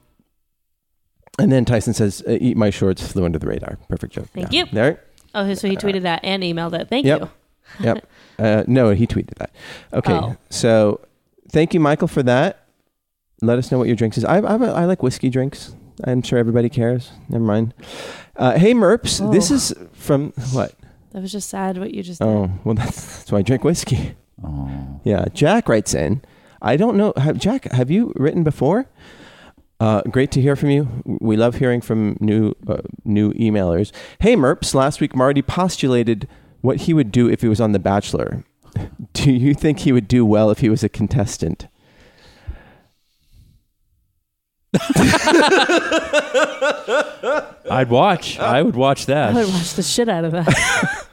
Speaker 2: and then Tyson says, uh, "Eat my shorts flew under the radar." Perfect joke.
Speaker 3: Thank you.
Speaker 2: There.
Speaker 3: Oh, so he tweeted that and emailed it. Thank
Speaker 2: Yep.
Speaker 3: you.
Speaker 2: Yep. Uh, no, he tweeted that. Okay.
Speaker 3: Oh.
Speaker 2: So thank you, Michael, for that. Let us know what your drinks is. I, I, I like whiskey drinks. I'm sure everybody cares. Never mind. Uh, hey, Merps. This
Speaker 3: Oh.
Speaker 2: is from what?
Speaker 3: That was just sad what you just did.
Speaker 2: Oh, well, that's, that's why I drink whiskey.
Speaker 4: Oh.
Speaker 2: Yeah. Jack writes in I don't know. Have, Jack, have you written before? Uh, great to hear from you. We love hearing from new uh, new emailers. Hey, Merps. Last week, Marty postulated what he would do if he was on The Bachelor. Do you think he would do well if he was a contestant?
Speaker 4: I'd watch. I would watch
Speaker 3: I
Speaker 4: that.
Speaker 3: would watch the shit out of that.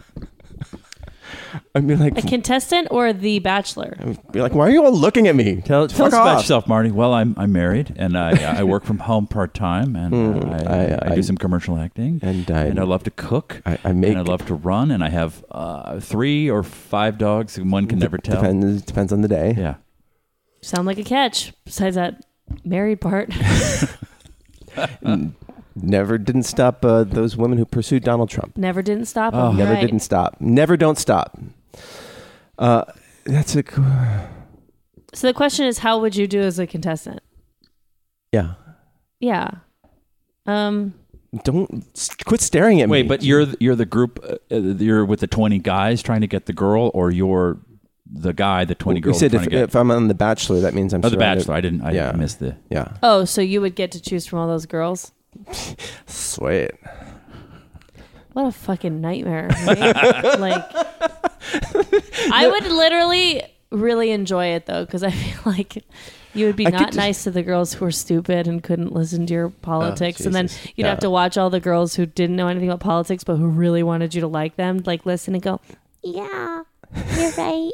Speaker 2: I mean, like,
Speaker 3: A contestant or The Bachelor?
Speaker 2: be like, why are you all looking at me?
Speaker 4: Tell, tell us
Speaker 2: Fuck
Speaker 4: about
Speaker 2: off.
Speaker 4: yourself, Marty. Well, I'm I'm married and I I work from home part time and uh, I, I,
Speaker 2: Hmm. I-
Speaker 4: do
Speaker 2: I-
Speaker 4: some commercial acting
Speaker 2: And I-
Speaker 4: and I love to cook.
Speaker 2: I- I make-
Speaker 4: and I love to run and I have uh, three or five dogs and one can never tell.
Speaker 2: Depends, depends on the day.
Speaker 4: Yeah.
Speaker 3: Sound like a catch. Besides that married part.
Speaker 2: Never didn't stop uh, those women who pursued Donald Trump.
Speaker 3: Never didn't stop. Oh,
Speaker 2: Never didn't stop. Never don't stop. Uh, that's a c-
Speaker 3: So the question is, how would you do as a contestant?
Speaker 2: yeah.
Speaker 3: Yeah. Um.
Speaker 2: Don't s- quit staring at me.
Speaker 4: Wait, but you're you're the group uh, uh, you're with the 20 guys trying to get the girl or you're the guy the 20
Speaker 2: you
Speaker 4: girls
Speaker 2: said if,
Speaker 4: trying to get.
Speaker 2: if I'm on The Bachelor, that means I'm
Speaker 4: oh, the
Speaker 2: surrounded-
Speaker 4: bachelor. I didn't I
Speaker 2: Yeah.
Speaker 4: missed the
Speaker 2: Yeah,
Speaker 3: Oh, so you would get to choose from all those girls?
Speaker 2: sweet.
Speaker 3: What a fucking nightmare! right? like, I would literally really enjoy it though, because I feel like you would be
Speaker 2: I could
Speaker 3: not
Speaker 2: just- Oh,
Speaker 3: nice to the girls who were stupid and couldn't listen to your politics, and then
Speaker 2: Jesus.
Speaker 3: you'd have
Speaker 2: Yeah.
Speaker 3: to watch all the girls who didn't know anything about politics but who really wanted you to like them, like listen and go,
Speaker 6: Yeah, you're right.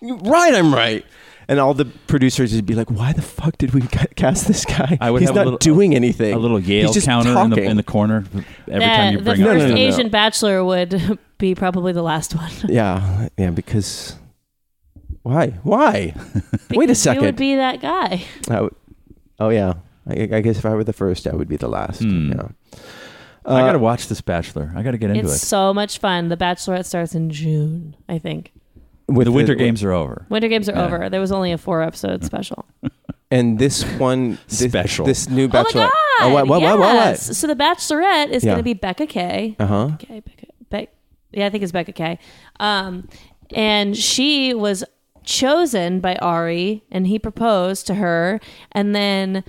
Speaker 2: You- Right, I'm right. And all the producers would be like, "Why the fuck did we ca- cast this guy?
Speaker 4: I would
Speaker 2: He's
Speaker 4: have a
Speaker 2: not
Speaker 4: little-
Speaker 2: doing anything.
Speaker 4: a little Yale
Speaker 2: He's just
Speaker 4: counter in the,
Speaker 2: talking."
Speaker 4: in the corner every time you
Speaker 3: the, the
Speaker 4: bring up
Speaker 3: first
Speaker 2: No, no, no, no.
Speaker 3: Asian bachelor would be probably the last one.
Speaker 2: yeah, yeah. Because why? Why? Wait a
Speaker 3: Because You would
Speaker 2: second.
Speaker 3: be that guy.
Speaker 2: I would- oh yeah. I, I guess if I were the first, I would be the last.
Speaker 4: Hmm.
Speaker 2: Yeah.
Speaker 4: I
Speaker 2: Uh,
Speaker 4: got to watch this bachelor. I got to get into
Speaker 3: it's
Speaker 4: it.
Speaker 3: so much fun. The Bachelorette starts in June, I think.
Speaker 2: with
Speaker 4: the winter games are over.
Speaker 3: Winter games are
Speaker 4: Yeah.
Speaker 3: over. There was only a four episode special.
Speaker 2: and this one this,
Speaker 4: Special.
Speaker 2: This new
Speaker 3: Oh my
Speaker 2: bachelor.
Speaker 3: god!
Speaker 2: what? What? What? What?
Speaker 3: yes. So the Bachelorette is
Speaker 2: Yeah.
Speaker 3: going to be Becca K.
Speaker 2: Uh huh.
Speaker 3: Okay, Becca. Be- yeah, I think it's Becca K. Um, and she was chosen by Ari, and he proposed to her, and then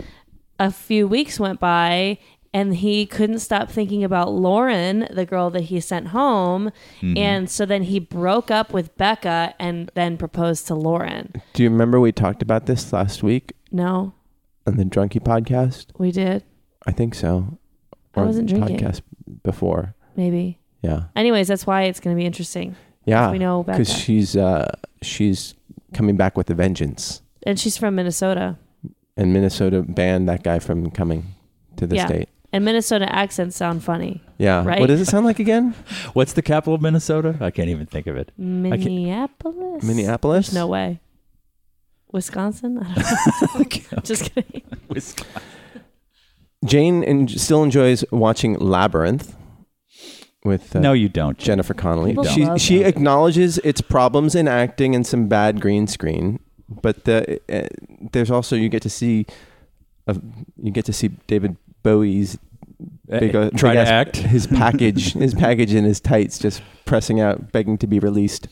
Speaker 3: a few weeks went by. And he couldn't stop thinking about Lauren, the girl that he sent home.
Speaker 2: Mm-hmm.
Speaker 3: And so then he broke up with Becca and then proposed to Lauren.
Speaker 2: Do you remember we talked about this last week
Speaker 3: No,
Speaker 2: on the Drunky podcast?
Speaker 3: we did.
Speaker 2: I think so.
Speaker 3: I wasn't
Speaker 2: the
Speaker 3: drinking.
Speaker 2: Podcast before.
Speaker 3: Maybe.
Speaker 2: Yeah.
Speaker 3: Anyways, that's why it's going to be interesting.
Speaker 2: Yeah.
Speaker 3: we know Becca.
Speaker 2: because she's uh, she's coming back with a vengeance,
Speaker 3: And she's from Minnesota.
Speaker 2: and Minnesota banned that guy from coming to the
Speaker 3: yeah.
Speaker 2: state.
Speaker 3: And Minnesota accents sound funny.
Speaker 2: Yeah.
Speaker 3: Right.
Speaker 2: What does it sound like again?
Speaker 4: What's the capital of Minnesota? I can't even think of it. can't-
Speaker 3: Minneapolis.
Speaker 2: Minneapolis.
Speaker 3: No way. Wisconsin? I don't know. Just kidding.
Speaker 2: Jane en- still enjoys watching Labyrinth with uh,
Speaker 4: No, you don't. Jen.
Speaker 2: Jennifer Connelly.
Speaker 3: People
Speaker 2: She
Speaker 3: love
Speaker 2: she
Speaker 3: that.
Speaker 2: acknowledges its problems in acting and some bad green screen, but the uh, there's also you get to see, uh, you get to see David Bowie's big, uh,
Speaker 4: Eh, try
Speaker 2: big
Speaker 4: to
Speaker 2: ass-
Speaker 4: act.
Speaker 2: his package his package in his tights just pressing out begging to be released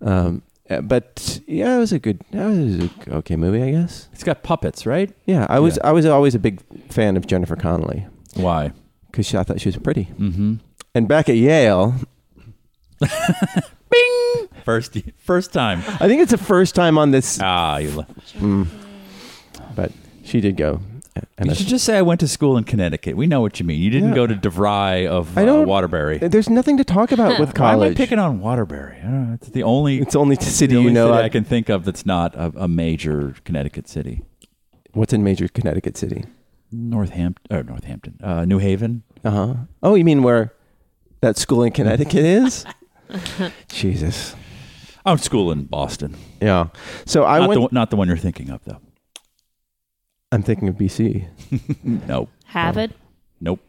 Speaker 2: um uh, but yeah it was a good that was a g- okay movie i guess
Speaker 4: It's got puppets, right?
Speaker 2: yeah i was
Speaker 4: Yeah.
Speaker 2: i was always a big fan of jennifer connelly
Speaker 4: Why?
Speaker 2: because i thought she was pretty
Speaker 4: Mm-hmm.
Speaker 2: and back at yale
Speaker 4: First, first time.
Speaker 2: i think it's the first time on this
Speaker 4: Ah, you. Lo-
Speaker 2: but she did go and
Speaker 4: you
Speaker 2: I-
Speaker 4: should just say I went to school in Connecticut. We know what you mean. You didn't
Speaker 2: Yeah.
Speaker 4: go to DeVry of
Speaker 2: I
Speaker 4: uh,
Speaker 2: don't-
Speaker 4: Waterbury.
Speaker 2: there's nothing to talk about with
Speaker 4: Why am I
Speaker 2: college
Speaker 4: picking on Waterbury? I don't know. It's the only.
Speaker 2: it's only the
Speaker 4: the
Speaker 2: city
Speaker 4: only
Speaker 2: you know
Speaker 4: city I
Speaker 2: I-
Speaker 4: can think of that's not a, a major Connecticut city.
Speaker 2: what's in major connecticut city
Speaker 4: Northampton, or Northampton, uh, New Haven.
Speaker 2: Uh-huh. Oh, you mean where that school in Connecticut is? Jesus.
Speaker 4: I'm Oh, school in Boston.
Speaker 2: Yeah. So I
Speaker 4: not,
Speaker 2: went
Speaker 4: the, one- not the one you're thinking of, though.
Speaker 2: I'm thinking of BC.
Speaker 4: No,
Speaker 3: Harvard.
Speaker 4: nope.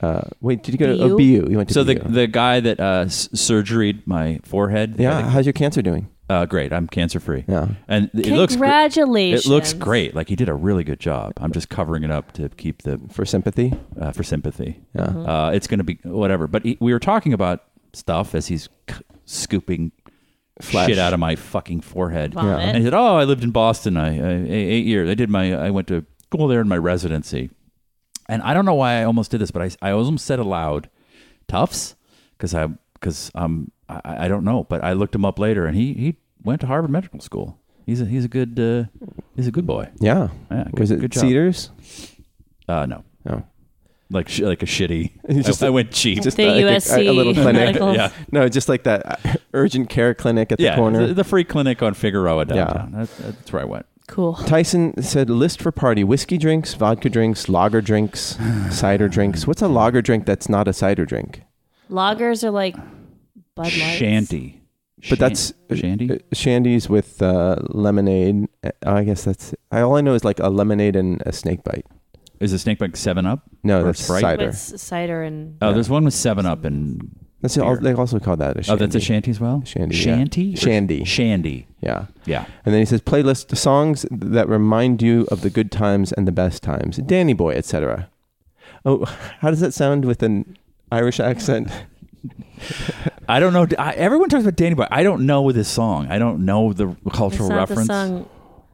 Speaker 2: Uh, wait, did you go to
Speaker 3: BU?
Speaker 2: OBU? You went to
Speaker 4: So the
Speaker 2: BU.
Speaker 4: the guy that uh, s- surgeried my forehead.
Speaker 2: Yeah,
Speaker 4: uh,
Speaker 2: how's your cancer doing?
Speaker 4: uh, great. I'm cancer free.
Speaker 2: Yeah.
Speaker 4: and it looks gr-
Speaker 3: Congratulations.
Speaker 4: it looks great. Like he did a really good job. I'm just covering it up to keep the
Speaker 2: For sympathy?
Speaker 4: uh, for sympathy.
Speaker 2: Yeah.
Speaker 4: Uh, it's going to be whatever. But he, we were talking about stuff as he's c- scooping
Speaker 2: Flesh.
Speaker 4: shit out of my fucking forehead.
Speaker 3: Vomit.
Speaker 4: And he said, "Oh, I lived in Boston. I, I eight years. I did my. I went to school there in my residency, and I don't know why I almost did this, but I I almost said aloud, Tufts, because I because um I, I don't know, but I looked him up later, and he he went to Harvard Medical School. He's a he's a good uh, he's a good boy.
Speaker 2: Yeah.
Speaker 4: Yeah, good-
Speaker 2: Was it
Speaker 4: good job.
Speaker 2: Cedars? Oh.
Speaker 4: Uh, no,
Speaker 2: No.
Speaker 4: like sh- like a shitty.
Speaker 2: He's just
Speaker 4: I,
Speaker 2: a-
Speaker 4: I went cheap.
Speaker 3: The
Speaker 2: like a-
Speaker 3: USC
Speaker 2: a little clinic.
Speaker 3: medical-
Speaker 4: Yeah.
Speaker 2: No, just like that uh, urgent care clinic at the
Speaker 4: yeah,
Speaker 2: corner.
Speaker 4: The, the free clinic on Figueroa
Speaker 2: Yeah.
Speaker 4: downtown. That's, that's where I went.
Speaker 3: Cool.
Speaker 2: Tyson said list for party whiskey drinks, vodka drinks, lager drinks, cider drinks. What's a lager drink that's not a cider drink?
Speaker 3: Loggers are like Bud Lights.
Speaker 4: Shanty,
Speaker 2: But that's
Speaker 4: Shandy.
Speaker 2: uh, shandies with uh, lemonade. Uh, I guess that's I, all I know is like a lemonade and a snake bite.
Speaker 4: Is the snake bite seven up?
Speaker 2: No,
Speaker 4: Or
Speaker 2: that's
Speaker 4: Sprite?
Speaker 2: cider.
Speaker 3: With s- cider and
Speaker 4: Oh, there's one with seven up and
Speaker 2: That's all, they
Speaker 4: beer.
Speaker 2: also call that a shandy.
Speaker 4: oh, that's a shanty as well.
Speaker 2: Shandy, yeah.
Speaker 4: shanty, Or-
Speaker 2: Shandy.
Speaker 4: shandy.
Speaker 2: Yeah.
Speaker 4: Yeah,
Speaker 2: And then he says playlist songs that remind you of the good times and the best times, Danny Boy, etc. Oh, how does that sound with an Irish accent?
Speaker 4: I don't know. I, everyone talks about Danny Boy. I don't know this song. I don't know the
Speaker 3: it's
Speaker 4: cultural
Speaker 3: not
Speaker 4: reference.
Speaker 3: the song.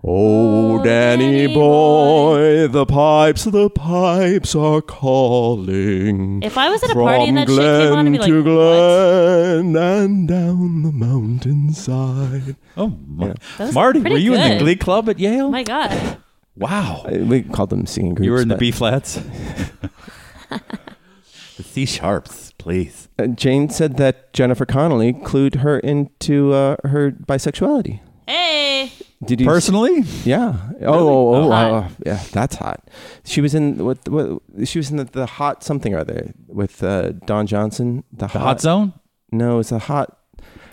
Speaker 2: Oh, Danny,
Speaker 3: Danny
Speaker 2: boy, the pipes, the pipes are calling.
Speaker 3: If I was at a
Speaker 2: From
Speaker 3: party and that shit
Speaker 2: glen
Speaker 3: came on, I'd be like,
Speaker 2: to
Speaker 3: what?
Speaker 2: glen and down the mountainside.
Speaker 4: Oh, Ma-
Speaker 3: That was
Speaker 4: Marty,
Speaker 3: pretty
Speaker 4: were you in
Speaker 3: good.
Speaker 4: the Glee Club at Yale?
Speaker 3: Oh My God.
Speaker 4: wow,
Speaker 2: Uh, We called them singing groups.
Speaker 4: you were in the
Speaker 2: but-
Speaker 4: B flats. the C sharps, please.
Speaker 2: Uh, Jane said that Jennifer Connelly clued her into uh, her bisexuality.
Speaker 3: Hey.
Speaker 2: Did you
Speaker 4: Personally,
Speaker 2: Yeah. Oh, oh, oh,
Speaker 3: Hot.
Speaker 2: wow. yeah. That's hot. She was in what? what she was in the, the hot something or other with uh, Don Johnson. The,
Speaker 4: the hot zone,
Speaker 2: No, it's a hot.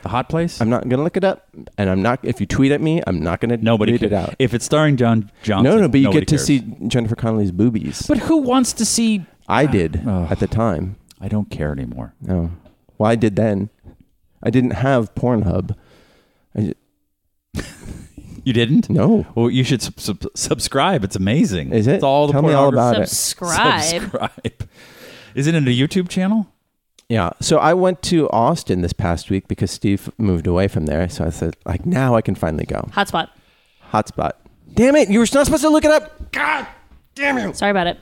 Speaker 4: the hot place.
Speaker 2: I'm not gonna look it up, and I'm not. If you tweet at me, I'm not gonna
Speaker 4: Nobody
Speaker 2: read it
Speaker 4: could.
Speaker 2: out.
Speaker 4: If it's starring John Johnson,
Speaker 2: no, no, but you
Speaker 4: nobody
Speaker 2: get to
Speaker 4: cares.
Speaker 2: see Jennifer Connelly's boobies.
Speaker 4: But who wants to see?
Speaker 2: I did
Speaker 4: Ugh.
Speaker 2: at the time.
Speaker 4: I don't care anymore.
Speaker 2: No, well, I did then. I didn't have Pornhub. I ju-
Speaker 4: You didn't?
Speaker 2: no,
Speaker 4: Well, you should sub- sub- subscribe. It's amazing.
Speaker 2: Is it?
Speaker 4: It's all the
Speaker 2: Tell me all
Speaker 4: pornography-
Speaker 2: Got it.
Speaker 3: Subscribe.
Speaker 4: Subscribe. Isn't it a YouTube channel?
Speaker 2: Yeah. So I went to Austin this past week because Steve moved away from there. So I said, like, now I can finally go.
Speaker 3: Hotspot.
Speaker 2: Hotspot. Damn it! You were not supposed to look it up. God damn you.
Speaker 3: Sorry about it.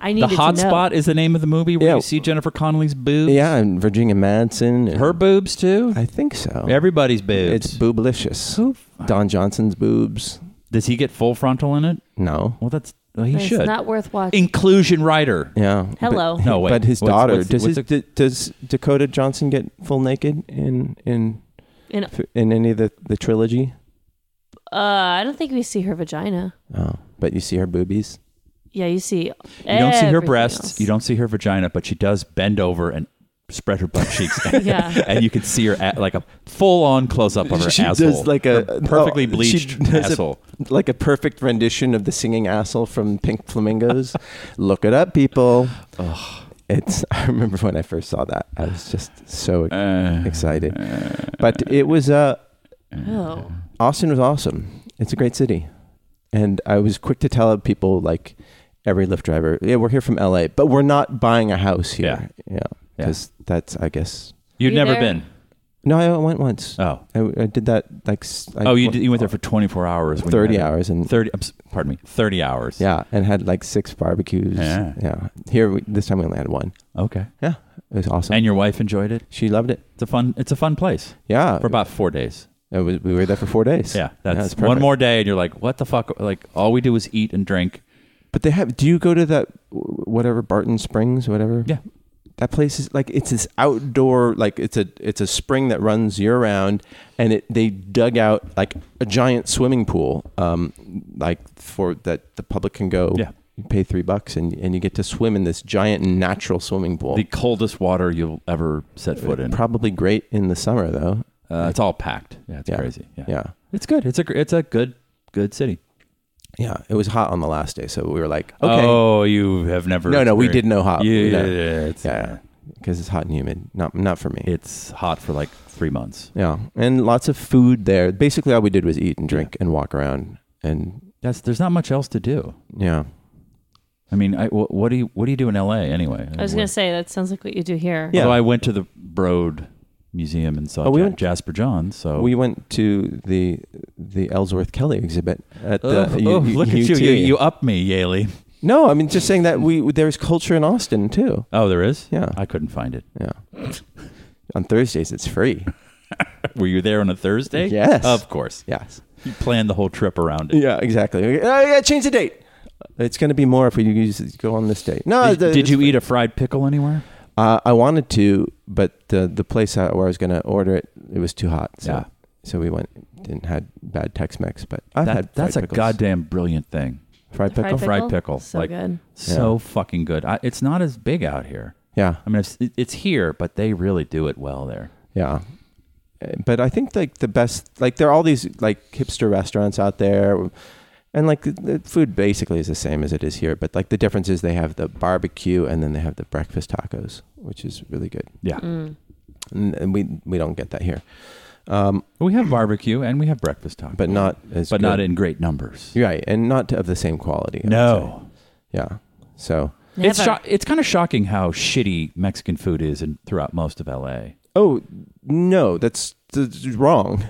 Speaker 3: I
Speaker 4: The
Speaker 3: needed
Speaker 4: Hot
Speaker 3: to know.
Speaker 4: Spot is the name of the movie where
Speaker 2: Yeah.
Speaker 4: you see Jennifer Connelly's boobs.
Speaker 2: Yeah, and Virginia Madsen. And
Speaker 4: Her boobs, too?
Speaker 2: I think so.
Speaker 4: Everybody's boobs.
Speaker 2: It's booblicious. Don Johnson's boobs.
Speaker 4: Does he get full frontal in it?
Speaker 2: No.
Speaker 4: Well, that's. Well, he
Speaker 3: It's
Speaker 4: should.
Speaker 3: not worth watching.
Speaker 4: Inclusion writer.
Speaker 2: Yeah. but-
Speaker 3: Hello.
Speaker 4: No, wait.
Speaker 2: But his
Speaker 4: What's-
Speaker 2: daughter
Speaker 4: what's-
Speaker 2: does.
Speaker 4: what's
Speaker 2: his, d- does Dakota Johnson get full naked in in
Speaker 3: In-
Speaker 2: in any of the the trilogy?
Speaker 3: uh, I don't think we see her vagina.
Speaker 2: Oh, but you see her boobies.
Speaker 3: Yeah, you see.
Speaker 4: You don't see her breasts. You don't see her vagina, but she does bend over and spread her butt cheeks.
Speaker 3: Yeah.
Speaker 4: and you can see her at, like a full-on close-up of her
Speaker 2: she
Speaker 4: asshole.
Speaker 2: does like a
Speaker 4: Her perfectly
Speaker 2: oh, she
Speaker 4: bleached
Speaker 2: does a-
Speaker 4: asshole.
Speaker 2: like a perfect rendition of the singing asshole from Pink Flamingos. Look it up, people. It's. I remember when I first saw that, I was just so
Speaker 4: Uh,
Speaker 2: excited. But it was. Uh,
Speaker 3: Oh.
Speaker 2: Austin was awesome. It's a great city, and I was quick to tell people like every Lyft driver, yeah, we're here from L.A., but we're not buying a house here. Yeah,
Speaker 4: Yeah.
Speaker 2: because that's I guess.
Speaker 4: You've
Speaker 3: You
Speaker 4: never
Speaker 3: there?
Speaker 4: been.
Speaker 2: No, I went once.
Speaker 4: Oh.
Speaker 2: I, I did that like. s- I
Speaker 4: oh, you, did, you went there for 24 hours. when you
Speaker 2: 30
Speaker 4: had it.
Speaker 2: hours and
Speaker 4: 30, I'm s- pardon me, 30 hours.
Speaker 2: Yeah, and had like six barbecues.
Speaker 4: Yeah.
Speaker 2: Here we, this time we only had one.
Speaker 4: Okay.
Speaker 2: Yeah, it was awesome.
Speaker 4: And your wife enjoyed it?
Speaker 2: she loved it.
Speaker 4: It's a fun, it's a fun place
Speaker 2: Yeah,
Speaker 4: for about four days.
Speaker 2: it was, we were there for four days.
Speaker 4: Yeah.
Speaker 2: it's
Speaker 4: That's
Speaker 2: perfect.
Speaker 4: one more day. And you're like, what the fuck? Like all we do is eat and drink.
Speaker 2: But they have. Do you go to that w- whatever Barton Springs, whatever?
Speaker 4: Yeah.
Speaker 2: That place is like it's this outdoor like it's a it's a spring that runs year round, and it they dug out like a giant swimming pool, um, like for that the public can go.
Speaker 4: Yeah.
Speaker 2: You pay three bucks and and you get to swim in this giant natural swimming pool.
Speaker 4: The coldest water you'll ever set foot in.
Speaker 2: Uh, Probably great in the summer though.
Speaker 4: Uh, it's all packed. Yeah. It's
Speaker 2: Yeah.
Speaker 4: crazy. Yeah.
Speaker 2: Yeah.
Speaker 4: It's good. It's a, gr- it's a good, good city.
Speaker 2: Yeah, it was hot on the last day, so we were like, okay,
Speaker 4: Oh, you have never.
Speaker 2: no, no, we
Speaker 4: experienced-
Speaker 2: did know hot.
Speaker 4: Yeah.
Speaker 2: We
Speaker 4: yeah,
Speaker 2: know.
Speaker 4: yeah, it's,
Speaker 2: yeah, because it's hot and humid. Not, not for me.
Speaker 4: it's hot for like three months.
Speaker 2: yeah, and lots of food there. Basically, all we did was eat and drink and walk around, and
Speaker 4: That's, there's not much else to do.
Speaker 2: yeah,
Speaker 4: I mean, I, wh- what do you, what do you do in LA anyway?
Speaker 3: I was going to say, that sounds like what you do here.
Speaker 2: Yeah.
Speaker 4: So I went to the road museum and saw
Speaker 2: Oh, we
Speaker 4: Ja-
Speaker 2: went-
Speaker 4: Jasper John. So
Speaker 2: We went to the the Ellsworth Kelly exhibit at the
Speaker 4: Oh,
Speaker 2: U-
Speaker 4: oh,
Speaker 2: U-
Speaker 4: look at you,
Speaker 2: UT.
Speaker 4: you! You up me, Yaley.
Speaker 2: No, I mean just saying that we there's culture in Austin too.
Speaker 4: Oh, there is.
Speaker 2: Yeah.
Speaker 4: I couldn't find it.
Speaker 2: Yeah. On Thursdays it's free.
Speaker 4: Were you there on a Thursday?
Speaker 2: Yes.
Speaker 4: of course.
Speaker 2: Yes.
Speaker 4: You planned the whole trip around it.
Speaker 2: Yeah, exactly. Okay, Uh, yeah, change the date. It's going to be more if we use go on this date. No,
Speaker 4: Did,
Speaker 2: Uh, the-
Speaker 4: did you eat a fried pickle anywhere?
Speaker 2: Uh, I wanted to, but the the place I, where I was going to order it, it was too hot. So,
Speaker 4: Yeah.
Speaker 2: so we went and had bad Tex-Mex. But I've
Speaker 4: That-
Speaker 2: had fried
Speaker 4: that's a
Speaker 2: pickles.
Speaker 4: goddamn brilliant thing.
Speaker 2: fried pickle.
Speaker 3: Fried pickle.
Speaker 4: Fried pickle.
Speaker 3: So
Speaker 4: Like-
Speaker 3: good.
Speaker 4: So fucking good. I, it's not as big out here.
Speaker 2: Yeah,
Speaker 4: I mean, it's, it's here, but they really do it well there.
Speaker 2: yeah. Uh, But I think like the best, like there are all these like hipster restaurants out there, and like the- the food basically is the same as it is here. But like the difference is they have the barbecue and then they have the breakfast tacos, which is really good.
Speaker 4: Yeah.
Speaker 2: And, and we we don't get that here, um,
Speaker 4: We have barbecue and we have breakfast tacos,
Speaker 2: but not as
Speaker 4: but not
Speaker 2: good.
Speaker 4: in great numbers.
Speaker 2: right and not of the same quality. I would say.
Speaker 4: No.
Speaker 2: Yeah. So,
Speaker 4: It's
Speaker 3: Never.
Speaker 4: sho- it's kind of shocking how shitty Mexican food is in, throughout most of LA.
Speaker 2: oh no, that's, that's wrong.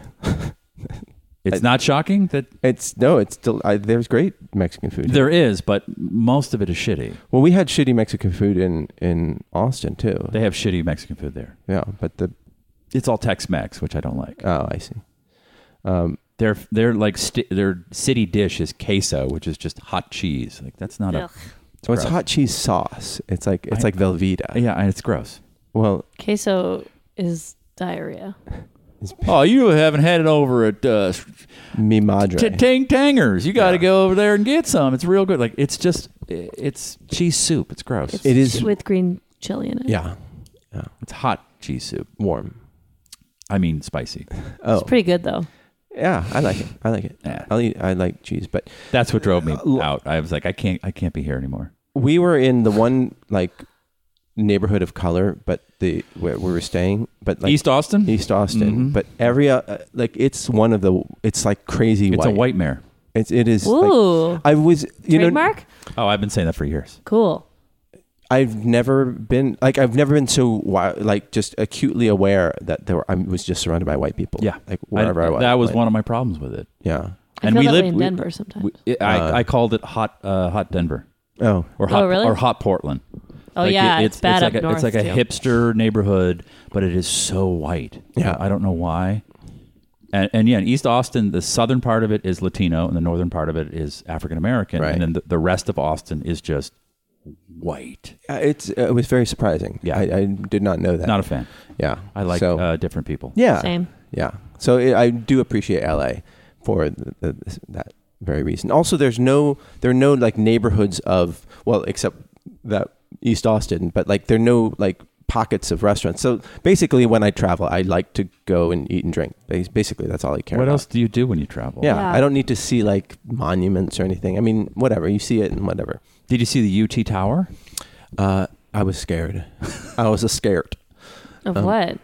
Speaker 4: It's not shocking that
Speaker 2: It's no, it's del- I, there's great Mexican food.
Speaker 4: there is, but most of it is shitty.
Speaker 2: well, we had shitty Mexican food in in Austin too.
Speaker 4: They have shitty Mexican food there.
Speaker 2: yeah, but the
Speaker 4: It's all Tex-Mex, which I don't like.
Speaker 2: oh, I see.
Speaker 4: Their their like sti their city dish is queso, which is just hot cheese. Like that's not
Speaker 5: Ugh.
Speaker 2: So it's
Speaker 4: gross.
Speaker 2: hot cheese sauce. It's like it's
Speaker 4: I-
Speaker 2: like Velveeta.
Speaker 4: a yeah, and it's gross.
Speaker 2: Well,
Speaker 3: Queso is diarrhea.
Speaker 4: Oh, you haven't had it over at uh,
Speaker 2: mi madre.
Speaker 4: T- Tang Tangers. You got to go over there and get some. It's real good. Like it's just it's cheese soup. It's gross. It's,
Speaker 2: it is
Speaker 3: with green chili in it.
Speaker 2: yeah,
Speaker 4: hot cheese soup.
Speaker 2: warm.
Speaker 4: I mean spicy.
Speaker 2: Oh,
Speaker 3: It's pretty good though.
Speaker 2: yeah, I like it. I like it.
Speaker 4: Yeah.
Speaker 2: I'll eat, I like cheese, but
Speaker 4: That's what
Speaker 2: Uh,
Speaker 4: drove me out. I was like, I can't I can't be here anymore.
Speaker 2: we were in the one like neighborhood of color, but the where we were staying, but like
Speaker 4: East Austin.
Speaker 2: East Austin,
Speaker 4: Mhm.
Speaker 2: but every uh, like it's one of the it's like crazy
Speaker 4: it's
Speaker 2: white.
Speaker 4: a white mare.
Speaker 2: It's it is. like-
Speaker 3: Ooh.
Speaker 2: I was you know
Speaker 3: Trademark?
Speaker 4: Oh, I've been saying that for years.
Speaker 3: cool.
Speaker 2: I've never been like I've never been so wi- like just acutely aware that there were, I was just surrounded by white people.
Speaker 4: Yeah,
Speaker 2: like wherever I, was.
Speaker 4: That was
Speaker 2: like,
Speaker 4: one of my problems with it.
Speaker 2: Yeah.
Speaker 3: I
Speaker 4: And
Speaker 3: feel
Speaker 4: we
Speaker 3: that
Speaker 4: live-
Speaker 3: way in
Speaker 4: we-
Speaker 3: Denver sometimes.
Speaker 4: We- I, I called it hot uh, hot Denver
Speaker 2: Oh,
Speaker 4: or hot
Speaker 3: really?
Speaker 4: or hot Portland.
Speaker 3: oh yeah, it's, bad
Speaker 4: it's like
Speaker 3: up
Speaker 4: a,
Speaker 3: north.
Speaker 4: It's like a
Speaker 3: too.
Speaker 4: hipster neighborhood, but it is so white.
Speaker 2: Yeah.
Speaker 4: I don't know why. And, and yeah, in East Austin, the southern part of it is Latino, and the northern part of it is African American,
Speaker 2: Right.
Speaker 4: and then the, the rest of Austin is just white.
Speaker 2: Uh, it's uh, it was very surprising.
Speaker 4: Yeah.
Speaker 2: I, I did not know that.
Speaker 4: Not a fan.
Speaker 2: yeah,
Speaker 4: I like
Speaker 2: so,
Speaker 4: uh, different people.
Speaker 2: yeah,
Speaker 3: Same.
Speaker 2: yeah. So it, I do appreciate LA for the, the, that very reason. Also, there's no there are no like neighborhoods of well, except that East Austin, but like there are no like pockets of restaurants. So basically, when I travel, I like to go and eat and drink. Bas- Basically, that's all I care
Speaker 4: What
Speaker 2: about.
Speaker 4: else do you do when you travel?
Speaker 2: Yeah,
Speaker 3: Yeah.
Speaker 2: I don't need to see like monuments or anything. I mean, whatever you see it and whatever.
Speaker 4: Did you see the UT Tower?
Speaker 2: Uh, I was scared. I was a scared
Speaker 3: Of
Speaker 4: uh,
Speaker 3: what?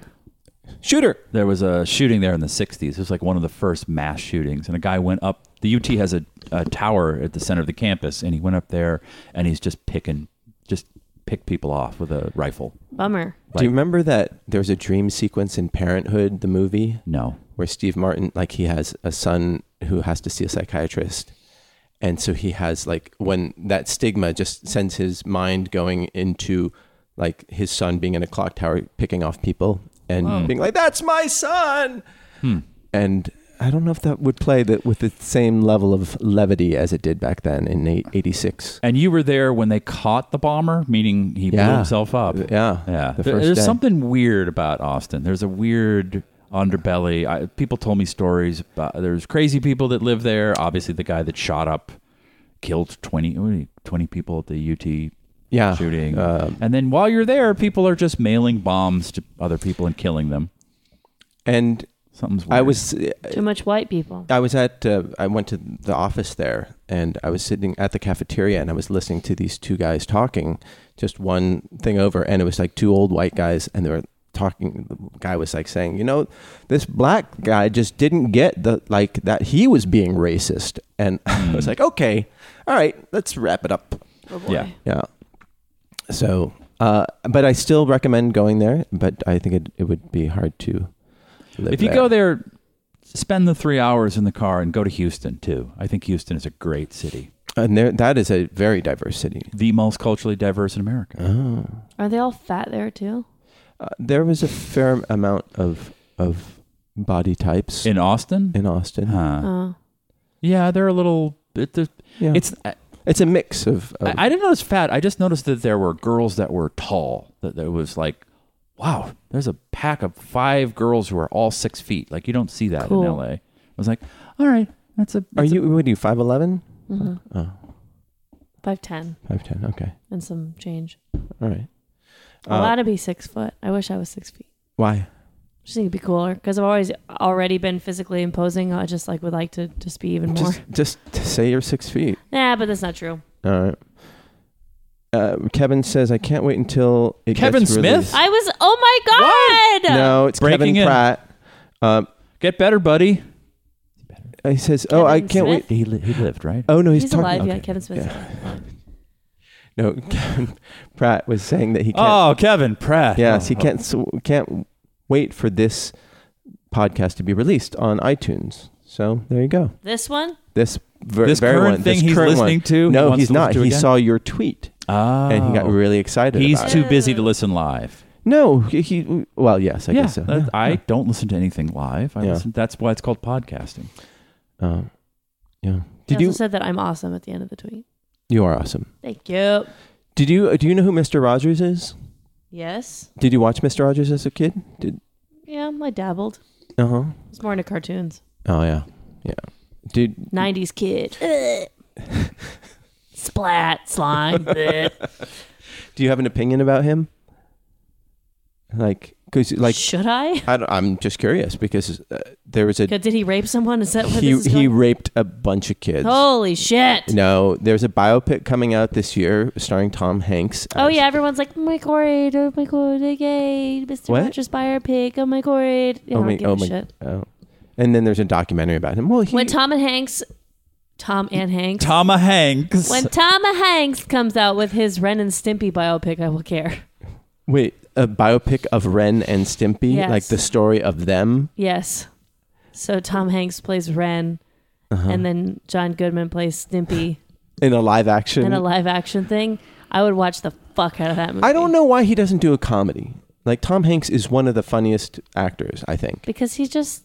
Speaker 2: shooter.
Speaker 4: There was a shooting there in the 60s. It was like one of the first mass shootings. And a guy went up. The UT has a, a tower at the center of the campus. And he went up there and he's just picking, just pick people off with a rifle.
Speaker 3: Bummer.
Speaker 2: Do you remember that there was a dream sequence in Parenthood, the movie?
Speaker 4: No.
Speaker 2: where Steve Martin, like he has a son who has to see a psychiatrist. And so he has like when that stigma just sends his mind going into like his son being in a clock tower picking off people and being like, That's my son. And I don't know if that would play that with the same level of levity as it did back then in eight- 86.
Speaker 4: And you were there when they caught the bomber, meaning he blew
Speaker 2: Yeah.
Speaker 4: himself up.
Speaker 2: Yeah.
Speaker 4: Yeah.
Speaker 2: The
Speaker 4: There-
Speaker 2: first
Speaker 4: There's
Speaker 2: day.
Speaker 4: something weird about Austin. There's a weird underbelly. I, people told me stories. About, there's crazy people that live there. Obviously, the guy that shot up killed 20, what are you- 20 people at the UT
Speaker 2: Yeah.
Speaker 4: shooting.
Speaker 2: Uh,
Speaker 4: and then while you're there, people are just mailing bombs to other people and killing them.
Speaker 2: and
Speaker 4: Something's weird.
Speaker 2: I was
Speaker 3: Too much white people.
Speaker 2: I was at uh, I went to the office there and I was sitting at the cafeteria and I was listening to these two guys talking just one thing over and it was like two old white guys and they were talking the guy was like saying you know this black guy just didn't get the like that he was being racist and I
Speaker 4: Hmm.
Speaker 2: was like okay all right let's wrap it up
Speaker 3: Oh boy.
Speaker 4: Yeah.
Speaker 2: yeah so Uh, but I still recommend going there. But I think it, it would be hard to live
Speaker 4: If you go there, spend the three hours in the car and go to Houston too. I think Houston is a great city,
Speaker 2: and there, that is a very diverse city.
Speaker 4: the most culturally diverse in America.
Speaker 3: Are they all fat there too?
Speaker 2: Oh. Uh, there was a fair amount of of body types in,
Speaker 4: In Uh, Austin,
Speaker 2: Austin.
Speaker 4: Huh.
Speaker 2: Uh,
Speaker 3: Oh.
Speaker 4: yeah, they're a little. It, they're-
Speaker 2: Yeah. Oh.
Speaker 4: It's. I,
Speaker 2: It's a mix of, of
Speaker 4: I didn't notice fat. I just noticed that there were girls that were tall. That there was like, wow, there's a pack of five girls who are all six feet. Like you don't see that
Speaker 3: Cool.
Speaker 4: in L.A. I was like, all right, that's a.
Speaker 2: Are
Speaker 4: that's a-
Speaker 2: you what are you five eleven?
Speaker 3: Oh, mm-hmm.
Speaker 2: Oh,
Speaker 3: Five ten
Speaker 2: Five ten? Okay,
Speaker 3: and some change.
Speaker 2: all right. Uh,
Speaker 3: I want to be six foot. I wish I was six feet.
Speaker 2: Why?
Speaker 3: Just think it'd be cooler because I've always already been physically imposing. I just like would like to just be even more.
Speaker 2: Just just to say you're six feet.
Speaker 3: Nah, but that's not true.
Speaker 2: All right. Uh, Kevin says I can't wait until it
Speaker 4: Kevin
Speaker 2: gets
Speaker 4: Smith?
Speaker 2: released."
Speaker 3: I was. Oh my god!
Speaker 2: no, it's
Speaker 4: Breaking
Speaker 2: Kevin
Speaker 4: in.
Speaker 2: Pratt. Um,
Speaker 4: get better, buddy?
Speaker 2: he says, "Oh, I
Speaker 3: Kevin
Speaker 2: can't wait."
Speaker 3: Smith?
Speaker 4: He, li- he lived right.
Speaker 2: Oh no, he's,
Speaker 3: He's,
Speaker 2: talking.
Speaker 3: alive. Yeah,
Speaker 2: okay.
Speaker 3: Kevin Smith.
Speaker 2: No, Kevin Pratt was saying that he can't.
Speaker 4: Oh, Kevin Pratt.
Speaker 2: Yes, he
Speaker 4: Oh,
Speaker 2: can't so can't wait for this podcast to be released on iTunes. So there you go.
Speaker 3: This one.
Speaker 2: This ver-
Speaker 4: Oh, This
Speaker 2: very
Speaker 4: current
Speaker 2: one,
Speaker 4: thing
Speaker 2: this
Speaker 4: he's
Speaker 2: current
Speaker 4: listening
Speaker 2: one.
Speaker 4: to, he
Speaker 2: No,
Speaker 4: wants
Speaker 2: he's
Speaker 4: to
Speaker 2: not.
Speaker 4: listen to
Speaker 2: He
Speaker 4: again?
Speaker 2: saw your tweet
Speaker 4: Oh.
Speaker 2: and he got really excited.
Speaker 4: He's
Speaker 2: about
Speaker 4: too
Speaker 2: it.
Speaker 4: busy to listen live.
Speaker 2: No, he, he- Well, yes, I
Speaker 4: yeah,
Speaker 2: guess so.
Speaker 4: that-
Speaker 2: Yeah.
Speaker 4: I don't listen to anything live. I
Speaker 2: Yeah.
Speaker 4: listen. That's why it's called podcasting.
Speaker 2: Um, yeah. Did
Speaker 3: He also
Speaker 2: you?
Speaker 3: said that I'm awesome at the end of the tweet.
Speaker 2: You are awesome.
Speaker 3: Thank you.
Speaker 2: Did you? Do you know who Mr. Rogers is?
Speaker 3: Yes.
Speaker 2: Did you watch Mr. Rogers as a kid? Did
Speaker 3: Yeah, I dabbled.
Speaker 2: uh huh.
Speaker 3: I was more into cartoons.
Speaker 2: Oh yeah, yeah. Did
Speaker 3: 90s kid. Ugh. Splat, slime. bleh.
Speaker 2: do you have an opinion about him? Like, cause like
Speaker 3: Should I?
Speaker 2: I am just curious because uh, there was a
Speaker 3: 'Cause Did he rape someone? Is that what
Speaker 2: he
Speaker 3: this is
Speaker 2: he
Speaker 3: going? Oh,
Speaker 2: raped a bunch of kids.
Speaker 3: Holy shit.
Speaker 2: No, there's a biopic coming out this year starring Tom Hanks.
Speaker 3: Oh
Speaker 2: as-
Speaker 3: yeah, everyone's like, oh my god, oh my god, yay, Mr.
Speaker 2: What?
Speaker 3: Rogers Buyer Pig, oh my god. Yeah,
Speaker 2: Oh
Speaker 3: I don't
Speaker 2: my,
Speaker 3: give
Speaker 2: oh
Speaker 3: a
Speaker 2: my,
Speaker 3: shit.
Speaker 2: oh. And then there's a documentary about him. Well, he,
Speaker 3: When Tom and Hanks, Tom and Hanks,
Speaker 4: Tama Hanks.
Speaker 3: when Tom and Hanks comes out with his Ren and Stimpy biopic, I will care.
Speaker 2: wait, a biopic of Ren and Stimpy,
Speaker 3: Yes.
Speaker 2: like the story of them.
Speaker 3: Yes. So Tom Hanks plays Ren,
Speaker 2: Uh-huh.
Speaker 3: and then John Goodman plays Stimpy
Speaker 2: in a live action.
Speaker 3: in a live action thing. I would watch the fuck out of that movie.
Speaker 2: I don't know why he doesn't do a comedy. Like Tom Hanks is one of the funniest actors, I think.
Speaker 3: because he's just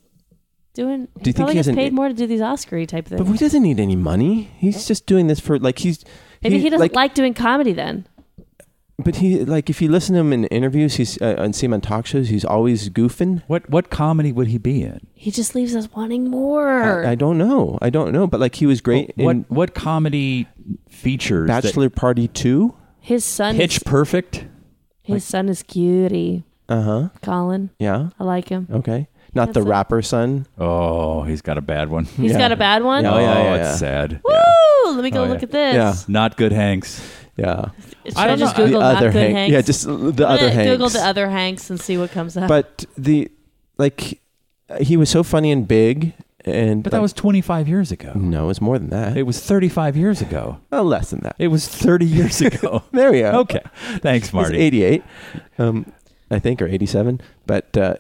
Speaker 3: doing.
Speaker 2: Do you think
Speaker 3: probably
Speaker 2: he
Speaker 3: gets
Speaker 2: has an-
Speaker 3: paid more to do these Oscar type
Speaker 2: But
Speaker 3: things?
Speaker 2: he doesn't need any money. He's just doing this for like he's.
Speaker 3: Maybe he, doesn't like, doing comedy then.
Speaker 2: But he like if you listen to him in interviews, he's uh, and see him on talk shows. He's always goofing.
Speaker 4: what what comedy would he be in?
Speaker 3: He just leaves us wanting more.
Speaker 2: I, I don't know. I don't know. But like he was great
Speaker 4: What
Speaker 2: in
Speaker 4: what comedy features? that-
Speaker 2: Bachelor Party Two.
Speaker 3: his son, is,
Speaker 4: Pitch Perfect.
Speaker 3: his son is cutie.
Speaker 2: Uh huh.
Speaker 3: Colin,
Speaker 2: Yeah.
Speaker 3: I like him.
Speaker 2: Okay. Not the
Speaker 3: That's it.
Speaker 2: rapper son.
Speaker 4: Oh, he's got a bad one.
Speaker 3: He's
Speaker 2: Yeah.
Speaker 3: got a bad one.
Speaker 2: Yeah.
Speaker 4: oh,
Speaker 2: Oh, yeah,
Speaker 4: it's
Speaker 2: yeah.
Speaker 4: sad.
Speaker 3: Woo! Let me go
Speaker 4: Oh,
Speaker 3: look
Speaker 4: yeah.
Speaker 3: at this.
Speaker 2: Yeah.
Speaker 4: Not good, Hanks.
Speaker 2: Yeah.
Speaker 3: Should
Speaker 4: I
Speaker 3: I,
Speaker 4: don't
Speaker 3: just
Speaker 4: know.
Speaker 3: Google not good
Speaker 2: Hank-
Speaker 3: Hanks?
Speaker 2: Yeah, just the other Hanks.
Speaker 3: Google the other Hanks and see what comes up.
Speaker 2: But the like, he was so funny and big, and
Speaker 4: But that
Speaker 2: like-
Speaker 4: was 25 years ago.
Speaker 2: no, it was more than that.
Speaker 4: It was 35 years ago.
Speaker 2: oh, less than that.
Speaker 4: It was 30 years ago.
Speaker 2: There we go.
Speaker 4: okay. Thanks,
Speaker 2: He's
Speaker 4: Marty.
Speaker 2: 88, um, I think, or 87. But uh,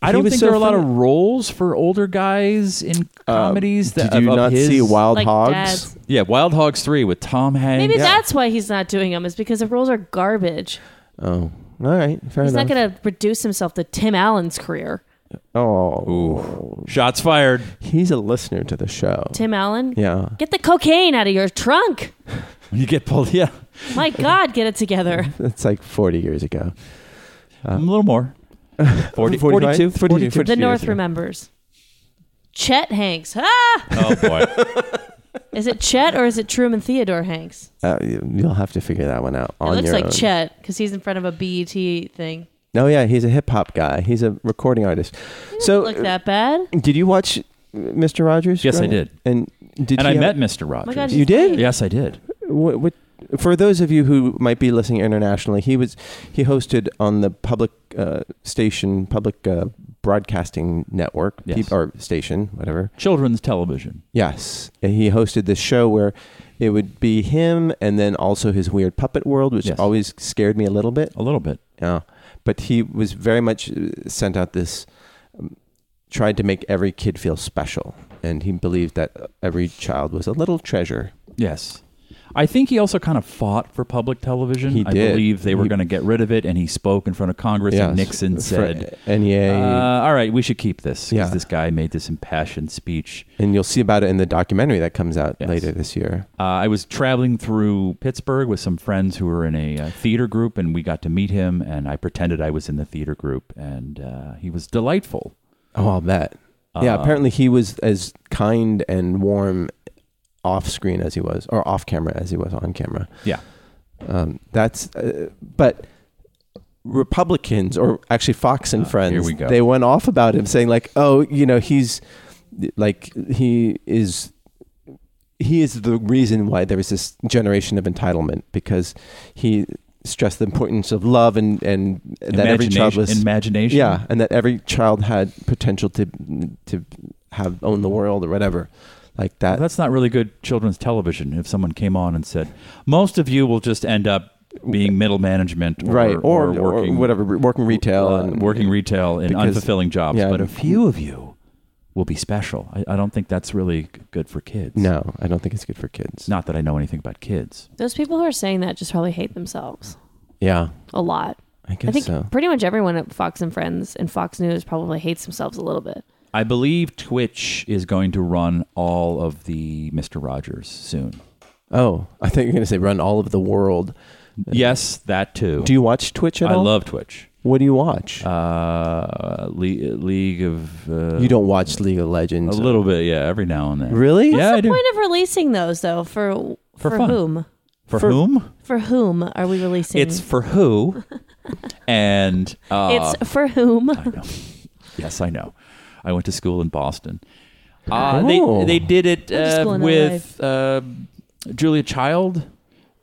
Speaker 4: I
Speaker 2: he
Speaker 4: don't
Speaker 2: was
Speaker 4: think
Speaker 2: so
Speaker 4: there are a lot of
Speaker 2: funny. Um,
Speaker 4: roles for older guys in comedies. that
Speaker 2: Did you
Speaker 4: of- of
Speaker 2: not
Speaker 4: his-
Speaker 2: see Wild
Speaker 3: like
Speaker 2: Hogs?
Speaker 3: dads.
Speaker 4: Yeah, Wild Hogs Three with Tom Hanks.
Speaker 3: Maybe that's why he's not doing them. Is because the roles are garbage.
Speaker 2: Oh, all right, fair
Speaker 3: He's
Speaker 2: enough.
Speaker 3: not going to reduce himself to Tim Allen's career.
Speaker 2: oh,
Speaker 4: Shots fired.
Speaker 2: he's a listener to the show.
Speaker 3: Tim Allen,
Speaker 2: Yeah,
Speaker 3: get the cocaine out of your trunk.
Speaker 4: You get pulled. Yeah,
Speaker 3: My God, get it together.
Speaker 2: that's like 40 years ago. Uh,
Speaker 4: a little more. 40,
Speaker 2: 45?
Speaker 4: 42?
Speaker 2: 42.
Speaker 4: 42.
Speaker 3: The North
Speaker 2: yeah.
Speaker 3: remembers. Chet Hanks. Ah!
Speaker 4: Oh boy.
Speaker 3: Is it Chet or is it Truman Theodore Hanks?
Speaker 2: Uh, you- you'll have to figure that one out
Speaker 3: It
Speaker 2: on
Speaker 3: looks
Speaker 2: your
Speaker 3: like
Speaker 2: own.
Speaker 3: Chet because he's in front of a BET thing.
Speaker 2: Oh yeah, he's a hip hop guy. He's a recording artist. So,
Speaker 3: Mm,
Speaker 2: uh,
Speaker 3: Look that bad. Oh
Speaker 2: did you watch Mr. Rogers?
Speaker 4: Yes, I
Speaker 2: growing up?
Speaker 4: did.
Speaker 2: And did
Speaker 4: and
Speaker 2: he
Speaker 4: I
Speaker 2: have-
Speaker 4: met Mr. Rogers.
Speaker 3: Oh my God,
Speaker 2: You did?
Speaker 4: Yes, I did.
Speaker 2: What, what, for those of you who might be listening internationally, he was he hosted on the public uh, station, public uh, broadcasting network,
Speaker 4: Yes.
Speaker 2: peop- or station, whatever.
Speaker 4: Children's television.
Speaker 2: Yes, and he hosted this show where It would be him, and then also his weird puppet world, which
Speaker 4: Yes.
Speaker 2: always scared me a little bit.
Speaker 4: A little bit.
Speaker 2: Yeah, but he was very much uh, sent out this um, tried to make every kid feel special, and he believed that uh, every child was a little treasure.
Speaker 4: Yes. I think he also kind of fought for public television.
Speaker 2: He
Speaker 4: I
Speaker 2: did.
Speaker 4: believe they were
Speaker 2: He-
Speaker 4: going to get rid of it, and he spoke in front of Congress, and
Speaker 2: Yes.
Speaker 4: Nixon
Speaker 2: For- E
Speaker 4: said,
Speaker 2: and
Speaker 4: uh,
Speaker 2: yeah,
Speaker 4: "All right, we should keep this
Speaker 2: Yeah.
Speaker 4: because this guy made this impassioned speech."
Speaker 2: and you'll see about it in the documentary that comes out
Speaker 4: Yes.
Speaker 2: later this year.
Speaker 4: Uh, I was traveling through Pittsburgh with some friends who were in a uh, theater group, and we got to meet him. And I pretended I was in the theater group, and uh, he was delightful.
Speaker 2: Oh, I'll bet. yeah,
Speaker 4: Uh,
Speaker 2: apparently he was as kind and warm off screen as he was, or off camera as he was on camera.
Speaker 4: Yeah,
Speaker 2: Um, that's, uh, but Republicans, or actually Fox and Friends,
Speaker 4: Ah, here we go.
Speaker 2: they went off about him saying, like, oh, you know, he's like, he is. He is the reason why there was this generation of entitlement because he stressed the importance of love and, and that every child
Speaker 4: Imagination-
Speaker 2: was
Speaker 4: imagination.
Speaker 2: yeah, and that every child had potential to to have own the world or whatever, like that.
Speaker 4: that's not really good children's television. If someone came on and said, "Most of you will just end up being middle management, or,
Speaker 2: right, or,
Speaker 4: or working
Speaker 2: whatever, working retail
Speaker 4: uh,
Speaker 2: and
Speaker 4: working retail in
Speaker 2: because-
Speaker 4: unfulfilling jobs,
Speaker 2: yeah.
Speaker 4: but a few of you will be special." I, I don't think that's really g- good for kids.
Speaker 2: No, I don't think it's good for kids.
Speaker 4: not that I know anything about kids.
Speaker 3: Those people who are saying that just probably hate themselves
Speaker 2: Yeah,
Speaker 3: a lot.
Speaker 2: I guess
Speaker 3: I think
Speaker 2: so.
Speaker 3: pretty much everyone at Fox and Friends and Fox News probably hates themselves a little bit.
Speaker 4: I believe Twitch is going to run all of the Mister Rogers soon.
Speaker 2: Oh, I thought you were going to say run all of the world.
Speaker 4: Yes, that too.
Speaker 2: Do you watch Twitch at
Speaker 4: I
Speaker 2: all?
Speaker 4: love Twitch.
Speaker 2: What do you watch?
Speaker 4: Uh, Le- League of uh,
Speaker 2: you don't watch League of Legends.
Speaker 4: a little bit, yeah, every now and then.
Speaker 2: Really?
Speaker 4: Yeah, I
Speaker 3: What's the
Speaker 4: do.
Speaker 3: point of releasing those though? For
Speaker 4: For
Speaker 3: for,
Speaker 4: fun.
Speaker 3: whom?
Speaker 4: For, whom?
Speaker 3: For whom are we releasing?
Speaker 4: It's for who, and uh,
Speaker 3: it's for whom?
Speaker 4: yes, I know. I went to school in Boston. Uh, they
Speaker 2: Oh.
Speaker 4: they did it
Speaker 3: to school
Speaker 4: uh,
Speaker 3: in
Speaker 4: with uh, Julia Child.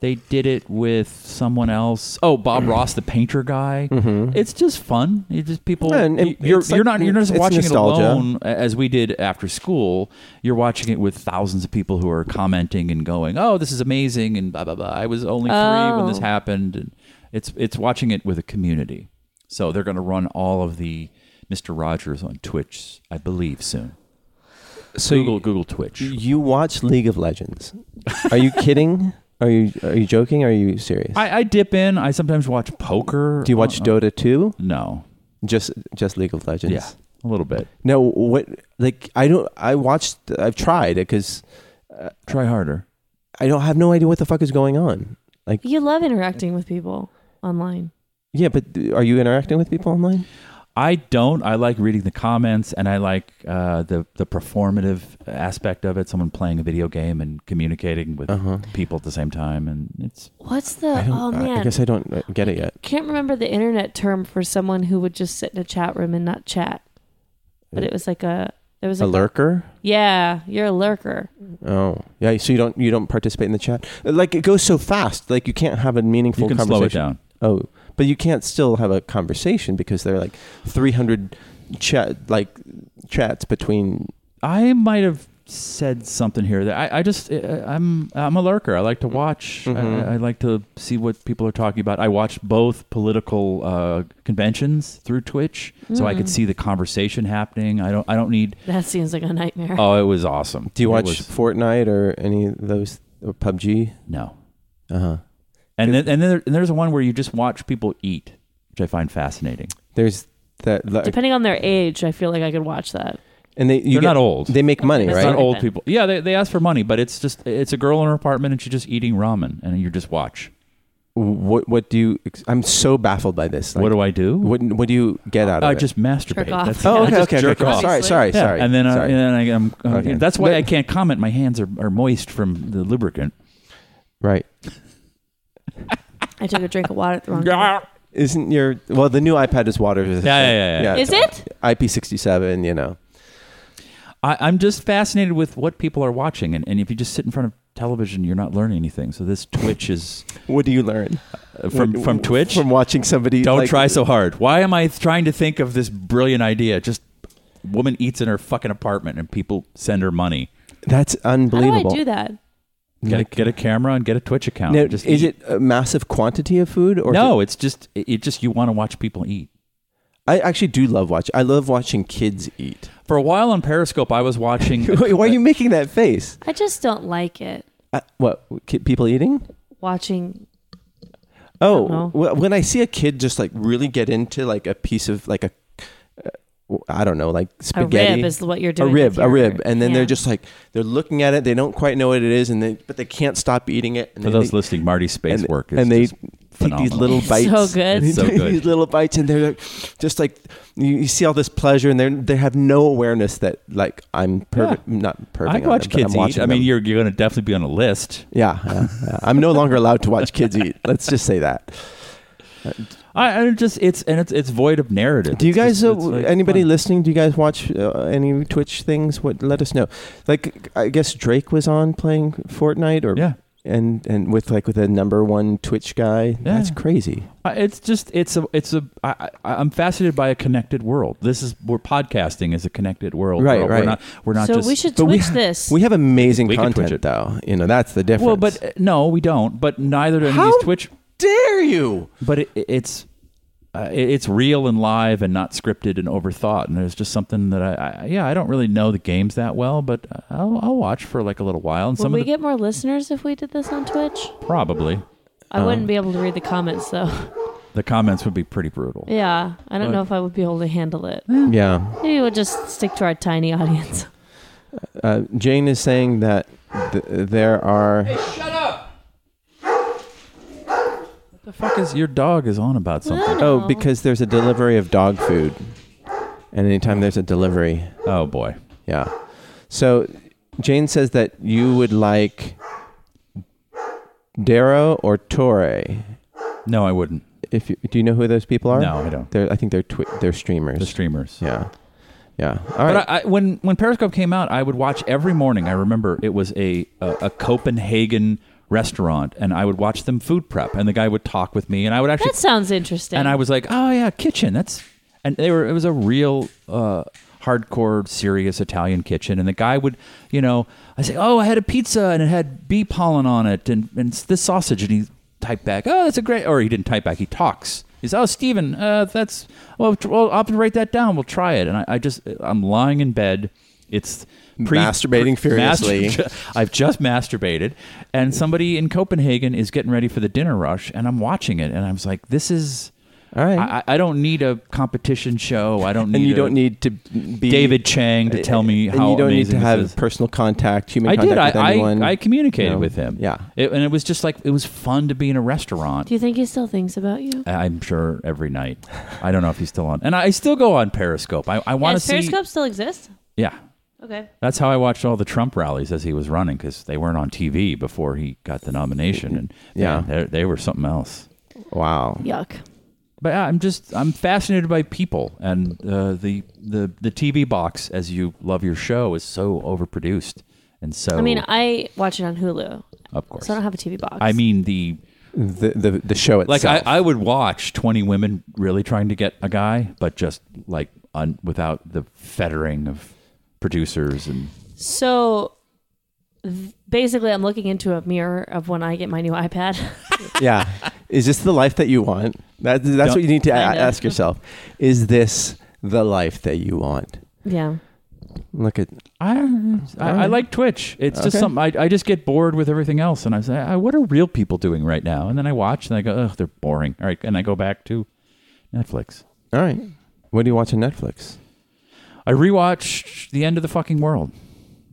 Speaker 4: They did it with someone else. Oh, Bob
Speaker 2: Mm.
Speaker 4: Ross, the painter guy. It's just fun. You just people.
Speaker 2: Mm-hmm. Yeah, and it-
Speaker 4: you're
Speaker 2: it's like-
Speaker 4: you're not you're not just
Speaker 2: it's
Speaker 4: watching
Speaker 2: nostalgia.
Speaker 4: it alone a- as we did after school. You're watching it with thousands of people who are commenting and going, "Oh, this is amazing!" and blah blah blah. I was only three when this
Speaker 3: Oh.
Speaker 4: happened, and it's it's watching it with a community. So they're going to run all of the Mister Rogers on Twitch, I believe, soon.
Speaker 2: So
Speaker 4: Google
Speaker 2: you,
Speaker 4: Google Twitch.
Speaker 2: you watch League of Legends? Are you kidding? Are you are you joking? Are you serious?
Speaker 4: I, I dip in. I sometimes watch poker.
Speaker 2: do you watch
Speaker 4: Uh,
Speaker 2: Dota too?
Speaker 4: No.
Speaker 2: Just just League of Legends.
Speaker 4: Yeah, a little bit.
Speaker 2: No, what like I don't. I watched. I've tried it because
Speaker 4: Try harder.
Speaker 2: I don't have no idea what the fuck is going on. Like,
Speaker 3: you love interacting with people online.
Speaker 2: yeah, but uh, are you interacting with people online?
Speaker 4: I don't. I like reading the comments, and I like uh, the the performative aspect of it. Someone playing a video game and communicating with people at the same time, and it's
Speaker 2: I
Speaker 3: What's the
Speaker 2: don't,
Speaker 3: oh
Speaker 2: I-
Speaker 3: man?
Speaker 2: I guess I don't uh, get it yet.
Speaker 3: can't remember the internet term for someone who would just sit in a chat room and not chat. But it was like a there was
Speaker 2: A
Speaker 3: like
Speaker 2: lurker?
Speaker 3: yeah, you're a lurker.
Speaker 2: Oh, yeah. So you don't you don't participate in the chat? Like it goes so fast. Like you can't have a meaningful
Speaker 4: you can slow it
Speaker 2: conversation.
Speaker 4: down.
Speaker 2: Oh, but you can't still have a conversation because there are like three hundred chat like chats between.
Speaker 4: I might have said something here that I, I just uh, I'm I'm a lurker. I like to watch.
Speaker 2: Mm-hmm.
Speaker 4: I, I like to see what people are talking about. I watch both political uh, conventions through Twitch, so I could see the conversation happening. I don't I don't need.
Speaker 3: That seems like a nightmare.
Speaker 4: Oh, it was awesome.
Speaker 2: Do you
Speaker 4: It
Speaker 2: watch
Speaker 4: was-
Speaker 2: Fortnite or any of those uh, or PUBG?
Speaker 4: no.
Speaker 2: Uh huh.
Speaker 4: And then and then there, and there's one where you just watch people eat, which I find fascinating.
Speaker 2: There's that. like,
Speaker 3: Depending on their age, I feel like I could watch that.
Speaker 2: and they you
Speaker 4: They're
Speaker 2: get-
Speaker 4: not old.
Speaker 2: They make money,
Speaker 3: It's
Speaker 2: right?
Speaker 4: It's not
Speaker 3: Right.
Speaker 4: old people. Yeah, they, they ask for money, but it's just it's a girl in her apartment and she's just eating ramen and you just watch.
Speaker 2: What what do you? ex- I'm so baffled by this. Like,
Speaker 4: what do I do?
Speaker 2: What what do you get out of
Speaker 4: I
Speaker 2: it?
Speaker 4: just masturbate.
Speaker 3: Jerk off.
Speaker 4: That's
Speaker 2: oh
Speaker 4: I
Speaker 2: okay
Speaker 4: just
Speaker 2: okay,
Speaker 4: jerk
Speaker 2: okay,
Speaker 4: off.
Speaker 2: sorry sorry
Speaker 4: Yeah,
Speaker 2: sorry.
Speaker 4: And then, I,
Speaker 2: sorry.
Speaker 4: and then I, am
Speaker 2: Okay.
Speaker 4: that's why
Speaker 2: But-
Speaker 4: I can't comment. My hands are, are moist from the lubricant.
Speaker 2: right.
Speaker 3: I took a drink of water at the wrong time.
Speaker 2: Isn't your well the new iPad is water resistant?
Speaker 4: Yeah, yeah, yeah, yeah.
Speaker 3: Is it?
Speaker 2: IP67? You know.
Speaker 4: I, I'm just fascinated with what people are watching, and, and if you just sit in front of television, you're not learning anything. So this Twitch is
Speaker 2: What do you learn
Speaker 4: uh, from
Speaker 2: What-
Speaker 4: from Twitch.
Speaker 2: From watching somebody?
Speaker 4: Don't
Speaker 2: like-
Speaker 4: try so hard. Why am I trying to think of this brilliant idea? Just woman eats in her fucking apartment, and people send her money.
Speaker 2: That's
Speaker 3: How do I
Speaker 2: unbelievable.
Speaker 3: do that?
Speaker 4: Get a, get a camera and get a Twitch account.
Speaker 2: Now,
Speaker 4: and just
Speaker 2: is
Speaker 4: eat.
Speaker 2: it a massive quantity of food or is
Speaker 4: No,
Speaker 2: it-
Speaker 4: it's just it it just you want to watch people eat.
Speaker 2: I actually do love watch. I love watching kids eat.
Speaker 4: For a while on Periscope, I was watching. uh,
Speaker 2: Wait, why are you making that face?
Speaker 3: I just don't like it
Speaker 2: Uh, what ki- people eating?
Speaker 3: watching.
Speaker 2: Oh,
Speaker 3: know.
Speaker 2: well, when I see a kid just like really get into like a piece of like a, uh, I don't know, like
Speaker 3: A
Speaker 2: spaghetti.
Speaker 3: rib is what you're
Speaker 2: a
Speaker 3: doing.
Speaker 2: rib,
Speaker 3: with
Speaker 2: a
Speaker 3: your-
Speaker 2: rib, and then
Speaker 3: yeah.
Speaker 2: they're just like they're looking at it. They don't quite know what it is, and they but they can't stop eating it. And
Speaker 4: For
Speaker 2: they-
Speaker 4: those listening, Marty's space
Speaker 2: and,
Speaker 4: work is
Speaker 2: and they
Speaker 4: just
Speaker 2: take these
Speaker 4: phenomenal.
Speaker 2: little bites.
Speaker 3: So good.
Speaker 2: They
Speaker 4: So
Speaker 2: take
Speaker 4: good.
Speaker 2: These little bites, and they're like, just like you, you see all this pleasure, and they they have no awareness that like I'm perv-
Speaker 4: Yeah.
Speaker 2: not perving.
Speaker 4: I
Speaker 2: on
Speaker 4: watch
Speaker 2: them, but I'm
Speaker 4: kids eat.
Speaker 2: watching
Speaker 4: I mean,
Speaker 2: them.
Speaker 4: you're you're going to definitely be on a list.
Speaker 2: Yeah, yeah, yeah. I'm no longer allowed to watch kids eat. Let's just say that.
Speaker 4: I, I just it's and it's it's void of narrative.
Speaker 2: Do you
Speaker 4: It's
Speaker 2: guys,
Speaker 4: just-
Speaker 2: uh,
Speaker 4: it's like
Speaker 2: anybody
Speaker 4: fun.
Speaker 2: listening, do you guys watch uh, any Twitch things? What let us know. Like, I guess Drake was on playing Fortnite, or
Speaker 4: Yeah,
Speaker 2: and and with like with a number one Twitch guy. That's crazy.
Speaker 4: I- it's just it's a it's a I, I, I'm fascinated by a connected world. This is we're podcasting is a connected world.
Speaker 2: Right,
Speaker 4: We're-
Speaker 2: right.
Speaker 4: We're not we're not
Speaker 3: So
Speaker 4: just
Speaker 3: we should
Speaker 2: but we
Speaker 3: twitch
Speaker 2: ha-
Speaker 3: this.
Speaker 2: We have amazing
Speaker 4: We can Twitch
Speaker 2: content
Speaker 4: it.
Speaker 2: though. You know that's the difference.
Speaker 4: well, but uh, no, we don't. But neither do any of
Speaker 2: How
Speaker 4: these Twitch.
Speaker 2: dare you?
Speaker 4: But it, it's. Uh, it- it's real and live and not scripted and overthought and there's just something that I, I yeah I don't really know the games that well but I'll, I'll watch for like a little while and
Speaker 3: Would
Speaker 4: some
Speaker 3: we
Speaker 4: of the,
Speaker 3: get more listeners if we did this on Twitch?
Speaker 4: probably
Speaker 2: Uh-huh.
Speaker 3: I wouldn't be able to read the comments though.
Speaker 4: the comments would be pretty brutal
Speaker 3: yeah, I
Speaker 2: Uh-huh.
Speaker 3: don't
Speaker 4: But-
Speaker 3: know if I would be able to handle it.
Speaker 2: Yeah,
Speaker 3: Maybe we'll just stick to our tiny audience.
Speaker 2: uh, Jane is saying that th- there are.
Speaker 4: the fuck is your dog is on about something
Speaker 2: Oh, because there's a delivery of dog food, and anytime there's a delivery,
Speaker 4: oh boy
Speaker 2: yeah. So Jane says that you would like Darrow or Torre.
Speaker 4: no I wouldn't
Speaker 2: If you, do you know who those people are?
Speaker 4: No, I don't.
Speaker 2: They're, I think they're twi- they're streamers.
Speaker 4: the streamers.
Speaker 2: yeah, yeah. All right.
Speaker 4: But I, I, when when Periscope came out, I would watch every morning. I remember it was a, a a Copenhagen restaurant, and I would watch them food prep, and the guy would talk with me, and I would actually,
Speaker 3: That sounds interesting.
Speaker 4: and I was like, oh yeah, kitchen. That's and they were. It was a real. Uh, Hardcore, serious Italian kitchen, and the guy would, you know, I say, "Oh, I had a pizza and it had bee pollen on it, and and it's this sausage," and he typed back, "Oh, that's a great," or he didn't type back, he talks. He's, "Oh, Steven, uh, that's well, tr- well, I'll have to write that down. We'll try it." And I, I just, I'm lying in bed. It's pre-
Speaker 2: Masturbating furiously.
Speaker 4: I've just masturbated, and somebody in Copenhagen is getting ready for the dinner rush, and I'm watching it, and I was like, "This is."
Speaker 2: All right.
Speaker 4: I, I I don't need a competition show. I don't need.
Speaker 2: and you
Speaker 4: a-
Speaker 2: don't need to be
Speaker 4: David Chang to tell me
Speaker 2: and
Speaker 4: how
Speaker 2: you don't need to
Speaker 4: amazing this
Speaker 2: have
Speaker 4: is.
Speaker 2: personal contact, human
Speaker 4: I
Speaker 2: contact
Speaker 4: did. I,
Speaker 2: with anyone.
Speaker 4: I I communicated
Speaker 2: No.
Speaker 4: with him.
Speaker 2: Yeah.
Speaker 4: It- and it was just like it was fun to be in a restaurant.
Speaker 3: Do you think he still thinks about you?
Speaker 4: I'm sure every night. I don't know if he's still on, and I still go on Periscope. I, I want to
Speaker 3: Does
Speaker 4: see.
Speaker 3: Periscope still exist?
Speaker 4: Yeah,
Speaker 3: Okay.
Speaker 4: that's how I watched all the Trump rallies as he was running because they weren't on TV before he got the nomination, and
Speaker 2: Yeah.
Speaker 4: man, they they were something else.
Speaker 2: Wow.
Speaker 3: Yuck.
Speaker 4: But yeah, I'm just I'm fascinated by people, and uh, the the the TV box, as you love your show, is so overproduced, and so
Speaker 3: I mean, I watch it on Hulu,
Speaker 4: of course,
Speaker 3: so I don't have a TV box.
Speaker 4: I mean the
Speaker 2: The the, the show itself.
Speaker 4: like I, I would watch 20 women really trying to get a guy, but just like un, without the fettering of producers and
Speaker 3: so th- basically, I'm looking into a mirror of when I get my new iPad.
Speaker 2: yeah. Is this the life that you want? That, that's what you need to a-
Speaker 3: Kind of.
Speaker 2: ask yourself. Is this the life that you want?
Speaker 3: yeah.
Speaker 2: Look at
Speaker 4: I I, I like Twitch. It's just
Speaker 2: Okay.
Speaker 4: something I, I just get bored with everything else, and I say, "Ah, what are real people doing right now? And then I watch and I go, oh, they're boring. All right, and I go back to Netflix.
Speaker 2: all right. What do you watch on Netflix?
Speaker 4: I rewatched The End of the Fucking World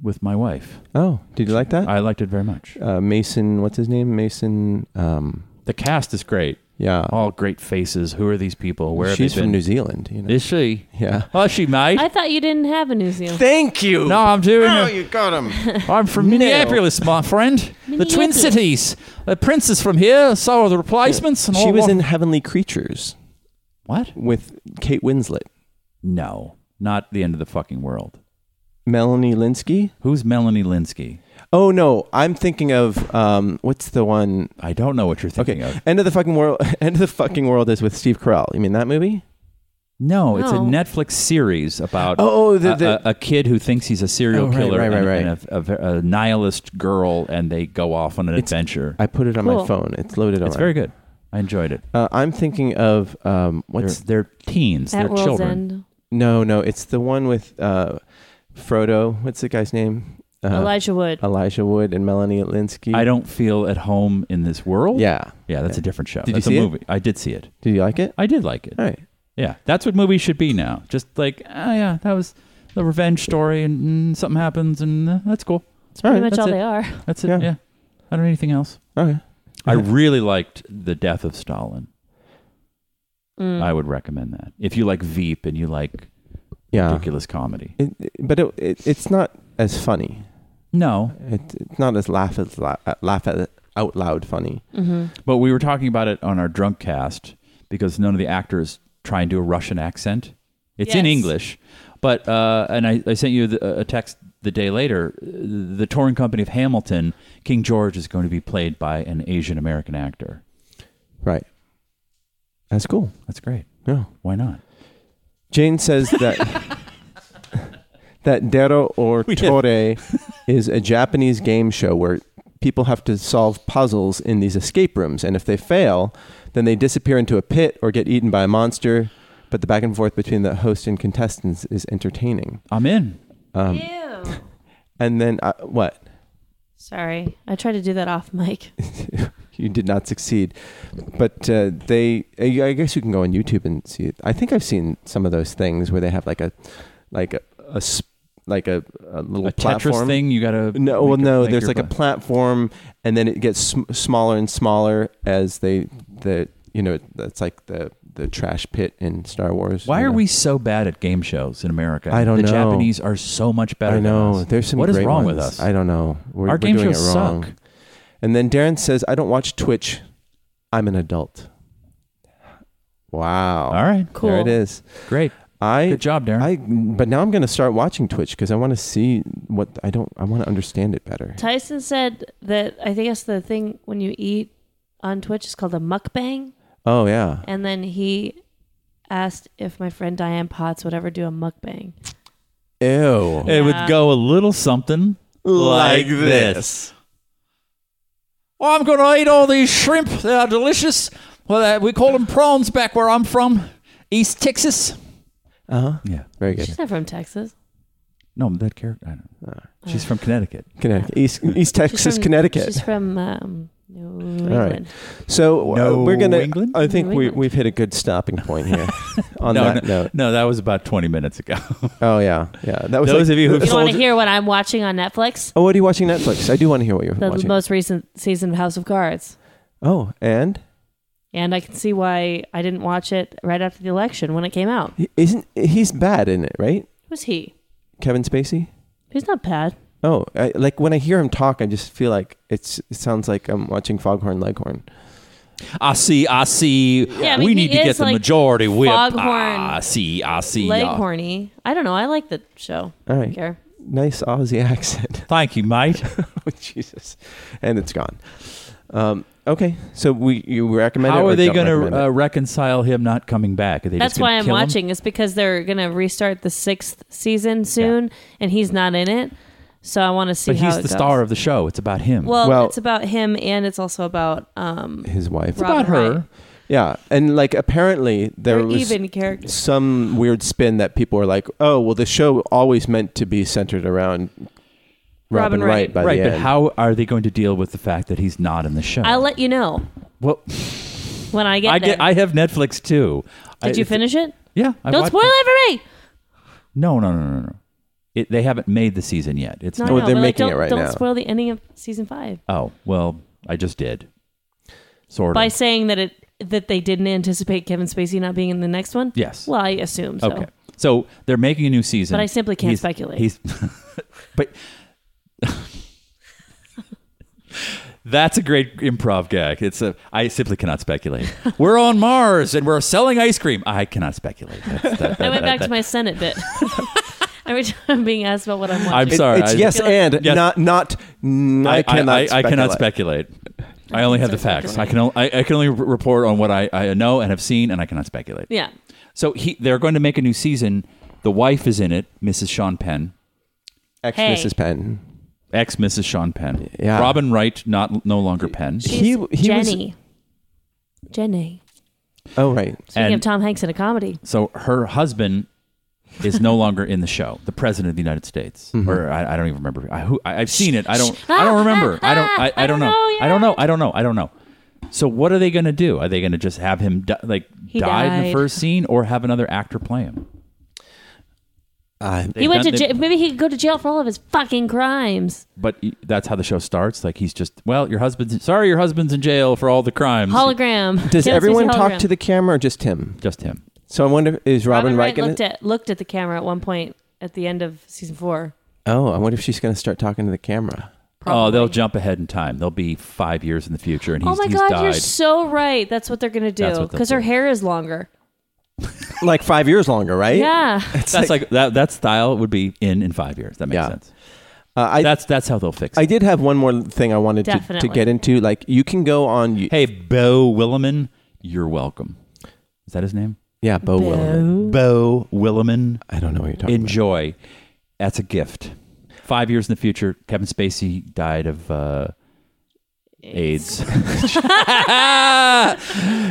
Speaker 4: with my wife.
Speaker 2: Oh, did you like that?
Speaker 4: I liked it very much.
Speaker 2: uh, Mason, what's his name? Mason. Um,
Speaker 4: The cast is great.
Speaker 2: yeah.
Speaker 4: All great faces. Who are these people? Oh, Where have
Speaker 2: She's
Speaker 4: they
Speaker 2: from
Speaker 4: been?
Speaker 2: New Zealand. You know.
Speaker 4: Is she?
Speaker 2: yeah.
Speaker 4: Oh, she might.
Speaker 3: I thought you didn't have a New Zealand.
Speaker 2: Thank you.
Speaker 4: no, I'm doing it.
Speaker 2: you got him.
Speaker 4: I'm from Minneapolis, my friend. the Twin
Speaker 3: Minneapolis.
Speaker 4: Cities. The Prince is from here. So are the replacements. And
Speaker 2: she
Speaker 4: all
Speaker 2: was
Speaker 4: what-
Speaker 2: in Heavenly Creatures
Speaker 4: What?
Speaker 2: with Kate Winslet,
Speaker 4: No, not the end of the fucking world.
Speaker 2: Melanie Linsky.
Speaker 4: Who's Melanie Linsky?
Speaker 2: Oh no, I'm thinking of um, what's the one?
Speaker 4: I don't know what you're thinking
Speaker 2: Okay,
Speaker 4: of.
Speaker 2: End of the fucking world. End of the fucking world is with Steve Carell. You mean that movie?
Speaker 4: No, it's a
Speaker 3: No.
Speaker 4: Netflix series about
Speaker 2: Oh, the-
Speaker 4: a-
Speaker 2: the-
Speaker 4: a, a kid who thinks he's a serial
Speaker 2: Oh, right,
Speaker 4: killer
Speaker 2: right, right,
Speaker 4: and, and a, a, a nihilist girl, and they go off on an
Speaker 2: It's-
Speaker 4: adventure.
Speaker 2: I put it on my
Speaker 3: Cool.
Speaker 2: phone. It's loaded on.
Speaker 4: it's very good. I enjoyed it.
Speaker 2: Uh, I'm thinking of um, what's
Speaker 4: What's they're, teens,
Speaker 3: At
Speaker 4: they're
Speaker 3: World's
Speaker 4: children.
Speaker 3: End.
Speaker 2: no, no. It's the one with uh, Frodo. What's the guy's name? Uh,
Speaker 3: Elijah Wood.
Speaker 2: Elijah Wood and Melanie Linsky.
Speaker 4: I don't feel at home in this world.
Speaker 2: Yeah.
Speaker 4: yeah, that's a different show.
Speaker 2: Did you
Speaker 4: that's
Speaker 2: see
Speaker 4: a
Speaker 2: it?
Speaker 4: movie. I did see it.
Speaker 2: Do you like it?
Speaker 4: I did like it.
Speaker 2: All right.
Speaker 4: Yeah, that's what movies should be now. Just like, ah, yeah, that was the revenge story, and mm, something happens, and uh, that's cool.
Speaker 3: That's pretty
Speaker 2: All right,
Speaker 3: much
Speaker 4: that's
Speaker 3: all
Speaker 4: it.
Speaker 3: they are.
Speaker 4: That's it.
Speaker 2: Yeah.
Speaker 4: Yeah, I don't need anything else.
Speaker 2: Okay.
Speaker 4: I really liked the death of Stalin.
Speaker 3: Mm.
Speaker 4: I would recommend that if you like Veep and you like
Speaker 2: Yeah.
Speaker 4: ridiculous comedy.
Speaker 2: It, it- but it, it, it's not as funny.
Speaker 4: No,
Speaker 2: It, it's not as laugh as la- uh, laugh at out loud funny.
Speaker 3: Mm-hmm.
Speaker 4: but we were talking about it on our drunk cast because none of the actors try and do a Russian accent. It's in
Speaker 3: Yes.
Speaker 4: English, but uh, and I, I sent you the, a text the day later. The touring company of Hamilton, King George is going to be played by an Asian American actor.
Speaker 2: Right. That's cool.
Speaker 4: That's great.
Speaker 2: Yeah.
Speaker 4: Why not?
Speaker 2: Jane says that that Dero or Tore is a Japanese game show where people have to solve puzzles in these escape rooms, and if they fail, then they disappear into a pit or get eaten by a monster. But the back and forth between the host and contestants is entertaining. Um,
Speaker 4: I'm in. um,
Speaker 3: Ew.
Speaker 2: And then uh, what?
Speaker 3: Sorry, I tried to do that off mic.
Speaker 2: You did not succeed, but uh, they. I I guess you can go on YouTube and see. It. I think I've seen some of those things where they have like a, like a, a s- like a, a little
Speaker 4: A Tetris
Speaker 2: platform
Speaker 4: thing. You got to
Speaker 2: No, well, no. There's like a platform, and then it gets sm- smaller and smaller as they the you know that's like the the trash pit in Star Wars.
Speaker 4: Why
Speaker 2: you
Speaker 4: are
Speaker 2: know?
Speaker 4: we so bad at game shows in America?
Speaker 2: I don't
Speaker 4: the
Speaker 2: know.
Speaker 4: Japanese are so much better.
Speaker 2: I know.
Speaker 4: Than us.
Speaker 2: There's some.
Speaker 4: What is
Speaker 2: great
Speaker 4: wrong
Speaker 2: ones.
Speaker 4: with us?
Speaker 2: I don't know. We're,
Speaker 4: Our
Speaker 2: we're
Speaker 4: game
Speaker 2: doing
Speaker 4: shows
Speaker 2: it wrong.
Speaker 4: suck.
Speaker 2: And then Darren says, "I don't watch Twitch. I'm an adult." Wow.
Speaker 4: All right,
Speaker 3: Cool.
Speaker 2: There it is.
Speaker 4: great,
Speaker 2: I
Speaker 4: good job, Darren.
Speaker 2: I but now I'm going to start watching Twitch because I want to see what I don't. I want to understand it better.
Speaker 3: Tyson said that I think that's the thing when you eat on Twitch is called a mukbang,
Speaker 2: Oh yeah.
Speaker 3: and then he asked if my friend Diane Potts would ever do a mukbang.
Speaker 2: Ew.
Speaker 4: it would go a little something
Speaker 2: Like
Speaker 4: this. Oh, I'm going to eat all these shrimp. They are delicious. Well, uh, we call them prawns back where I'm from, East Texas.
Speaker 2: Uh huh.
Speaker 4: Yeah.
Speaker 2: Very good.
Speaker 3: She's not from Texas.
Speaker 4: No, that character. I don't know. She's from Connecticut.
Speaker 2: Connecticut, East, East
Speaker 3: She's
Speaker 2: Texas,
Speaker 3: from-
Speaker 2: Connecticut.
Speaker 3: She's from um, New England.
Speaker 2: right. so uh,
Speaker 4: No
Speaker 2: we're gonna.
Speaker 4: England?
Speaker 2: I think
Speaker 3: No
Speaker 2: we,
Speaker 3: England.
Speaker 2: we've hit a good stopping point here. on
Speaker 4: no,
Speaker 2: that
Speaker 4: no,
Speaker 2: note,
Speaker 4: no, that was about 20 minutes ago.
Speaker 2: oh yeah, yeah. That was
Speaker 4: Those
Speaker 2: like-
Speaker 4: of you who
Speaker 3: You don't want to
Speaker 4: Soldier-
Speaker 3: hear what I'm watching on Netflix?
Speaker 2: Oh, what are you watching Netflix? I do want to hear what you're
Speaker 3: The
Speaker 2: watching.
Speaker 3: most recent season of House of Cards.
Speaker 2: oh, and
Speaker 3: And I can see why I didn't watch it right after the election when it came out.
Speaker 2: he- isn't he's bad in it, right?
Speaker 3: Who's he?
Speaker 2: Kevin Spacey.
Speaker 3: He's not bad.
Speaker 2: Oh, I, like when I hear him talk, I just feel like it's. It sounds like I'm watching Foghorn Leghorn.
Speaker 4: I see, I see.
Speaker 3: Yeah, I
Speaker 4: we
Speaker 3: mean,
Speaker 4: need
Speaker 3: he
Speaker 4: to get
Speaker 3: is
Speaker 4: the
Speaker 3: like
Speaker 4: majority whip.
Speaker 3: foghorn,
Speaker 4: I see, I see.
Speaker 3: Leg
Speaker 4: uh,
Speaker 3: horny. I don't know. I like the
Speaker 2: All
Speaker 3: show. I don't
Speaker 2: right,
Speaker 3: care.
Speaker 2: nice Aussie accent.
Speaker 4: Thank you, mate.
Speaker 2: oh, Jesus, and it's gone. Um, okay, so we you recommend it?
Speaker 4: How
Speaker 2: or
Speaker 4: are they
Speaker 2: don't
Speaker 4: going
Speaker 2: recommend it?
Speaker 4: to uh, reconcile him not coming back? Are they just
Speaker 3: That's
Speaker 4: gonna
Speaker 3: why I'm
Speaker 4: kill him?
Speaker 3: watching. It's because they're gonna restart the sixth season soon, and he's not in it. So I want to see
Speaker 4: But
Speaker 3: how
Speaker 4: he's
Speaker 3: it
Speaker 4: the
Speaker 3: goes.
Speaker 4: star of the show. It's about him.
Speaker 3: Well,
Speaker 2: Well-
Speaker 3: it's about him, and it's also about um,
Speaker 2: his wife?
Speaker 3: Rob-
Speaker 4: about her.
Speaker 3: Right.
Speaker 2: Yeah, and like apparently there
Speaker 3: they're
Speaker 2: was
Speaker 3: even characters.
Speaker 2: some weird spin that people were like, "Oh, well, the show always meant to be centered around Robin,
Speaker 3: Robin
Speaker 2: Wright
Speaker 3: Wright.
Speaker 2: by
Speaker 4: right,
Speaker 2: the
Speaker 4: but
Speaker 2: end."
Speaker 4: how are they going to deal with the fact that he's not in the show?
Speaker 3: I'll let you know
Speaker 4: well,
Speaker 3: when I get
Speaker 4: I
Speaker 3: there.
Speaker 4: get. I have Netflix too. I-
Speaker 3: Did you
Speaker 4: it's-
Speaker 3: finish it?
Speaker 4: Yeah. I
Speaker 3: Don't
Speaker 4: watched
Speaker 3: spoil
Speaker 4: it.
Speaker 3: it for me.
Speaker 4: No, no, no, no, no. It, they haven't made the season yet. It's
Speaker 3: No,
Speaker 4: not.
Speaker 2: Oh,
Speaker 3: no,
Speaker 2: they're
Speaker 3: but, like,
Speaker 2: making it
Speaker 3: don't,
Speaker 2: right
Speaker 3: Don't
Speaker 2: now.
Speaker 3: spoil the ending of season five
Speaker 4: Oh well, I just did. Sort of.
Speaker 3: by saying that it that they didn't anticipate Kevin Spacey not being in the next one.
Speaker 4: Yes.
Speaker 3: Well, I assume so.
Speaker 4: Okay. So they're making a new season.
Speaker 3: But I simply can't
Speaker 4: He's-
Speaker 3: speculate.
Speaker 4: He's But That's a great improv gag. It's a I simply cannot speculate. we're on Mars and we're selling ice cream. I cannot speculate. That's, that, that,
Speaker 3: I went
Speaker 4: that-
Speaker 3: back to my Senate bit. Every time I'm being asked about what I'm watching.
Speaker 4: I'm sorry.
Speaker 2: It's
Speaker 4: I-
Speaker 2: yes
Speaker 3: I feel like-
Speaker 2: and
Speaker 4: Yes.
Speaker 2: not not. mm, I,
Speaker 4: I,
Speaker 2: cannot.
Speaker 4: I, I cannot
Speaker 2: speculate.
Speaker 4: speculate. I only have the facts. I can only, I, I can only re- report on what I, I know and have seen, and I cannot speculate.
Speaker 3: Yeah.
Speaker 4: So he, they're going to make a new season. The wife is in it, Mrs. Sean Penn,
Speaker 2: Ex
Speaker 3: Hey.
Speaker 2: Mrs. Penn.
Speaker 4: ex Mrs. Sean Penn.
Speaker 2: Yeah.
Speaker 4: Robin Wright, not no longer Penn.
Speaker 3: She's
Speaker 2: He- he was-
Speaker 3: Jenny. Jenny.
Speaker 2: Oh right.
Speaker 3: Speaking
Speaker 4: And-
Speaker 3: of Tom Hanks in a comedy.
Speaker 4: So her husband is no longer in the show. The president of the United States,
Speaker 3: Mm-hmm.
Speaker 4: or I, I don't even remember. I, who, I, I've seen it. I don't. I don't remember. I don't. I, I don't know. I don't know. I don't know. I don't know. So what are they going to do? Are they going to just have him di- like
Speaker 3: He
Speaker 4: die in the
Speaker 3: died.
Speaker 4: first scene, or have another actor play him?
Speaker 2: I
Speaker 3: He went to
Speaker 4: done-
Speaker 3: jail. Maybe he could go to jail for all of his fucking crimes.
Speaker 4: But y- that's how the show starts. Like he's just well, your husband's sorry, your husband's in jail for all the crimes.
Speaker 3: Hologram.
Speaker 2: does
Speaker 3: Kevin
Speaker 2: everyone
Speaker 3: Spacey
Speaker 2: talk
Speaker 3: hologram.
Speaker 2: to the camera or just him?
Speaker 4: just him.
Speaker 2: So I wonder is Robin,
Speaker 3: Robin Wright
Speaker 2: Wright
Speaker 3: looked
Speaker 2: gonna?
Speaker 3: at looked at the camera at one point at the end of season four.
Speaker 2: Oh, I wonder if she's gonna start talking to the camera.
Speaker 4: Oh, they'll
Speaker 3: probably.
Speaker 4: jump ahead in time. They'll be five years in the future, and he's,
Speaker 3: oh my
Speaker 4: he's
Speaker 3: god,
Speaker 4: died.
Speaker 3: you're so right. That's what they're gonna
Speaker 4: That's
Speaker 3: do
Speaker 4: what they'll
Speaker 3: because her
Speaker 4: do.
Speaker 3: hair is longer.
Speaker 2: Like five years longer, right?
Speaker 3: Yeah,
Speaker 4: that's like, that. That style would be in in five years. That makes
Speaker 2: Yeah.
Speaker 4: sense.
Speaker 2: Uh, I
Speaker 4: That's that's how they'll fix it.
Speaker 2: I did have one more thing I wanted to, to
Speaker 3: Definitely.
Speaker 2: get into. Like you can go on. You,
Speaker 4: Hey, Bo Williman, you're welcome. Is that his name?
Speaker 2: yeah,
Speaker 4: Oh,
Speaker 2: Bo, Williman.
Speaker 4: Bo Williman.
Speaker 2: I don't know what you're talking about.
Speaker 4: Enjoy. That's a gift. Five years in the future, Kevin Spacey died of uh, AIDS.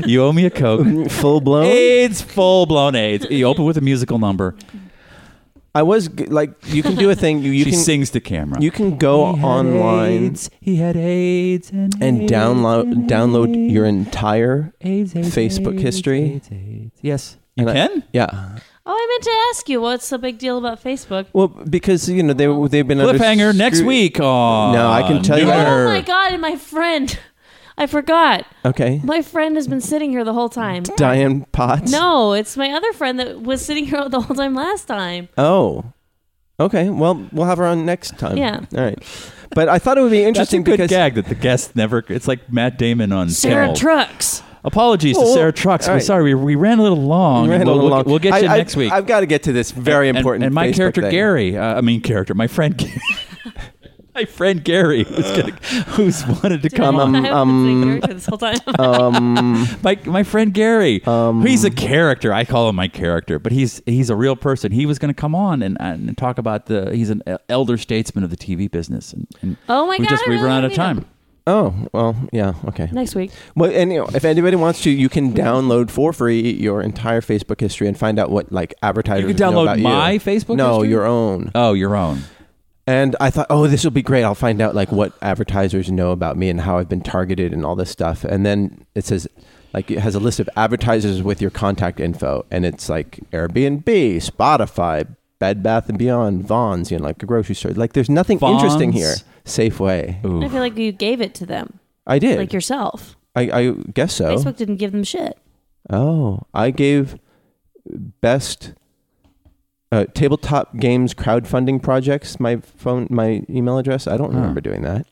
Speaker 4: you owe me a Coke.
Speaker 2: Full blown.
Speaker 4: AIDS, full blown AIDS. You open with a musical number.
Speaker 2: I was g- like, you can do a thing. You, you
Speaker 4: she
Speaker 2: can
Speaker 4: sings to camera.
Speaker 2: you can go
Speaker 4: He had
Speaker 2: online
Speaker 4: AIDS. He had AIDS and,
Speaker 2: and
Speaker 4: AIDS
Speaker 2: download
Speaker 4: and
Speaker 2: download
Speaker 4: AIDS.
Speaker 2: your entire.
Speaker 4: AIDS, AIDS,
Speaker 2: Facebook
Speaker 4: AIDS,
Speaker 2: history.
Speaker 4: AIDS, AIDS. Yes, you
Speaker 2: and I-
Speaker 4: can.
Speaker 2: yeah.
Speaker 3: Oh, I meant to ask you, what's the big deal about Facebook?
Speaker 2: Well, because you know they they've been under
Speaker 4: Cliffhanger next
Speaker 2: scru-
Speaker 4: week. Oh,
Speaker 2: No, I can tell you-
Speaker 3: Oh my god, and my friend, I forgot.
Speaker 2: Okay,
Speaker 3: My friend has been sitting here the whole time.
Speaker 2: Diane Potts.
Speaker 3: No, it's my other friend that was sitting here the whole time last time.
Speaker 2: Oh. Okay. Well, we'll have her on next time.
Speaker 3: Yeah.
Speaker 2: All right. But I thought it would be
Speaker 4: That's
Speaker 2: interesting
Speaker 4: a good
Speaker 2: because
Speaker 4: gag that the guest never. It's like Matt Damon on
Speaker 3: Sarah
Speaker 4: Kimmel.
Speaker 3: Trucks.
Speaker 4: Apologies
Speaker 2: Oh,
Speaker 4: to Sarah Trucks.
Speaker 2: all
Speaker 4: We're
Speaker 2: right.
Speaker 4: sorry, we, we ran a little long.
Speaker 2: We ran a
Speaker 4: We'll-
Speaker 2: little
Speaker 4: we'll,
Speaker 2: long.
Speaker 4: we'll get you
Speaker 2: I- I-
Speaker 4: next week.
Speaker 2: I've got to get to this very
Speaker 4: And-
Speaker 2: important.
Speaker 4: And, my
Speaker 2: Facebook
Speaker 4: character
Speaker 2: thing.
Speaker 4: Gary. Uh, I mean, character. My friend. Gary. my friend Gary, who's, gonna, who's wanted to come uh, on.
Speaker 2: um,
Speaker 3: I was
Speaker 2: um,
Speaker 3: sitting here this whole time.
Speaker 4: My my friend Gary.
Speaker 2: Um,
Speaker 4: he's a character. I call him my character, but he's he's a real person. He was going to come on and, and talk about the. He's an elder statesman of the TV business, and, and
Speaker 3: Oh my
Speaker 4: we
Speaker 3: God,
Speaker 4: just
Speaker 3: I
Speaker 4: we've
Speaker 3: really
Speaker 4: run
Speaker 3: wanna
Speaker 4: out of
Speaker 3: meet
Speaker 4: time.
Speaker 3: him.
Speaker 2: Oh well, yeah. Okay.
Speaker 3: Next week.
Speaker 2: Well, and you know, if anybody wants to, you can download for free your entire Facebook history and find out what like advertisers
Speaker 4: You can
Speaker 2: know
Speaker 4: download
Speaker 2: about you.
Speaker 4: my Facebook
Speaker 2: No,
Speaker 4: history?
Speaker 2: your own.
Speaker 4: Oh, your own.
Speaker 2: And I thought, oh, this will be great. I'll find out like what advertisers know about me and how I've been targeted and all this stuff. And then it says, like, it has a list of advertisers with your contact info, and it's like Airbnb, Spotify, Bed Bath and Beyond, Vons, you know, like a grocery store. Like, there's nothing interesting
Speaker 4: Vons.
Speaker 2: here. Safeway.
Speaker 3: I feel like you gave it to them,
Speaker 2: I did.
Speaker 3: like yourself.
Speaker 2: I, I guess so.
Speaker 4: Oh.
Speaker 3: Facebook didn't give them shit.
Speaker 2: Oh, I gave best uh, tabletop games crowdfunding projects my phone my email address. I don't remember doing that.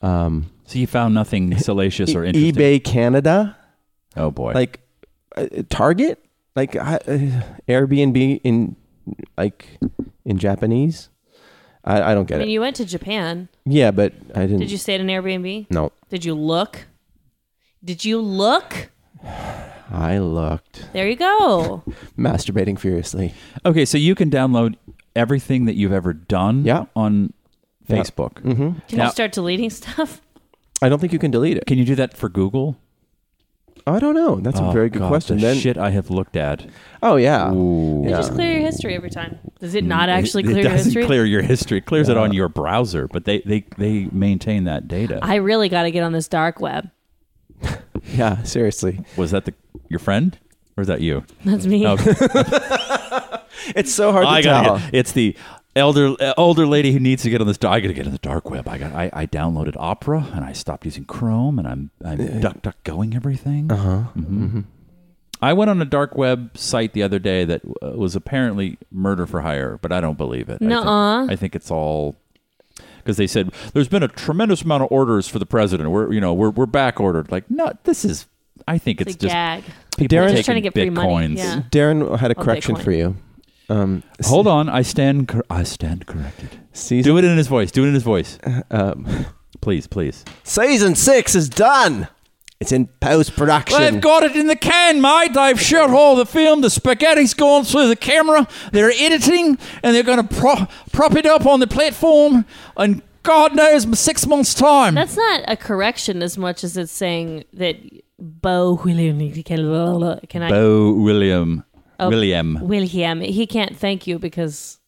Speaker 2: Um,
Speaker 4: So you found nothing salacious or
Speaker 2: e-
Speaker 4: interesting.
Speaker 2: eBay Canada,
Speaker 4: Oh boy.
Speaker 2: like uh, Target, like I, uh, Airbnb in like in Japanese. I, I don't
Speaker 3: I
Speaker 2: get
Speaker 3: mean,
Speaker 2: it.
Speaker 3: you went to Japan.
Speaker 2: Yeah, but I
Speaker 4: Mm.
Speaker 2: didn't.
Speaker 3: Did you stay at an Airbnb?
Speaker 2: No,
Speaker 3: Did you look? Did you look?
Speaker 2: I looked
Speaker 3: There you go.
Speaker 2: masturbating furiously.
Speaker 4: okay, so you can download everything that you've ever done
Speaker 2: Yeah. Mm-hmm.
Speaker 4: on Facebook.
Speaker 3: Can
Speaker 4: Now-
Speaker 3: you start deleting stuff?
Speaker 2: I don't think you can delete it.
Speaker 4: Can you do that for Google?
Speaker 2: I don't know. That's a
Speaker 4: Oh,
Speaker 2: very good
Speaker 4: God,
Speaker 2: question.
Speaker 4: The
Speaker 2: Then,
Speaker 4: shit I have looked at.
Speaker 2: oh yeah,
Speaker 3: They
Speaker 2: yeah.
Speaker 3: just clear your history every time. Does it not actually
Speaker 4: Uh, Mm, It-
Speaker 3: clear
Speaker 4: it
Speaker 3: your
Speaker 4: doesn't
Speaker 3: history?
Speaker 4: clear your history. It clears it on your browser, but they they they maintain that data.
Speaker 3: I really got to get on this dark web.
Speaker 2: Yeah, seriously.
Speaker 4: Was that the your friend or is that you?
Speaker 3: That's me.
Speaker 4: Okay.
Speaker 2: It's so hard
Speaker 4: I
Speaker 2: to
Speaker 4: gotta
Speaker 2: tell.
Speaker 4: get- it's the elder uh, older lady who needs to get on this. I gotta get on the dark web. I got I, I downloaded Opera and I stopped using Chrome and I'm I'm duck duck going everything. Uh huh.
Speaker 2: Uh-huh. Mm-hmm.
Speaker 4: I went on a dark web site the other day that uh, was apparently murder for hire, but I don't believe it. I think- I
Speaker 3: Nuh-uh.
Speaker 4: think, it's all because they said there's been a tremendous amount of orders for the president. We're you know we're we're back ordered. Like no, this is. I think it's,
Speaker 3: It's a
Speaker 4: just
Speaker 3: gag.
Speaker 4: people
Speaker 2: Darren's
Speaker 4: taking
Speaker 3: trying to get free money.
Speaker 4: bitcoins.
Speaker 3: Yeah.
Speaker 2: Darren had a
Speaker 3: Oh,
Speaker 2: correction
Speaker 3: Bitcoin.
Speaker 2: for you. Um,
Speaker 4: Hold on, I stand. Cor- I stand corrected.
Speaker 2: season,
Speaker 4: Do it in his voice. Do it in his voice.
Speaker 2: um,
Speaker 4: Please, please.
Speaker 2: Season six is done. It's in post production.
Speaker 4: got it in the can, mate. They've shot all the film. The spaghetti's gone through the camera. They're editing and they're going to pro- prop it up on the platform. And God knows, six months' time.
Speaker 3: That's not a correction as much as it's saying that Bo William can, can I
Speaker 4: Bo William.
Speaker 3: Oh.
Speaker 4: William.
Speaker 3: William he can't thank you because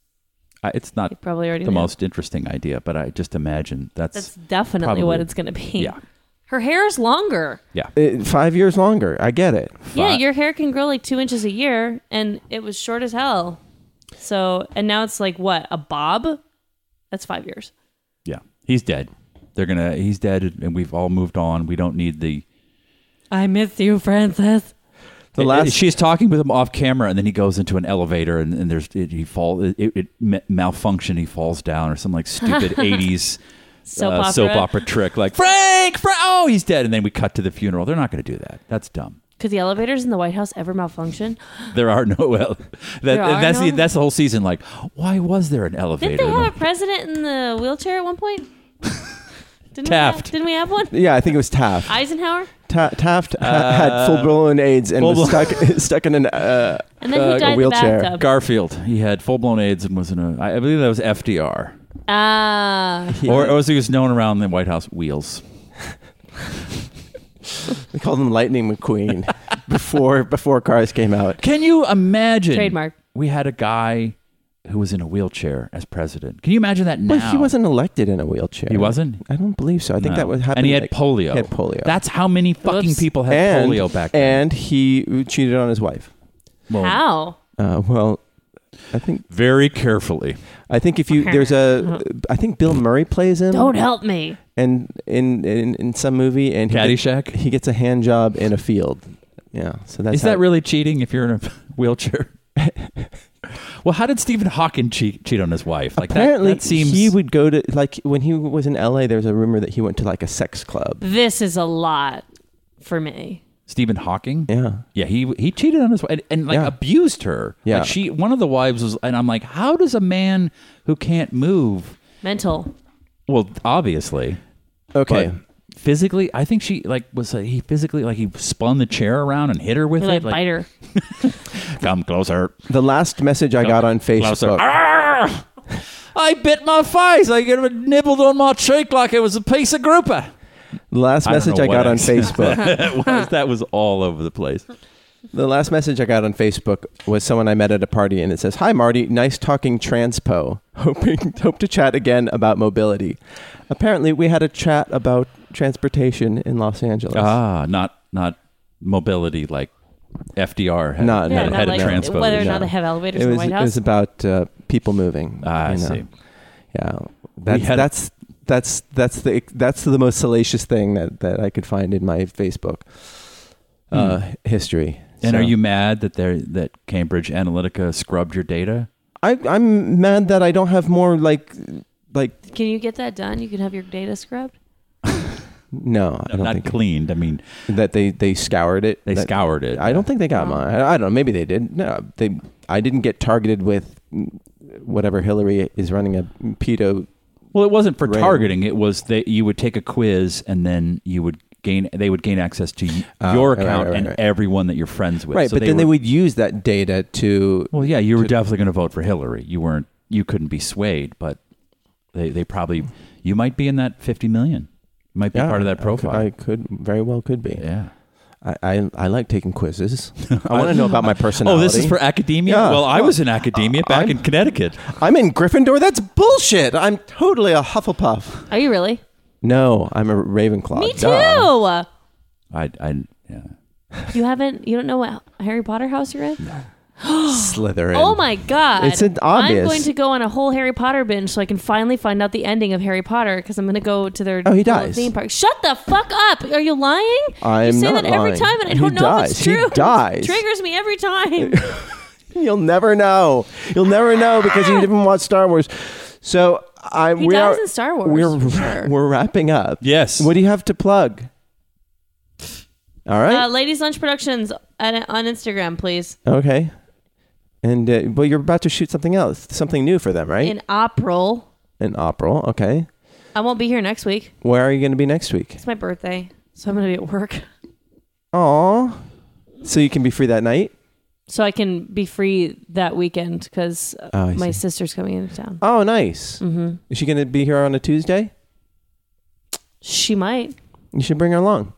Speaker 4: I, it's not
Speaker 3: probably already
Speaker 4: the
Speaker 3: knew.
Speaker 4: most interesting idea, but I just imagine that's.
Speaker 3: That's definitely
Speaker 4: Probably.
Speaker 3: what it's going to be.
Speaker 4: yeah.
Speaker 3: Her hair is longer.
Speaker 4: Yeah.
Speaker 2: It- Uh, five years longer. I get it.
Speaker 3: Yeah, your hair can grow like two inches a year, and it was short as hell. So, and now it's like what a bob. That's five years.
Speaker 4: Yeah. He's dead. They're going to. He's dead and we've all moved on. We don't need the.
Speaker 3: I miss you, Francis.
Speaker 4: Uh,
Speaker 2: The
Speaker 4: It-
Speaker 2: last
Speaker 4: it- she's talking with him off camera, and then he goes into an elevator, and, and there's it, he fall it, it ma- malfunction, he falls down, or some like stupid eighties uh,
Speaker 3: Soap opera.
Speaker 4: soap opera trick, like Frank, Frank, oh he's dead, and then we cut to the funeral. They're not going to do that. That's dumb.
Speaker 3: Could the elevators in the White House ever malfunction?
Speaker 4: There are no well, that,
Speaker 3: are
Speaker 4: that's the
Speaker 3: no-
Speaker 4: that's the whole season. Like, why was there an
Speaker 3: Didn't
Speaker 4: elevator?
Speaker 3: they have a president in the wheelchair at one point? Didn't We have,
Speaker 4: Taft.
Speaker 3: didn't we have one?
Speaker 2: yeah, I think it was Taft.
Speaker 3: Eisenhower,
Speaker 2: Ta- Taft ha- had full blown AIDS and was
Speaker 4: Uh, full-blown-
Speaker 2: stuck stuck in an. Uh,
Speaker 3: and then
Speaker 2: Uh,
Speaker 3: he died in the
Speaker 2: wheelchair.
Speaker 3: bathtub.
Speaker 4: Garfield, he had full blown AIDS and was in a. I I believe that was FDR,
Speaker 3: Ah,
Speaker 4: or, or as he was known around the White House, Wheels.
Speaker 2: we called him Lightning McQueen before before Cars came out.
Speaker 4: Can you imagine?
Speaker 3: Trademark.
Speaker 4: We had a guy who was in a wheelchair as president. Can you imagine that now?
Speaker 2: But he wasn't elected in a wheelchair.
Speaker 4: He wasn't?
Speaker 2: I don't believe so. I think
Speaker 4: No.
Speaker 2: that was happened.
Speaker 4: And he had
Speaker 2: like-
Speaker 4: polio.
Speaker 2: He had polio.
Speaker 4: That's how many fucking
Speaker 3: Whoops.
Speaker 4: people had
Speaker 2: and,
Speaker 4: polio back then.
Speaker 2: And he cheated on his wife.
Speaker 4: Well,
Speaker 3: how?
Speaker 2: Uh, well, I think
Speaker 4: Very carefully.
Speaker 2: I think if you there's a I think Bill Murray plays him.
Speaker 3: Don't help me.
Speaker 2: And in in, in some movie and he
Speaker 4: Caddyshack?
Speaker 2: Gets, he gets a hand job in a field. Yeah. So that's
Speaker 4: Is
Speaker 2: how-
Speaker 4: that really cheating if you're in a wheelchair? well, how did Stephen Hawking cheat, cheat on his wife? Like
Speaker 2: Apparently,
Speaker 4: that, that seems
Speaker 2: he would go to like when he was in L.A. There was a rumor that he went to like a sex club.
Speaker 3: This is a lot for me.
Speaker 4: Stephen Hawking.
Speaker 2: Yeah.
Speaker 4: Yeah, he he cheated on his wife and, and like
Speaker 2: Yeah.
Speaker 4: abused her.
Speaker 2: Yeah.
Speaker 4: like she one of the wives was, and I'm like, how does a man who can't move?
Speaker 3: Mental.
Speaker 4: Well, obviously,
Speaker 2: Okay.
Speaker 4: But physically, I think she like was like, he physically like he spun the chair around and hit her with
Speaker 3: Like,
Speaker 4: it. Like,
Speaker 3: bite her.
Speaker 4: come closer.
Speaker 2: the last message I got on Facebook.
Speaker 4: Arrgh! I bit my face. I got nibbled on my cheek like it was a piece of grouper.
Speaker 2: The last
Speaker 4: I don't
Speaker 2: message
Speaker 4: know
Speaker 2: I
Speaker 4: what
Speaker 2: got on
Speaker 4: else.
Speaker 2: Facebook.
Speaker 4: that, was, that was all over the place.
Speaker 2: The last message I got on Facebook was someone I met at a party, and it says, "Hi Marty, nice talking transpo. Hoping hope to chat again about mobility. Apparently, we had a chat about transportation in Los Angeles.
Speaker 4: Ah, not not mobility like FDR had,
Speaker 2: No, no,
Speaker 4: had,
Speaker 2: no,
Speaker 4: had
Speaker 2: like,
Speaker 4: a transpo.
Speaker 3: whether or
Speaker 2: no.
Speaker 3: not they have elevators
Speaker 2: it
Speaker 3: in the
Speaker 2: was
Speaker 3: White
Speaker 2: it
Speaker 3: House.
Speaker 2: was about uh, people moving.
Speaker 4: Ah, I
Speaker 2: you know.
Speaker 4: see.
Speaker 2: Yeah, that's
Speaker 4: had a-
Speaker 2: that's that's that's the that's the most salacious thing that that I could find in my Facebook uh, history.
Speaker 4: Hmm. And
Speaker 2: So-
Speaker 4: are you mad that they that Cambridge Analytica scrubbed your data?
Speaker 2: I, I'm mad that I don't have more like like
Speaker 3: Can you get that done? You can have your data scrubbed.
Speaker 2: no. I don't
Speaker 4: Not
Speaker 2: think
Speaker 4: cleaned. I mean,
Speaker 2: that they they scoured it.
Speaker 4: they
Speaker 2: That-
Speaker 4: scoured it.
Speaker 2: I don't think they
Speaker 3: Oh.
Speaker 2: got mine. I, I don't know. Maybe they did. No, they. I didn't get targeted with whatever Hillary is running a pedo.
Speaker 4: Well, it wasn't for
Speaker 2: Rail.
Speaker 4: targeting. It was that you would take a quiz and then you would gain. They would gain access to y-
Speaker 2: Oh,
Speaker 4: your
Speaker 2: right, right,
Speaker 4: account
Speaker 2: right,
Speaker 4: and
Speaker 2: right.
Speaker 4: everyone that you're friends with.
Speaker 2: Right,
Speaker 4: So
Speaker 2: but then
Speaker 4: were-
Speaker 2: they would use that data to.
Speaker 4: Well, yeah, you were definitely going to vote for Hillary. You weren't. You couldn't be swayed, but they they probably you might be in that fifty million. You might be
Speaker 2: Yeah,
Speaker 4: part of
Speaker 2: I
Speaker 4: that
Speaker 2: could-
Speaker 4: profile.
Speaker 2: I could, very well could be.
Speaker 4: yeah.
Speaker 2: I, I I like taking quizzes. I want to know about my
Speaker 4: Oh,
Speaker 2: personality.
Speaker 4: this is for academia.
Speaker 2: Yeah.
Speaker 4: Well, I was in academia back
Speaker 2: I'm-
Speaker 4: in Connecticut.
Speaker 2: I'm in Gryffindor. That's bullshit. I'm totally a Hufflepuff.
Speaker 3: Are you really?
Speaker 2: No, I'm a Ravenclaw.
Speaker 3: Me too.
Speaker 2: Duh.
Speaker 4: I I yeah.
Speaker 3: You haven't. You don't know what Harry Potter house you're in.
Speaker 2: Slytherin.
Speaker 3: Oh my god!
Speaker 2: It's an obvious.
Speaker 3: I'm going to go on a whole Harry Potter binge so I can finally find out the ending of Harry Potter because I'm going to go to their
Speaker 2: Oh, he
Speaker 3: little
Speaker 2: dies.
Speaker 3: theme park. Shut the fuck up! Are you lying?
Speaker 2: I'm
Speaker 3: you say
Speaker 2: not
Speaker 3: that every
Speaker 2: lying.
Speaker 3: time, and I
Speaker 2: He
Speaker 3: don't know if
Speaker 2: dies.
Speaker 3: it's
Speaker 2: He
Speaker 3: true.
Speaker 2: dies.
Speaker 3: It triggers me every time.
Speaker 2: You'll never know. You'll never know because you didn't watch Star Wars. So I
Speaker 3: He
Speaker 2: we
Speaker 3: dies
Speaker 2: are
Speaker 3: in Star Wars,
Speaker 2: We're
Speaker 3: for sure.
Speaker 2: we're wrapping up.
Speaker 4: Yes.
Speaker 2: What do you have to plug? All
Speaker 3: uh,
Speaker 2: right.
Speaker 3: Ladies Lunch Productions at, on Instagram, please.
Speaker 2: okay. And uh, well, you're about to shoot something else, something new for them, right?
Speaker 3: In April,
Speaker 2: An opera. Okay.
Speaker 3: I won't be here next week.
Speaker 2: Where are you going to be next week?
Speaker 3: It's my birthday, so I'm gonna be at work.
Speaker 2: Aw. So you can be free that night?
Speaker 3: So I can be free that weekend because
Speaker 2: Oh, I
Speaker 3: Uh, my Mm.
Speaker 2: see.
Speaker 3: sister's coming into town.
Speaker 2: Oh, nice. Mm-hmm. Is she going to be here on a Tuesday?
Speaker 3: She might.
Speaker 2: You should bring her along.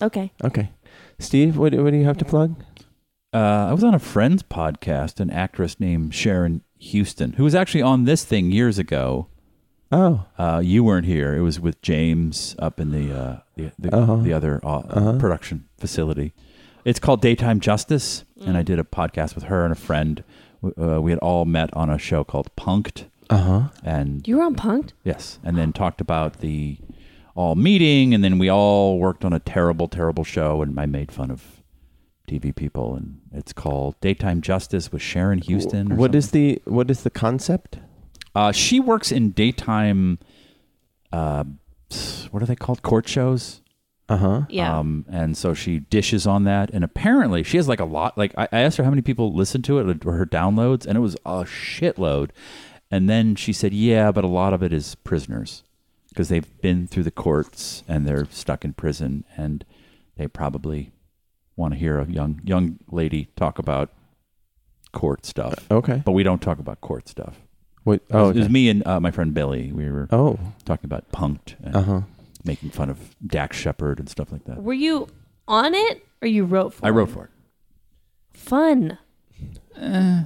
Speaker 3: Okay.
Speaker 2: Okay. Steve, what, what do you have to plug?
Speaker 4: Uh, I was on a friend's podcast, an actress named Sharon Houston, who was actually on this thing years ago.
Speaker 2: Oh,
Speaker 4: Uh, you weren't here. It was with James up in the uh, the the, the other uh, production facility. It's called Daytime Justice, and I did a podcast with her and a friend. W- Uh, we had all met on a show called Punked,
Speaker 2: uh huh.
Speaker 4: and
Speaker 3: You were on punked?
Speaker 4: yes, and then talked about the all meeting, and then we all worked on a terrible, terrible show, and I made fun of TV people, and it's called Daytime Justice with Sharon Houston. or
Speaker 2: What
Speaker 4: something.
Speaker 2: is the what is the concept?
Speaker 4: Uh, she works in daytime. Uh, what are they called? Court shows.
Speaker 2: Uh huh.
Speaker 3: Yeah.
Speaker 4: Um, and so she dishes on that, and apparently she has like a lot. Like I, I asked her how many people listened to it or her downloads, and it was a shitload. And then she said, "Yeah, but a lot of it is prisoners because they've been through the courts and they're stuck in prison, and they probably want to hear a young young lady talk about court stuff.
Speaker 2: Okay.
Speaker 4: But we don't talk about court stuff.
Speaker 2: What,
Speaker 4: Oh,
Speaker 2: oh,
Speaker 4: it was
Speaker 2: okay.
Speaker 4: me and uh, my friend Billy. We were
Speaker 2: oh.
Speaker 4: talking about punked and
Speaker 2: Uh huh.
Speaker 4: making fun of Dax Shepard and stuff like that.
Speaker 3: were you on it or you wrote for
Speaker 4: I
Speaker 3: it?
Speaker 4: wrote for it.
Speaker 3: Fun.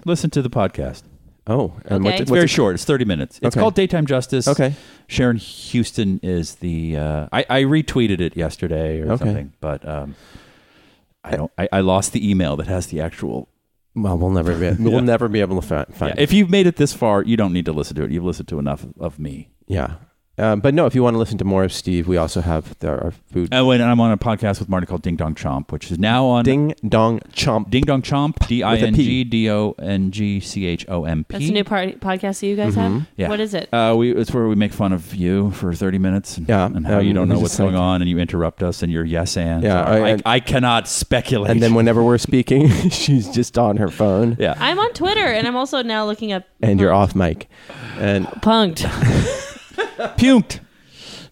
Speaker 4: Listen to the podcast.
Speaker 2: Oh. And
Speaker 3: Okay.
Speaker 2: what,
Speaker 4: It's
Speaker 2: what's
Speaker 4: very
Speaker 2: it-
Speaker 4: short. It's thirty minutes. It's
Speaker 2: Okay.
Speaker 4: called Daytime Justice.
Speaker 2: Okay.
Speaker 4: Sharon Houston is the. Uh, I, I retweeted it yesterday or
Speaker 2: Okay.
Speaker 4: something, but um, I don't. I, I lost the email that has the actual.
Speaker 2: Well, we'll never be we'll never be able to fi-
Speaker 4: Yeah,
Speaker 2: find it.
Speaker 4: if you've made it this far, you don't need to listen to it. You've listened to enough of me.
Speaker 2: Yeah. Um, but no, if you want to listen to more of Steve, we also have the, our food.
Speaker 4: Oh, and I'm on a podcast with Marty called Ding Dong Chomp, which is now on
Speaker 2: Ding dong chomp.
Speaker 4: Ding Dong Chomp, D I N G
Speaker 2: P.
Speaker 4: D O N G C H O M P.
Speaker 3: That's a new par- podcast that you guys have.
Speaker 4: Yeah.
Speaker 3: What is it?
Speaker 4: Uh, we it's where we make fun of you for thirty minutes. And,
Speaker 2: Yeah,
Speaker 4: and how you
Speaker 2: um,
Speaker 4: don't know
Speaker 2: we
Speaker 4: what's
Speaker 2: just like-
Speaker 4: going on, and you interrupt us, and you're yes and.
Speaker 2: Yeah,
Speaker 4: Sorry, I,
Speaker 2: and-
Speaker 4: I cannot speculate.
Speaker 2: And then whenever we're speaking, she's just on her phone,
Speaker 4: yeah,
Speaker 3: I'm on Twitter and I'm also now looking up
Speaker 2: and you're off mic. And
Speaker 3: punked.
Speaker 4: puked.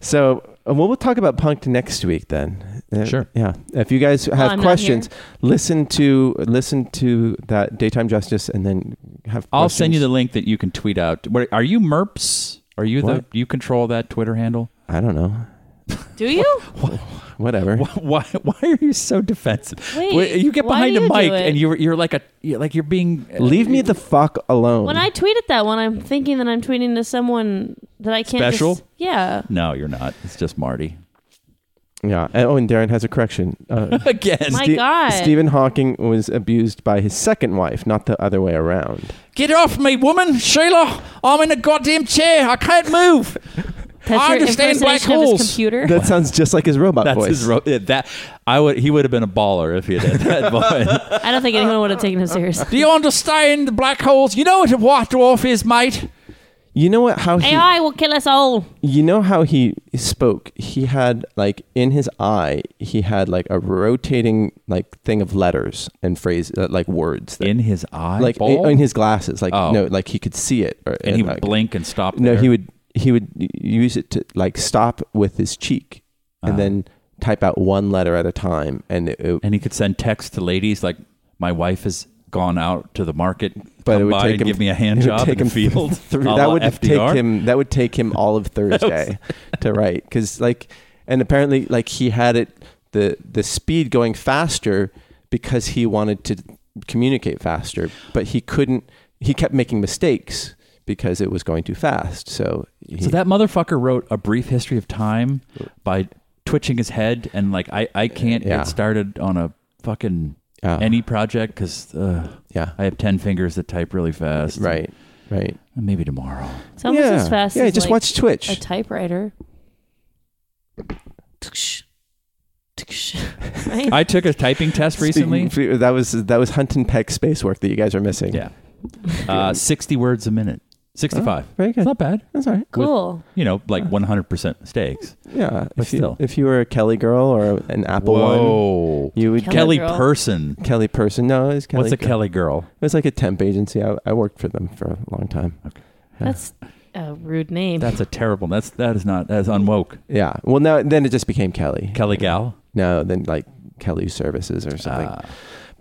Speaker 2: so, uh, well, we'll talk about punked next week then. Uh,
Speaker 4: Sure.
Speaker 2: Yeah. If you guys have
Speaker 3: I'm not
Speaker 2: questions, listen to listen to that daytime justice, and then have.
Speaker 4: I'll send you the
Speaker 2: questions.
Speaker 4: link that you can tweet out. What, are you Merps? Are you
Speaker 2: What?
Speaker 4: the you control that Twitter handle?
Speaker 2: I don't know.
Speaker 3: Do you?
Speaker 2: Whatever.
Speaker 4: Why why are you so defensive?
Speaker 3: Wait,
Speaker 4: Wait, you get
Speaker 3: why
Speaker 4: behind
Speaker 3: do
Speaker 4: a
Speaker 3: you do
Speaker 4: mic
Speaker 3: it?
Speaker 4: and you're you're like a you're like you're being uh,
Speaker 2: Leave me the fuck alone.
Speaker 3: When I tweeted that one, I'm thinking that I'm tweeting to someone that I can't. just-
Speaker 4: Special?
Speaker 3: yeah.
Speaker 4: No, you're not. It's just Marty
Speaker 2: yeah. And- Oh, and Darren has a correction. Uh,
Speaker 4: again.
Speaker 3: Oh My
Speaker 2: Ste-
Speaker 3: God.
Speaker 2: Stephen Hawking was abused by his second wife, not the other way around.
Speaker 4: Get off me, woman, Sheila! I'm in a goddamn chair. I can't move.
Speaker 3: That's
Speaker 4: I
Speaker 3: your
Speaker 4: understand black
Speaker 3: impersonation of his
Speaker 4: holes.
Speaker 3: computer.
Speaker 2: That sounds just like his robot
Speaker 4: That's
Speaker 2: voice.
Speaker 4: his ro- yeah, that I would he would have been a baller if he had had that voice.
Speaker 3: I don't think anyone would have taken him seriously.
Speaker 4: Do you understand the black holes? You know what a white dwarf is, mate.
Speaker 2: you know what? How he,
Speaker 3: AI will kill us all.
Speaker 2: you know how he spoke? He had like in his eye, he had like a rotating like thing of letters and phrase uh, like words that,
Speaker 4: In his eye,
Speaker 2: like in, in his glasses, like
Speaker 4: Oh.
Speaker 2: no, like he could see it, or,
Speaker 4: and he would
Speaker 2: like-
Speaker 4: blink and stop.
Speaker 2: No,
Speaker 4: there.
Speaker 2: he would he would use it to like stop with his cheek
Speaker 4: Uh-huh.
Speaker 2: and then type out one letter at a time, and it, it-
Speaker 4: and he could send text to ladies like, "My wife has gone out to the market,
Speaker 2: but
Speaker 4: come
Speaker 2: it would
Speaker 4: by
Speaker 2: take
Speaker 4: and
Speaker 2: him
Speaker 4: give me a hand
Speaker 2: it would
Speaker 4: job
Speaker 2: take
Speaker 4: in the
Speaker 2: him
Speaker 4: field."
Speaker 2: three-
Speaker 4: a
Speaker 2: that
Speaker 4: la
Speaker 2: would
Speaker 4: FDR.
Speaker 2: take him. That would take him all of Thursday to write because like, and apparently like he had it the the speed going faster because he wanted to communicate faster, but he couldn't. He kept making mistakes because it was going too fast. So, he,
Speaker 4: So that motherfucker wrote a brief history of time by twitching his head and like I I can't
Speaker 2: Yeah.
Speaker 4: get started on a fucking
Speaker 2: Yeah.
Speaker 4: any project because uh,
Speaker 2: yeah,
Speaker 4: I have ten fingers that type really fast.
Speaker 2: right, right.
Speaker 4: Maybe tomorrow.
Speaker 3: It's almost
Speaker 2: yeah,
Speaker 3: as fast
Speaker 2: yeah.
Speaker 3: as
Speaker 2: just
Speaker 3: like,
Speaker 2: watch Twitch.
Speaker 3: a typewriter. Right?
Speaker 4: I took a typing test recently.
Speaker 2: Speaking- that was that was Hunt and Peck space work that you guys are missing.
Speaker 4: yeah, uh, sixty words a minute. Sixty-five.
Speaker 2: very good.
Speaker 4: It's not bad.
Speaker 2: that's all right.
Speaker 3: cool.
Speaker 4: You know, like one hundred percent mistakes.
Speaker 2: Yeah,
Speaker 4: But
Speaker 2: if you,
Speaker 4: still.
Speaker 2: if you were a Kelly girl or an Apple one,
Speaker 4: Whoa,
Speaker 2: you would
Speaker 3: Kelly
Speaker 4: Kelly
Speaker 3: girl.
Speaker 4: person.
Speaker 2: Kelly person. No, it was Kelly.
Speaker 4: What's a
Speaker 2: girl.
Speaker 4: Kelly girl?
Speaker 2: It was like a temp agency. I, I worked for them for a long time.
Speaker 3: That's a rude name.
Speaker 4: That's a terrible. That's that is not that's unwoke.
Speaker 2: Yeah. Well, now then it just became Kelly.
Speaker 4: Kelly Gal.
Speaker 2: No, then like Kelly Services or something.
Speaker 4: Ah.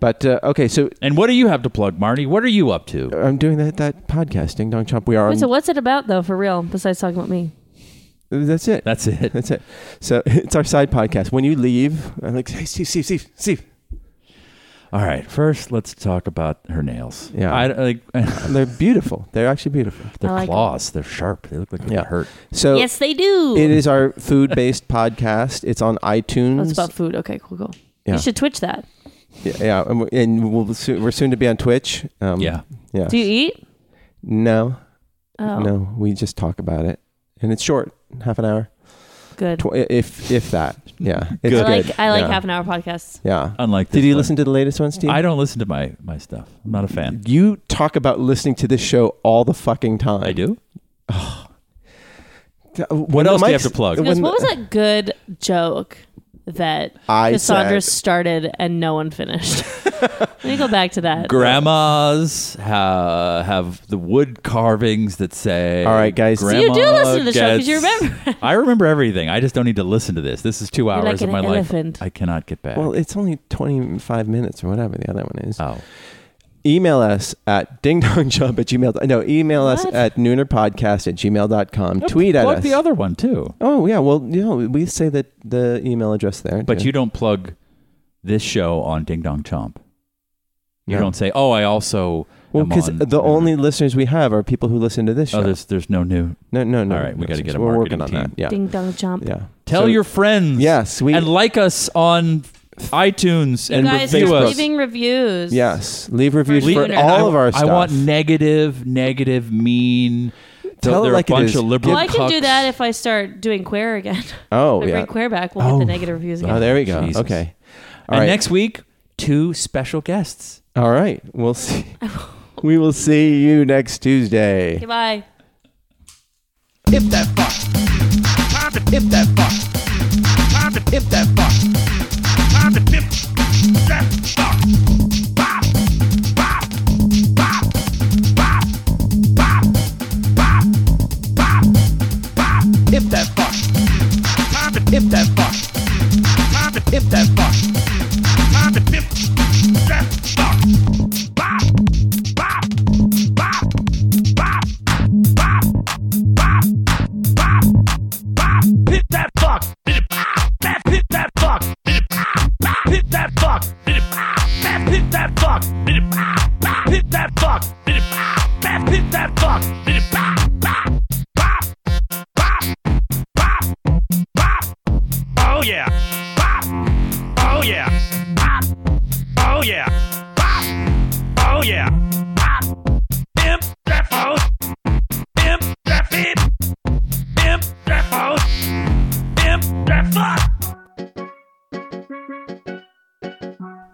Speaker 2: but uh, okay, so
Speaker 4: And what do you have to plug, Marty? What are you up to?
Speaker 2: I'm doing that that podcast, Ding Dong Chomp. We are.
Speaker 3: Wait,
Speaker 2: on-
Speaker 3: so what's it about though, for real? Besides talking about me,
Speaker 2: that's it.
Speaker 4: That's it.
Speaker 2: That's it. So it's our side podcast. When you leave, I'm like, hey, Steve, Steve, Steve, Steve.
Speaker 4: All right. First, let's talk about her nails.
Speaker 2: Yeah.
Speaker 4: I like
Speaker 2: They're beautiful. They're actually beautiful.
Speaker 4: their
Speaker 3: I like 'em.
Speaker 4: claws. They're sharp. They look like they
Speaker 2: Yeah.
Speaker 4: hurt.
Speaker 2: So
Speaker 5: Yes, they do.
Speaker 2: it is our food based podcast. It's on
Speaker 3: oh, it's
Speaker 2: iTunes.
Speaker 3: about food. Okay, cool, cool.
Speaker 2: Yeah.
Speaker 3: You should twitch that.
Speaker 2: Yeah, yeah, and we- and we'll soon, we're soon to be on Twitch. Um,
Speaker 4: Yeah.
Speaker 2: yeah.
Speaker 3: Do you eat?
Speaker 2: no,
Speaker 3: Oh,
Speaker 2: no, we just talk about it, and it's short, half an hour,
Speaker 3: good.
Speaker 2: tw- if if that. Yeah, it's
Speaker 3: I
Speaker 2: good.
Speaker 3: like I like
Speaker 2: yeah.
Speaker 3: half an hour podcasts.
Speaker 2: Yeah.
Speaker 4: Unlike this
Speaker 2: Did you
Speaker 4: one.
Speaker 2: listen to the latest one, Steve?
Speaker 4: I don't listen to my my stuff. I'm not a fan.
Speaker 2: You talk about listening to this show all the fucking time. Uh,
Speaker 4: I do.
Speaker 2: What
Speaker 4: else do you have to plug?
Speaker 3: Because what was that good joke that
Speaker 2: I
Speaker 3: Cassandra
Speaker 2: said-
Speaker 3: started and no one finished? Let me go back to that.
Speaker 4: Grandmas ha- have the wood carvings that say.
Speaker 2: All right, guys. So
Speaker 3: you do
Speaker 4: "Grandma
Speaker 3: listen to the show 'cause you
Speaker 4: gets-"
Speaker 3: remember.
Speaker 4: I remember everything. I just don't need to listen to this. This is two hours
Speaker 3: like
Speaker 4: of
Speaker 3: an
Speaker 4: my
Speaker 3: elephant.
Speaker 4: life. I cannot get back.
Speaker 2: Well, it's only 25 minutes or whatever the other one is.
Speaker 4: oh,
Speaker 2: Email us at dingdongjump at gmail. No, email us
Speaker 3: What?
Speaker 2: at noonerpodcast at gmail.com. Tweet at
Speaker 4: plug
Speaker 2: us.
Speaker 4: the other one too.
Speaker 2: Oh yeah, well you know we say that the email address there,
Speaker 4: But
Speaker 2: too.
Speaker 4: you don't plug this show on Ding Dong Chomp. You
Speaker 2: No.
Speaker 4: don't say, "Oh, I also."
Speaker 2: well
Speaker 4: am
Speaker 2: because
Speaker 4: on-
Speaker 2: the only listeners we have are people who listen to this show.
Speaker 4: Oh, there's there's no new.
Speaker 2: no, no, no.
Speaker 4: All right, we gotta
Speaker 2: listeners.
Speaker 4: get a
Speaker 2: We're working
Speaker 4: marketing
Speaker 2: on that.
Speaker 4: team.
Speaker 2: Yeah,
Speaker 3: Ding dong chomp.
Speaker 2: yeah.
Speaker 4: Tell
Speaker 2: So-
Speaker 4: your friends.
Speaker 2: yes, we
Speaker 4: and like us on iTunes
Speaker 3: You
Speaker 4: and
Speaker 3: guys
Speaker 4: review
Speaker 3: are
Speaker 4: us.
Speaker 3: leaving reviews.
Speaker 2: yes leave reviews
Speaker 3: Leave-
Speaker 2: for
Speaker 3: And
Speaker 2: all of our
Speaker 4: I
Speaker 2: stuff.
Speaker 4: want negative, negative, mean.
Speaker 2: Tell it
Speaker 4: they're
Speaker 2: like it
Speaker 4: a bunch
Speaker 2: is.
Speaker 4: of liberal.
Speaker 3: Well, Oh, I can do
Speaker 4: cucks.
Speaker 3: that if I start doing queer again.
Speaker 2: oh
Speaker 3: I
Speaker 2: yeah.
Speaker 3: bring queer back. We'll
Speaker 2: Oh.
Speaker 3: get the negative reviews again.
Speaker 2: Oh, there we go.
Speaker 4: Jesus.
Speaker 2: Okay. All
Speaker 4: And
Speaker 2: right.
Speaker 4: next week, two special guests.
Speaker 2: All right. We'll see. we will see you next Tuesday.
Speaker 3: Goodbye.
Speaker 7: If that box. Time to tip that box. Time to tip that box. Time to tip that box. Bop, bop, bop, bop, bop, bop, bop, bop. Tip that box. Time to tip that box. Time to tip that box. Time to tip that box. Bop, bop, bop, bop, bop, bop bop, bop, hit that fuck, hit that, hit that fuck, hit that, hit that fuck, hit that, hit that fuck, hit that, hit that fuck, hit that, hit that fuck, hit that, bop, bop, bop, bop, bop, oh yeah, bop, oh yeah, bop, oh yeah, bop, oh yeah, bop, imp that phone, imp that fit. Imp that house. Imp that fuck.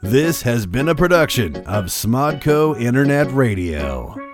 Speaker 8: This has been a production of Smodco Internet Radio.